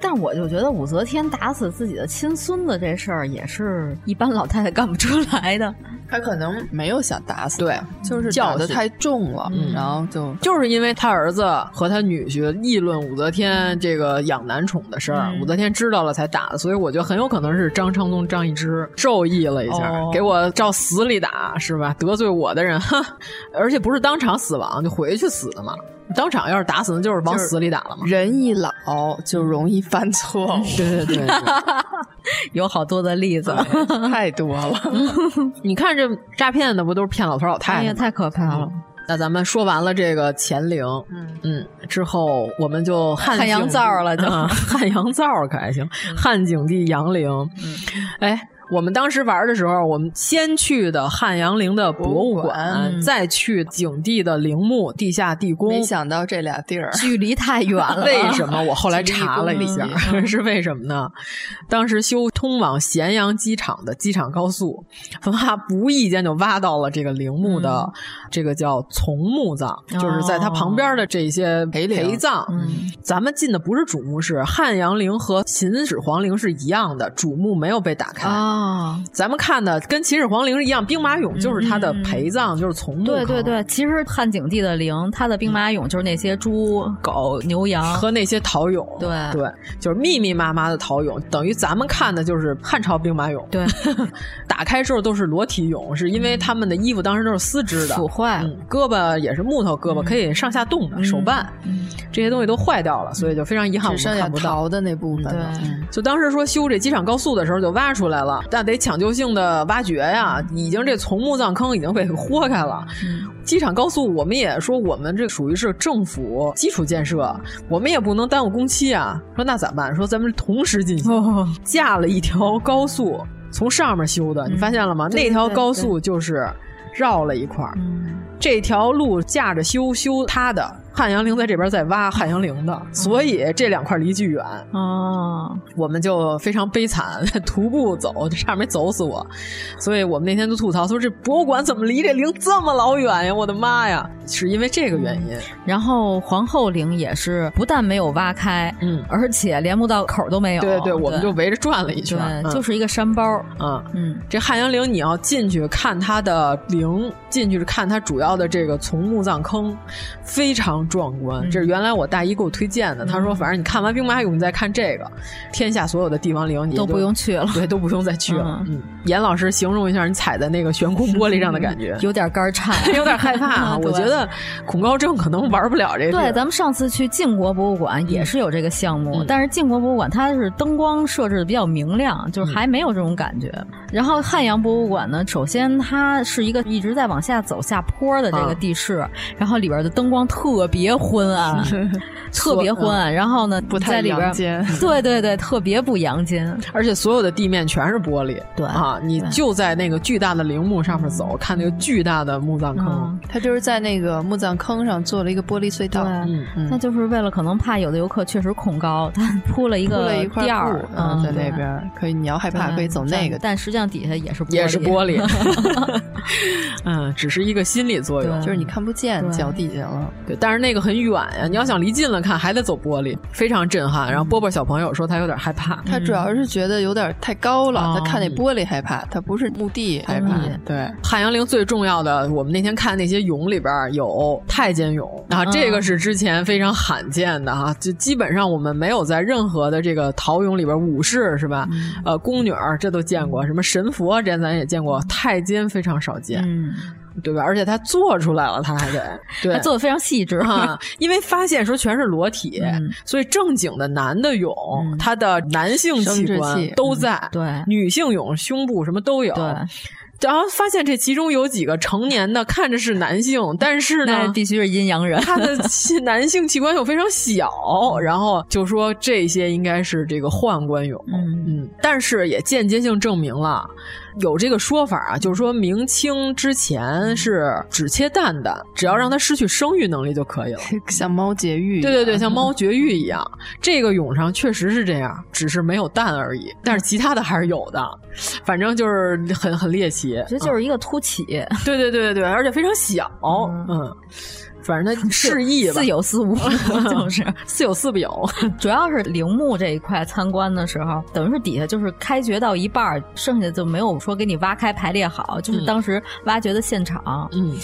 Speaker 7: 但我就觉得武则天打死自己的亲孙子这事儿也是一般老太太干不出来的，
Speaker 9: 她可能没有想打死，
Speaker 8: 对，
Speaker 9: 就是
Speaker 8: 教
Speaker 9: 的太重了，嗯、然后就
Speaker 8: 就是。因为他儿子和他女婿议论武则天这个养男宠的事儿，
Speaker 7: 嗯、
Speaker 8: 武则天知道了才打的，所以我觉得很有可能是张昌宗张易之授意了一下，
Speaker 7: 哦、
Speaker 8: 给我照死里打是吧？得罪我的人，哈， 而且不是当场死亡，就回去死的嘛。当场要是打死，那就是往死里打了嘛。
Speaker 9: 人 一老就容易犯错误，
Speaker 8: 对对对，
Speaker 7: 有好多的例子，
Speaker 9: 太多了。
Speaker 8: 你看这诈骗的不都是骗老头老太太？ 哎
Speaker 7: 呀，太可怕了。
Speaker 8: 嗯那咱们说完了这个乾陵，
Speaker 7: 嗯
Speaker 8: 嗯，之后我们就
Speaker 7: 汉阳造了就，就、
Speaker 8: 嗯、 汉阳造可还行，嗯、汉景帝杨陵，
Speaker 7: 嗯、
Speaker 8: 哎。我们当时玩的时候，我们先去的汉阳陵的博物馆，
Speaker 7: 嗯、
Speaker 8: 再去景帝的陵墓、地下地宫。
Speaker 9: 没想到这俩地儿
Speaker 7: 距离太远 了。
Speaker 8: 为什么？我后来查了一
Speaker 7: 嗯
Speaker 8: 下， 是为什么呢？当时修通往咸阳机场的机场高速，挖不意间就挖到了这个陵墓的、
Speaker 7: 嗯、
Speaker 8: 这个叫从墓葬，哦、就是在它旁边的这些
Speaker 9: 陪
Speaker 8: 陪葬。
Speaker 7: 嗯、
Speaker 8: 咱们进的不是主墓室，汉阳陵和秦始皇陵是一样的，主墓没有被打开。
Speaker 7: 哦
Speaker 8: 啊，咱们看的跟秦始皇陵一样，兵马俑就是他的陪葬，
Speaker 7: 嗯、
Speaker 8: 就是从墓。
Speaker 7: 对对对，其实汉景帝的陵，他的兵马俑就是那些猪、狗、牛羊
Speaker 8: 和那些陶俑。
Speaker 7: 对
Speaker 8: 对，就是密密麻麻的陶俑，等于咱们看的就是汉朝兵马俑。
Speaker 7: 对， 嗯
Speaker 8: 打开之后都是裸体俑，是因为他们的衣服当时都是丝织的，
Speaker 7: 腐坏了、
Speaker 8: 嗯，胳膊也是木头胳
Speaker 7: 嗯、
Speaker 8: 膊，可以上下动的，手办这些东西都坏掉了，所以就非常遗憾我们看不到
Speaker 9: 陶的那部分。
Speaker 7: 对，
Speaker 11: 嗯
Speaker 8: 就当时说修这机场高速的时候就挖出来了。那得抢救性的挖掘呀，已经这从墓葬坑已经被豁开了。
Speaker 7: 嗯、
Speaker 8: 机场高速我们也说，我们这属于是政府基础建设，我们也不能耽误工期啊。说那咋办？说咱们同时进行，
Speaker 7: 哦、
Speaker 8: 架了一条高速，从上面修的，
Speaker 7: 嗯、
Speaker 8: 你发现了吗？那条高速就是绕了一块儿，
Speaker 7: 嗯、
Speaker 8: 这条路架着修修它的。汉阳陵在这边在挖汉阳陵的，所以这两块离巨远
Speaker 7: 哦，
Speaker 8: 我们就非常悲惨， 徒步走，差点没走死我。所以我们那天就吐槽说，这博物馆怎么离这陵这么老远呀？我的妈呀！是因为这个原因。
Speaker 7: 然后皇后陵也是不但没有挖开，
Speaker 8: 嗯，
Speaker 7: 而且连墓道口都没有。
Speaker 8: 对
Speaker 7: 对，
Speaker 8: 我们就围着转了一圈，嗯
Speaker 7: 对，就是一个山包。
Speaker 8: 啊，
Speaker 7: 嗯，
Speaker 8: 这汉阳陵你要进去看它的陵，进去是看它主要的这个从墓葬坑，非常壮观。
Speaker 7: 嗯
Speaker 8: 这是原来我大姨给我推荐的，她说反正你看完兵马俑，你再看这个，天下所有的帝王陵你
Speaker 7: 都不用去了，
Speaker 8: 对，都不用再去了。嗯，严老师形容一下你踩在那个悬空玻璃上的感觉，
Speaker 7: 嗯有点肝颤，啊
Speaker 8: 有点 害怕。啊我觉得恐高症可能玩不了这个。
Speaker 7: 对，咱们上次去晋国博物馆也是有这个项目，但是晋国博物馆它是灯光设置的比较明亮，就是还没有这种感觉。然后汉阳博物馆呢，首先它是一个一直在往下走下坡的这个地势，然后里边的灯光特别昏暗，特别昏暗。然后呢，
Speaker 9: 不太
Speaker 7: 在里边
Speaker 9: 阳间，
Speaker 7: 对对对，特别不阳间。
Speaker 8: 而且所有的地面全是玻璃，
Speaker 7: 对嗯
Speaker 8: 啊，你就在那个巨大的陵墓上面走，看那个巨大的墓葬坑，
Speaker 11: 他就是在那个墓葬坑上做了一个玻璃隧道，
Speaker 8: 嗯
Speaker 7: 对，那就是为了可能怕有的游客确实恐高，他铺了一
Speaker 11: 铺
Speaker 7: 个
Speaker 11: 了一块
Speaker 7: 垫儿
Speaker 11: 布，
Speaker 7: 嗯，
Speaker 11: 在那
Speaker 7: 对
Speaker 11: 边儿可以，你要害怕
Speaker 7: 对
Speaker 11: 可以走那个，
Speaker 7: 但实际上底下也是，
Speaker 8: 也是玻璃 嗯，只是一个心理作用，
Speaker 11: 就是你看不见
Speaker 7: 对
Speaker 11: 脚底下了。
Speaker 8: 对，但是那个很远呀、你要想离近了看，还得走玻璃，非常震撼。
Speaker 7: 嗯
Speaker 8: 然后波波小朋友说他有点害怕，
Speaker 11: 他主要是觉得有点太高了，
Speaker 8: 哦
Speaker 11: 他看那玻璃害怕，他不是墓地害怕。
Speaker 7: 嗯
Speaker 11: 对，
Speaker 8: 汉阳陵最重要的，我们那天看那些俑里边有太监俑啊，这个是之前非常罕见的哈、就基本上我们没有在任何的这个陶俑里边，武士是吧？呃，宫女儿这都见过，什么神佛啊这咱也见过，太监非常少见，
Speaker 7: 嗯，
Speaker 8: 对吧？而且他做出来了，他还得对
Speaker 7: 他做的非常细致
Speaker 8: 啊，因为发现说全是裸体，
Speaker 7: 嗯
Speaker 8: 所以正经的男的俑，他的男性器
Speaker 11: 生殖
Speaker 8: 官
Speaker 11: 器
Speaker 8: 都在，
Speaker 7: 对
Speaker 8: 女性俑胸部什么都有，
Speaker 7: 对
Speaker 8: 然后发现这其中有几个成年的，看着是男性，但是
Speaker 7: 那
Speaker 8: 呢，
Speaker 7: 必须是阴阳人，
Speaker 8: 他的器男性器官又非常小，然后就说这些应该是这个宦官俑。
Speaker 7: 嗯
Speaker 8: 嗯，但是也间接性证明了有这个说法啊，就是说明清之前是只切蛋蛋，只要让它失去生育能力就可以了。
Speaker 11: 像猫劫狱一
Speaker 8: 对
Speaker 11: 样，
Speaker 8: 对对，像猫绝育一样，这个俑上确实是这样，只是没有蛋而已，但是其他的还是有的，反正就是很很猎奇。嗯
Speaker 7: 这就是一个凸起，
Speaker 8: 对对对对对，而且非常小，嗯，反正它示意吧
Speaker 7: 似，有似 无，就是
Speaker 8: 似有似不有，
Speaker 7: 主要是陵墓这一块参观的时候，等于是底下就是开掘到一半儿，剩下就没有说给你挖开排列好，就是当时挖掘的现场，
Speaker 8: 嗯，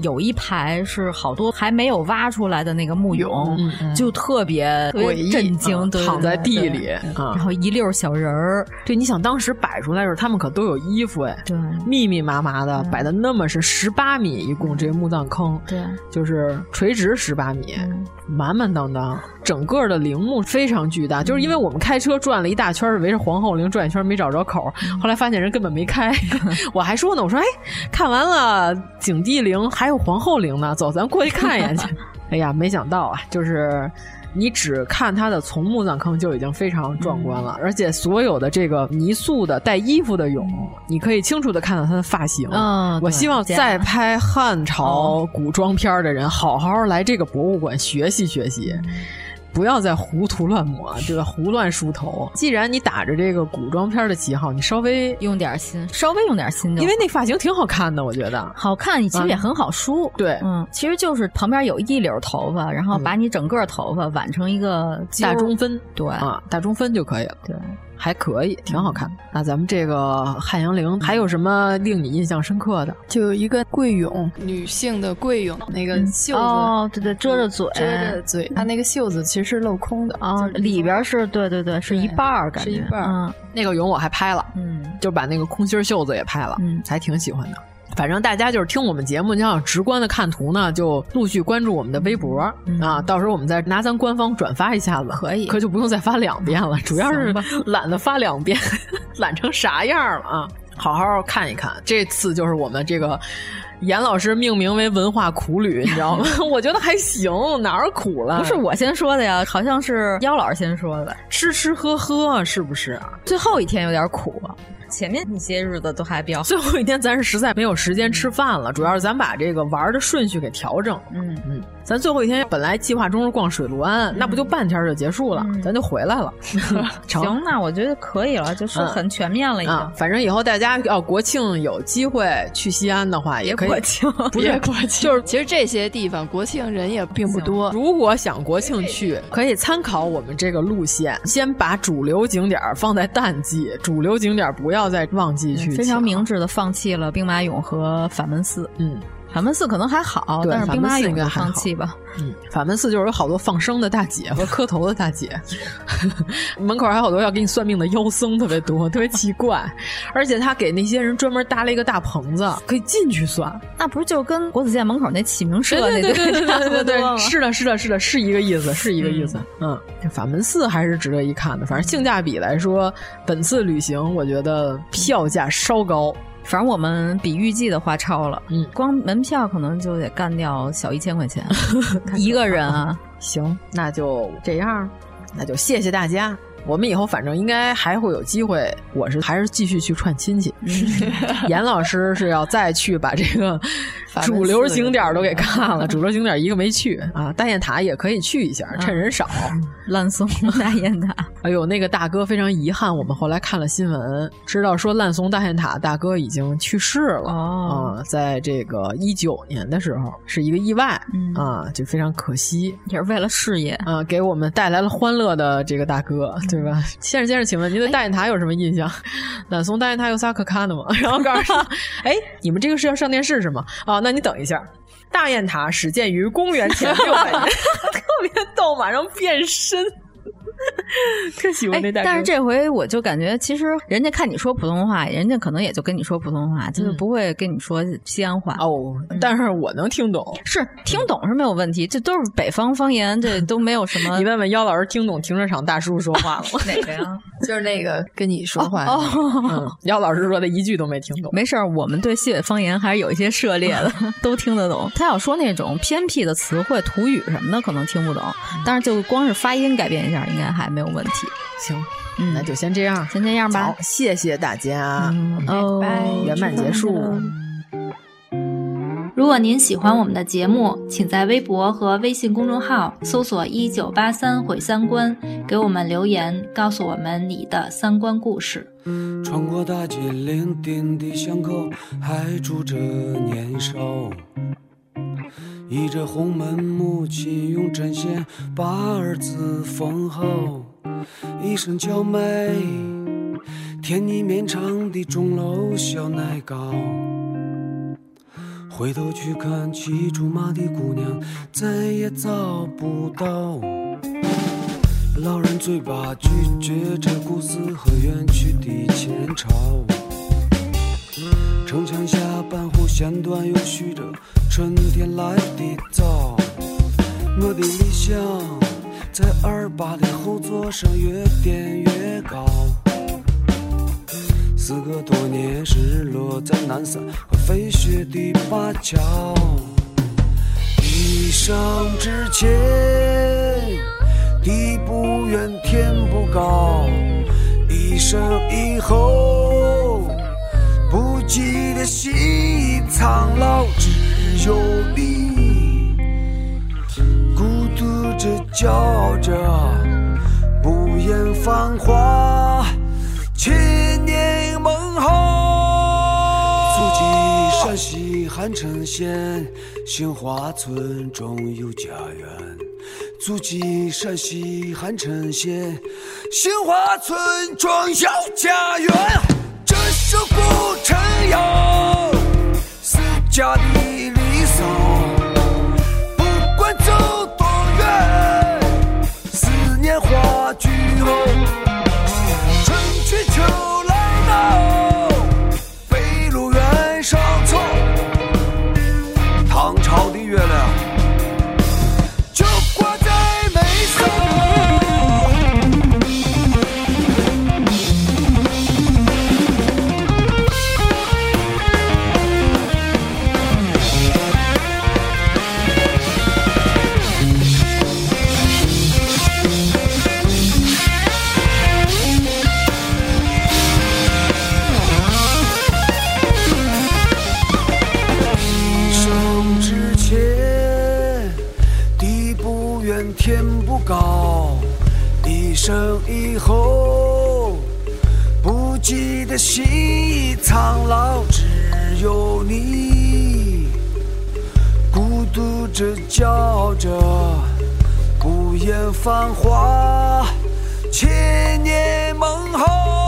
Speaker 7: 有一排是好多还没有挖出来的那个墓俑，
Speaker 8: 嗯嗯
Speaker 7: 就特别特别
Speaker 8: 诡异
Speaker 7: 震惊，
Speaker 8: 嗯
Speaker 7: 对
Speaker 8: 躺在地。
Speaker 7: 对
Speaker 8: 里
Speaker 7: 对然
Speaker 8: 啊。
Speaker 7: 后一溜儿小人儿，
Speaker 8: 对，你想当时摆出来的时候，他们可都有衣服哎，
Speaker 7: 对
Speaker 8: 密密麻麻
Speaker 7: 嗯
Speaker 8: 的摆的那么是十八米，一共这个墓葬坑，
Speaker 7: 对，
Speaker 8: 就是垂直十八米，满满当当，整个的陵墓非常巨大。就是因为我们开车转了一大圈，是围着皇后陵转一圈没找着口，后来发现人根本没开。我还说呢，我说哎，看完了景帝陵还有皇后陵呢，走，咱过去看一眼去。哎呀，没想到啊，就是。你只看它的从墓葬坑就已经非常壮观了，而且所有的这个泥塑的带衣服的俑，你可以清楚的看到它的发型。
Speaker 7: 嗯
Speaker 8: 我
Speaker 7: 对
Speaker 8: 希望
Speaker 7: 这样哦
Speaker 8: 再拍汉朝古装片儿的人，好好来这个博物馆学习学习。
Speaker 7: 嗯
Speaker 8: 不要再胡涂乱抹，这个胡乱梳头。既然你打着这个古装片儿的旗号，你稍微，
Speaker 7: 用点儿心，稍微用点儿心就
Speaker 8: 因为那发型挺好看的，我觉得。
Speaker 7: 好看，其实也很好梳。
Speaker 8: 对
Speaker 7: 嗯，其实就是旁边有一绺头发，然后把你整个头发挽成一个揪儿
Speaker 8: 大中分，
Speaker 7: 对哦
Speaker 8: 啊，大中分就可以了，
Speaker 7: 对，
Speaker 8: 还可以，挺好看。那咱们这个汉阳
Speaker 7: 嗯
Speaker 8: 陵还有什么令你印象深刻的？
Speaker 11: 就有一个贵俑，女性的贵俑，那个袖子。
Speaker 7: 哦，对对，遮着
Speaker 9: 嗯
Speaker 7: 嘴，
Speaker 11: 遮着嘴，它那个袖子其实是镂空的
Speaker 7: 啊，里边是对对对，是一半儿，感觉
Speaker 11: 是一半儿
Speaker 7: 嗯
Speaker 8: 那个俑我还拍了，
Speaker 7: 嗯，
Speaker 8: 就把那个空心儿袖子也拍了，
Speaker 7: 嗯
Speaker 8: 还挺喜欢的。反正大家就是听我们节目，你想直观的看图呢，就陆续关注我们的微博、
Speaker 7: 嗯
Speaker 8: 啊，到时候我们再拿咱官方转发一下子，可以，可就不用再发两 遍了，主要是懒得发两遍， 懒成啥样了啊！好好看一看，这次就是我们这个严老师命名为文化苦旅，你知道吗？ 我觉得还行，哪儿苦了？
Speaker 7: 不是我先说的呀，好像是妖老师先说的，
Speaker 8: 吃吃喝喝，是不是？
Speaker 7: 最后一天有点苦，啊前面一些日子都还比较好，
Speaker 8: 最后一天，咱是实在没有时间吃饭了，主要是咱把这个玩儿的顺序给调整。
Speaker 7: 嗯
Speaker 8: 嗯，咱最后一天本来计划中是逛水陆庵，那不就半天儿就结束了，
Speaker 7: 嗯
Speaker 8: 咱就回来了。成
Speaker 7: 行，那我觉得可以了，就是
Speaker 8: 嗯
Speaker 7: 很全面了，已
Speaker 8: 啊
Speaker 7: 经，。
Speaker 8: 反正以后大家要国庆有机会去西安的话，也可以。
Speaker 7: 国庆
Speaker 8: 不是国庆，就是
Speaker 11: 其实这些地方国庆人也并不多，
Speaker 8: 如果想国庆去，可以参考我们这个路线，先把主流景点儿放在淡季，主流景点儿不要再旺季去。
Speaker 7: 嗯非常明。智的放弃了兵马俑和法门寺，
Speaker 8: 嗯，
Speaker 7: 法门寺可能还好，
Speaker 8: 对
Speaker 7: 但是兵马
Speaker 8: 法门寺
Speaker 7: 俑
Speaker 8: 应该
Speaker 7: 就
Speaker 8: 还好
Speaker 7: 放弃吧。
Speaker 8: 嗯，法门寺就是有好多放生的大姐和磕头的大姐， 门口还有好多要给你算命的妖僧，特别多，特别奇怪。而且他给那些人专门搭了一个大棚子，可以进去算。
Speaker 7: 那不是就跟国子监门口那启明社那
Speaker 8: 对对对对
Speaker 7: 差
Speaker 8: 对
Speaker 7: 不
Speaker 8: 对
Speaker 7: 多吗
Speaker 8: 对，是的，是的，是的，是一个意思，是一个意思。嗯，这法门寺还是值得一看的，反正性价比来说，本次旅行我觉得票价稍高。
Speaker 7: 反正我们比预计的花超了，嗯，光门票可能就得干掉小一千块 钱，一个人啊。
Speaker 8: 行，那就这样，那就谢谢大家。我们以后反正应该还会有机会，我是还是继续去串亲 戚。严老师是要再去把这个主流景点都给看了，主流景点一个没去啊，大雁塔也可以去一下，趁人少。
Speaker 7: 烂怂大雁 塔，
Speaker 8: 哎呦，那个大哥非常遗憾，我们后来看了新闻，知道说烂怂大雁塔大哥已经去世了
Speaker 7: 哦
Speaker 8: 啊，在这个一九年的时候是一个意外啊，就非常可惜，
Speaker 7: 也是为了事业
Speaker 8: 啊，给我们带来了欢乐的这个大哥。对吧？先生，先生，请问您对大雁塔有什么印象？南松大雁塔有啥可看的吗？ 然后告诉说，哎，你们这个是要上电视是吗？啊，那你等一下。大雁塔始建于公元前六百 年，
Speaker 7: 特别逗，马上变身。
Speaker 8: 特喜欢那大、哎，
Speaker 7: 但是这回我就感觉，其实人家看你说普通话，人家可能也就跟你说普通话，嗯、就是不会跟你说西安话
Speaker 8: 哦。但是我能听懂，
Speaker 7: 是听懂是没有问题，这都是北方方言，这都没有什么。
Speaker 8: 你问问姚老师听懂停车场大叔说话了 吗？
Speaker 7: 哪 个呀？
Speaker 11: 就是那个跟你说话
Speaker 8: 哦。姚、哦嗯、老师说的一句都没听懂。
Speaker 7: 没事儿，我们对西北方言还是有一些涉猎的， 都听得懂。他要说那种偏僻的词汇、土语什么的，可能听不懂，但是就光是发音改变一下，应该。还没有问题，
Speaker 8: 行，嗯，那就先这样，
Speaker 7: 先这样吧，嗯
Speaker 8: 谢谢大家，哦，圆满结束。
Speaker 12: 如果您喜欢我们的节目，请在微博和微信公众号搜索“一九八三毁三观”，给我们留言，告诉我们你的三观故事。
Speaker 6: 穿过大街零丁的巷口，还住着年少。倚着红门，母亲用针线把儿子缝好，一身荞麦，甜腻绵长的钟楼小奶糕。回头去看，骑竹马的姑娘再也找不到。老人嘴巴咀嚼着故事和远去的前朝。城墙下半户弦断，又续着春天来的早。我的理想在二八的后座上越垫越高。时隔多年，失落在南山和飞雪的灞桥。一生之前，地不远，天不高；一生以后。不羁的心已苍老，只有你孤独着、骄傲着，不言繁华，千年梦后。祖籍陕西韩城县杏花村中有家园，祖籍陕西韩城县杏花村中有家园。这是古城哟，是家的离骚。不管走多远，思念化句后。春去秋来到，北路原上草。唐朝的月亮就挂在眉梢。天不高，一生以后，不羁的心已苍老，只有你孤独着、骄傲着，不言繁华，千年梦后。